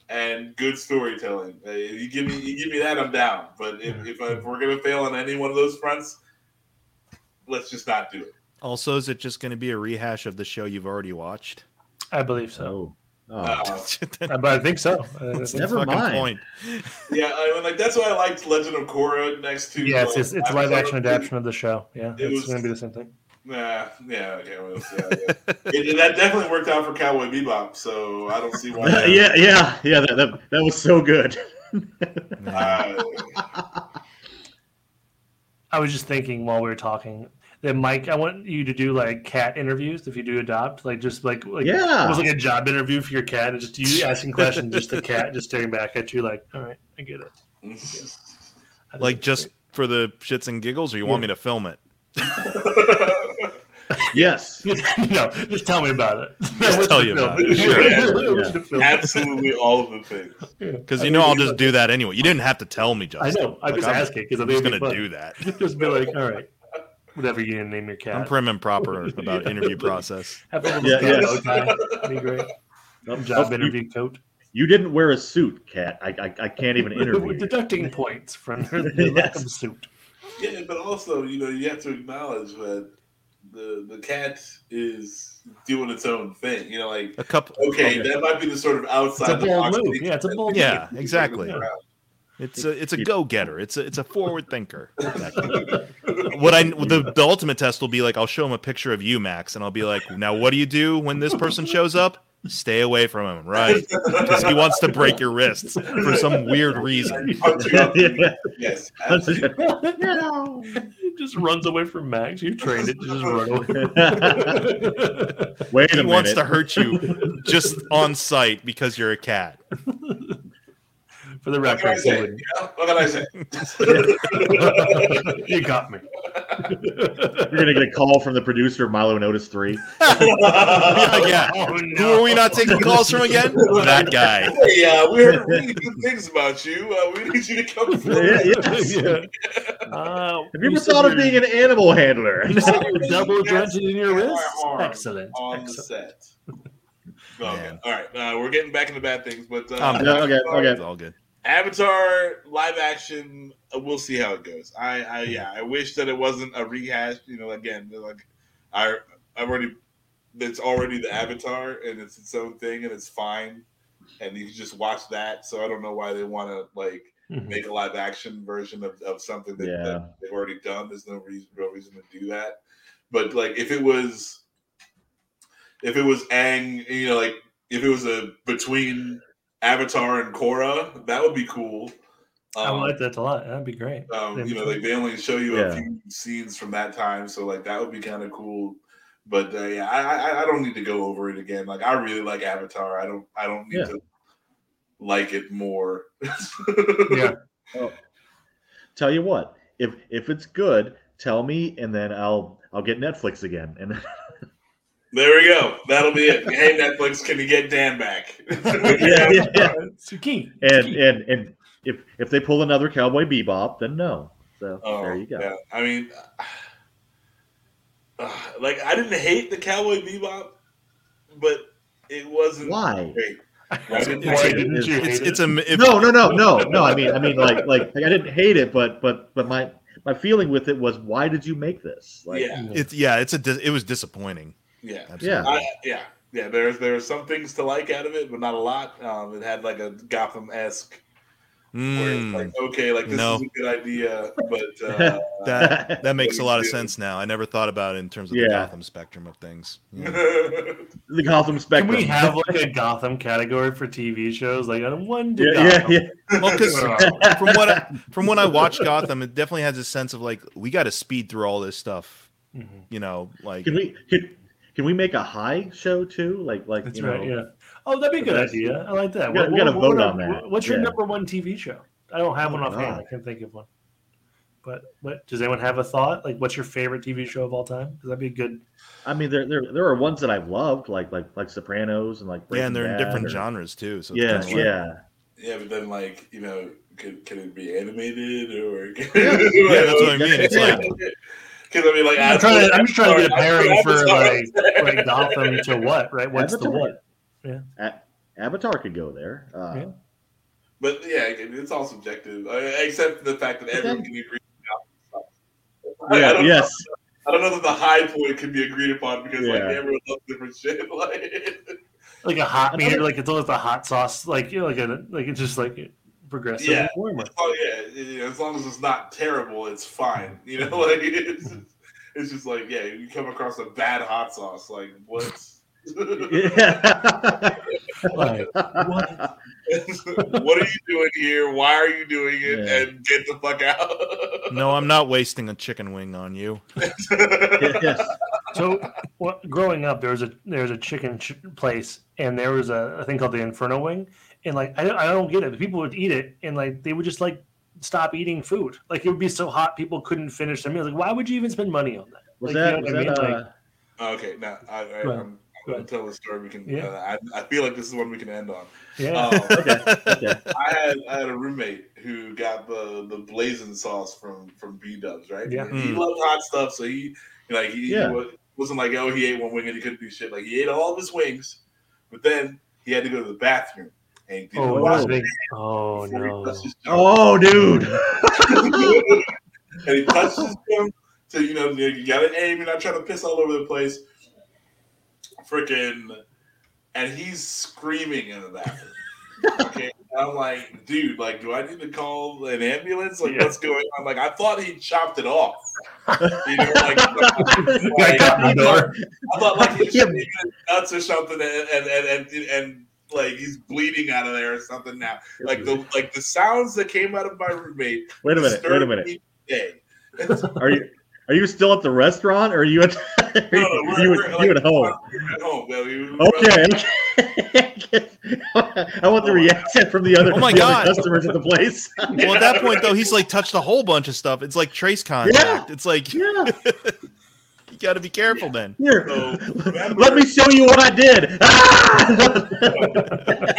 B: and good storytelling. Uh, if you give me you give me that, I'm down. But if if, I, if we're gonna fail on any one of those fronts, let's just not do it.
A: Also, is it just going to be a rehash of the show you've already watched?
C: I believe so.
D: Oh.
B: Uh,
C: I, but I think so. Uh, I- I
A: That's
C: think-
A: the
D: Never
A: fucking
D: mind.
A: point.
B: Yeah, I mean, like that's why I liked Legend of Korra next to.
C: yeah, it's
B: like,
C: it's, it's live
B: Avatar.
C: action adaptation of the show. Yeah,
B: It
C: it's
B: was-
C: going to be the same thing.
B: Nah, yeah, okay, well, yeah, yeah. It- it- that definitely worked out for Cowboy Bebop, so I don't see why. that-
D: yeah, yeah, yeah. That, that, that was so good.
B: Uh,
C: I was just thinking while we were talking that Mike, I want you to do like cat interviews if you do adopt, like just like, like
D: Yeah.
C: almost like a job interview for your cat, and just you asking questions, just the cat just staring back at you, like, all right, I get it.
B: Uh,
C: I think
A: like
C: it's
A: just
C: great.
A: for the shits and giggles, or you want me to film it?
D: yes.
C: no, just tell me about it.
A: Just tell you
C: No,
A: about
C: it's
A: it.
C: the
A: Sure.
C: film. It's the film.
B: Absolutely all of the things.
A: Because
C: I
A: you know
C: think
A: I'll just
C: it'd be
A: do that anyway. You didn't have to tell me,
C: fun. I
A: Justin.
C: know. I'm
A: Like,
C: just
A: I'm-
C: asking because
A: I'm
C: I'm
A: just gonna do that.
C: Just be like, all right, whatever you name your cat.
A: I'm prim and proper about
C: Yeah.
A: interview process.
C: Have a little
D: Yeah,
C: cat
D: yeah.
C: bow tie. Be great. Job interview coat.
D: Oh, You didn't wear a suit, Kat. I, I, I can't even interview.
C: We're
D: you.
C: deducting points from her
D: Yes.
C: welcome suit.
B: Yeah, but also, you know, you have to acknowledge that the the cat is doing its own thing. You know, like
A: A couple.
C: Oh,
B: okay, that might be the sort of outside
C: It's a
B: the
C: bold
B: box
C: move.
B: thinking
C: Yeah, it's a
B: that
C: bold
A: Yeah,
B: people
A: exactly.
B: are around.
A: It's a it's a go getter. It's a it's a forward thinker. what I the, the ultimate test will be like I'll show him a picture of you, Max, and I'll be like, now what do you do when this person shows up? Stay away from him, right? Because he wants to break your wrists for some weird reason.
B: Like, punching up.
D: Yeah.
B: Yes, absolutely.
D: Wait
C: It just runs away from Max. You trained it to just run away.
D: a
A: He wants
D: minute.
A: to hurt you just on sight because you're a cat.
C: For the
B: What can I
C: record,
B: say?
C: you,
B: You
C: wouldn't.
B: know? What can I say?
C: you got me.
D: You're gonna get a call from the producer of Milo Notice Three.
A: yeah.
C: Oh,
A: Who are we not taking calls from again? That guy.
B: Hey, uh, we heard really good things about you. Uh, we need you to come through.
D: Yeah, yes.
C: Yeah. Uh,
D: Have you ever thought of being an animal handler?
C: you said you were double
B: Yes.
C: jointed in your
B: Yeah,
C: wrist?
B: arm
C: Excellent.
B: on the
C: Excellent.
B: set. Okay,
A: Man.
B: all right. Uh, we're getting back into bad things, but uh,
A: Um,
D: No, okay,
A: It's
D: okay.
A: all good.
B: Avatar live action. uh, We'll see how it goes. I, I yeah. I wish that it wasn't a rehash. You know, again, they're like I, I've already. It's already the Avatar, and it's its own thing, and it's fine. And you can just watch that. So I don't know why they want to like
C: Mhm.
B: make a live action version of, of something that, that
D: Yeah.
B: they've already done. There's no reason, real reason to do that. But like, if it was, if it was Ang, you know, like if it was a between Avatar and Korra, that would be cool.
C: I
B: Um,
C: like that a lot. That'd be great.
B: um, you know, like they only show you a
D: Yeah.
B: few scenes from that time, so like that would be kind of cool. But uh, yeah, I, I I don't need to go over it again. Like I really like Avatar. I don't I don't need
D: Yeah.
B: to like it more.
C: yeah.
D: Tell you what, if if it's good, tell me, and then I'll I'll get Netflix again. And
B: There we go. That'll be it. hey Netflix, can you get Dan back?
D: yeah, yeah, yeah.
C: Uh, Zucchini.
D: and
C: Zucchini.
D: and and if if they pull another Cowboy Bebop, then no. So there you go.
B: Oh, yeah. I mean, uh, like I didn't hate the Cowboy Bebop, but it wasn't
D: Why?
B: great.
C: That's
B: Right?
C: why didn't you
A: It's
C: hate
A: it's
C: it?
A: a if,
D: no, no, no, no, no. I mean, I mean, like, like, like, I didn't hate it, but, but, but my, my feeling with it was, why did you make this? Like,
B: yeah,
A: it's yeah it's a dis- it was disappointing.
B: yeah,
A: Absolutely.
D: Yeah.
B: I, yeah. yeah, there's there are some things to like out of it, but not a lot. Um, it had like a Gotham esque where it's
A: Mm,
B: like okay, like this
A: No.
B: is a good idea, but uh,
A: that that makes a lot of sense now. I never thought about it in terms of the
D: Yeah.
A: Gotham spectrum of things. Yeah.
B: yeah,
D: The Gotham
C: Can
D: Spectrum.
C: we have like a Gotham category for TV shows? Like uh, one to
D: yeah, yeah,
C: Gotham.
D: yeah.
A: Well, 'cause
C: Oh,
A: from what I, from when I watch Gotham, it definitely has a sense of like we got to speed through all this stuff.
C: mhm.
A: You know, like
D: Can we can, can we make a high show too? Like like
C: That's
D: you
C: right.
D: know,
C: Yeah. Oh, that'd be a
D: the
C: good
D: best-
C: idea. I like that.
D: We gotta- we gotta vote on that.
C: What's your
D: Yeah.
C: number one TV show? I don't have
D: Oh,
C: one offhand.
D: God.
C: I can't think of one. But what does anyone have a thought? Like, what's your favorite TV show of all time? Because that'd be a good.
D: I mean there, there there are ones that I've loved like like like Sopranos and like
A: yeah, and they're in
D: Breaking Bad
A: different
D: or-
A: genres too. So it's
D: Yeah,
A: kinda like-
D: yeah.
B: but then like you know, could can it be animated or?
A: yeah, that's what I mean. It's like
B: Because I mean, like
C: I'm, trying to, I'm just trying to get a
B: Avatar-
C: pairing for
B: Avatar-
C: like, like Gotham to what? Right? What's the
D: Avatar.
C: what? Yeah.
D: A- Avatar could go there. Uh,
C: Yeah.
B: But yeah, again, it's all subjective, uh, except for the fact that
D: But
B: everyone
D: then-
B: can agree.
D: yeah,
B: I, I don't,
D: yes.
B: I don't know that the high point can be agreed upon because like
D: Yeah.
B: everyone loves different shit. Like,
C: Like a hot
D: Another-
C: meter? Like it's almost a hot sauce? Like you know, like a like it's just like progressive
B: Yeah.
C: and warmer.
B: oh yeah, you know, as long as it's not terrible, it's fine. You know, like it's just, it's just like yeah, you come across a bad hot sauce, like what?
D: Yeah.
C: Like,
D: what?
B: what are you doing here? Why are you doing it?
D: Yeah.
B: And get the fuck out.
A: no, I'm not wasting a chicken wing on you.
D: Yes.
C: So, well, growing up, there was a there was a chicken ch- place, and there was a, a thing called the Inferno Wing, and like I don't, I don't get it. People would eat it, and like they would just like stop eating food. Like it would be so hot, people couldn't finish their meal. Like why would you even spend money on that? Like,
D: Was that
C: you
D: was
C: know what
D: that
C: I mean?
D: uh,
B: okay, now I, I,
C: Go
B: I'm,
C: ahead.
B: I'm
C: Go
B: gonna
C: ahead.
B: tell a story. We can.
C: Yeah.
B: Uh, I, I feel like this is one we can end on.
C: Yeah,
B: Um,
D: okay. uh, okay.
B: I had I had a roommate who got the the blazing sauce from from B Dubs, right?
C: Yeah.
B: He
A: Mm.
B: loved hot stuff, so he like he,
D: Yeah.
B: wa- wasn't like oh he ate one wing and he couldn't do shit. Like he ate all of his wings, but then he had to go to the bathroom and he didn't
C: oh, it
B: wash
C: was
B: his
C: big. oh
B: hands before he
C: no,
B: touched his junk.
D: Oh, dude.
B: and he touched his junk to you know you got to aim. You're not trying to piss all over the place. Freaking, and he's screaming in the bathroom. okay. I'm like, dude, like, do I need to call an ambulance? Like,
C: Yeah.
B: what's going on? Like, I thought he chopped it off. You know, like, like,
C: got
B: I,
C: me,
B: thought, I thought like he
D: Yeah.
B: shit in his nuts or something, and and and and, and like he's bleeding out of there or something now. Like the like the sounds that came out of my roommate.
D: Wait a minute. Wait a
B: disturbed
D: minute.
B: me today.
D: Are you are you still at the restaurant or are you at are
B: No,
D: you,
B: no, we're-
D: you,
B: we're,
D: at-
B: like,
D: you at home?
B: We're at home. well, we- we-
D: Okay. I want the reaction from the other,
A: Oh my
D: the other
A: God.
D: customers at the place.
A: Well, at that point though, he's like touched a whole bunch of stuff. It's like trace contact. It's like you
D: yeah.
A: got to be careful then.
D: Here,
B: So, remember-
D: let me show you what I did. Ah!
B: He's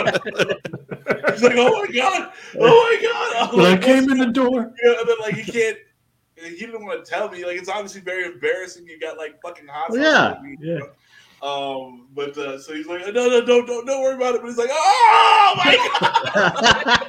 B: like, oh my god, oh my god. I'm
C: when I
B: like,
C: came in the door,
B: you know, and then like he can't. He didn't want to tell me. Like it's obviously very embarrassing. You got like fucking hot. sauce
D: yeah.
B: on you.
D: yeah.
B: Um. But uh, so he's like, no, no, don't, don't, don't worry about it. But he's like, oh my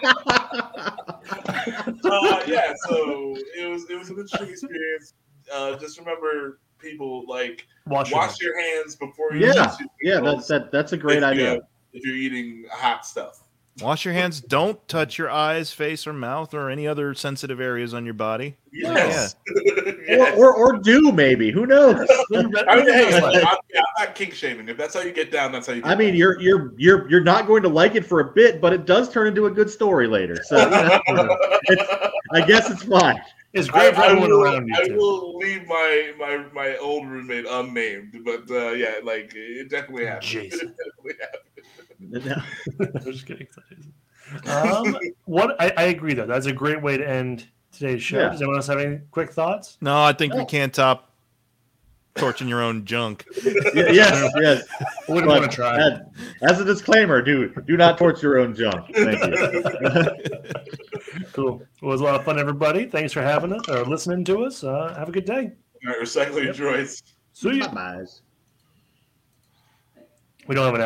B: god. uh, yeah. So it was it was an interesting experience. Uh, just remember, people like
C: wash, your
B: wash
C: hands.
B: your hands before you.
D: yeah.
B: touch your
D: Yeah,
B: vegetables
D: that's that, that's a great
B: if you-
D: idea.
B: If you're eating hot stuff.
A: Wash your hands. Don't touch your eyes, face, or mouth, or any other sensitive areas on your body.
B: Yes. Yes.
D: Or, or or do maybe. Who knows?
B: I mean, hey, I'm, I'm not kink shaming. If that's how you get down, that's how you. Get
D: I mean, you're you're you're you're not going to like it for a bit, but it does turn into a good story later. So it's- I guess it's fine.
C: it's
B: I,
C: great for
B: I,
C: everyone
B: will,
C: around you.
B: I
C: too.
B: will leave my, my my old roommate unnamed, but uh, yeah, like it definitely happened.
C: Jason.
B: It definitely happened.
C: I'm just kidding. Um, what I, I agree though. That's a great way to end today's show.
D: Yeah.
C: Does anyone else have any quick thoughts?
A: No, I think we
D: No.
A: can't top torching your own junk.
D: Y- Yes, yes.
C: I wouldn't
D: But
C: want to try.
D: as- As a disclaimer, do do not torture your own junk. Thank you.
C: Cool. Well, it was a lot of fun, everybody. Thanks for having us or listening to us. Uh, have a good day.
B: All right, recycling droids.
C: See you.
D: Bye-byes.
C: We don't have an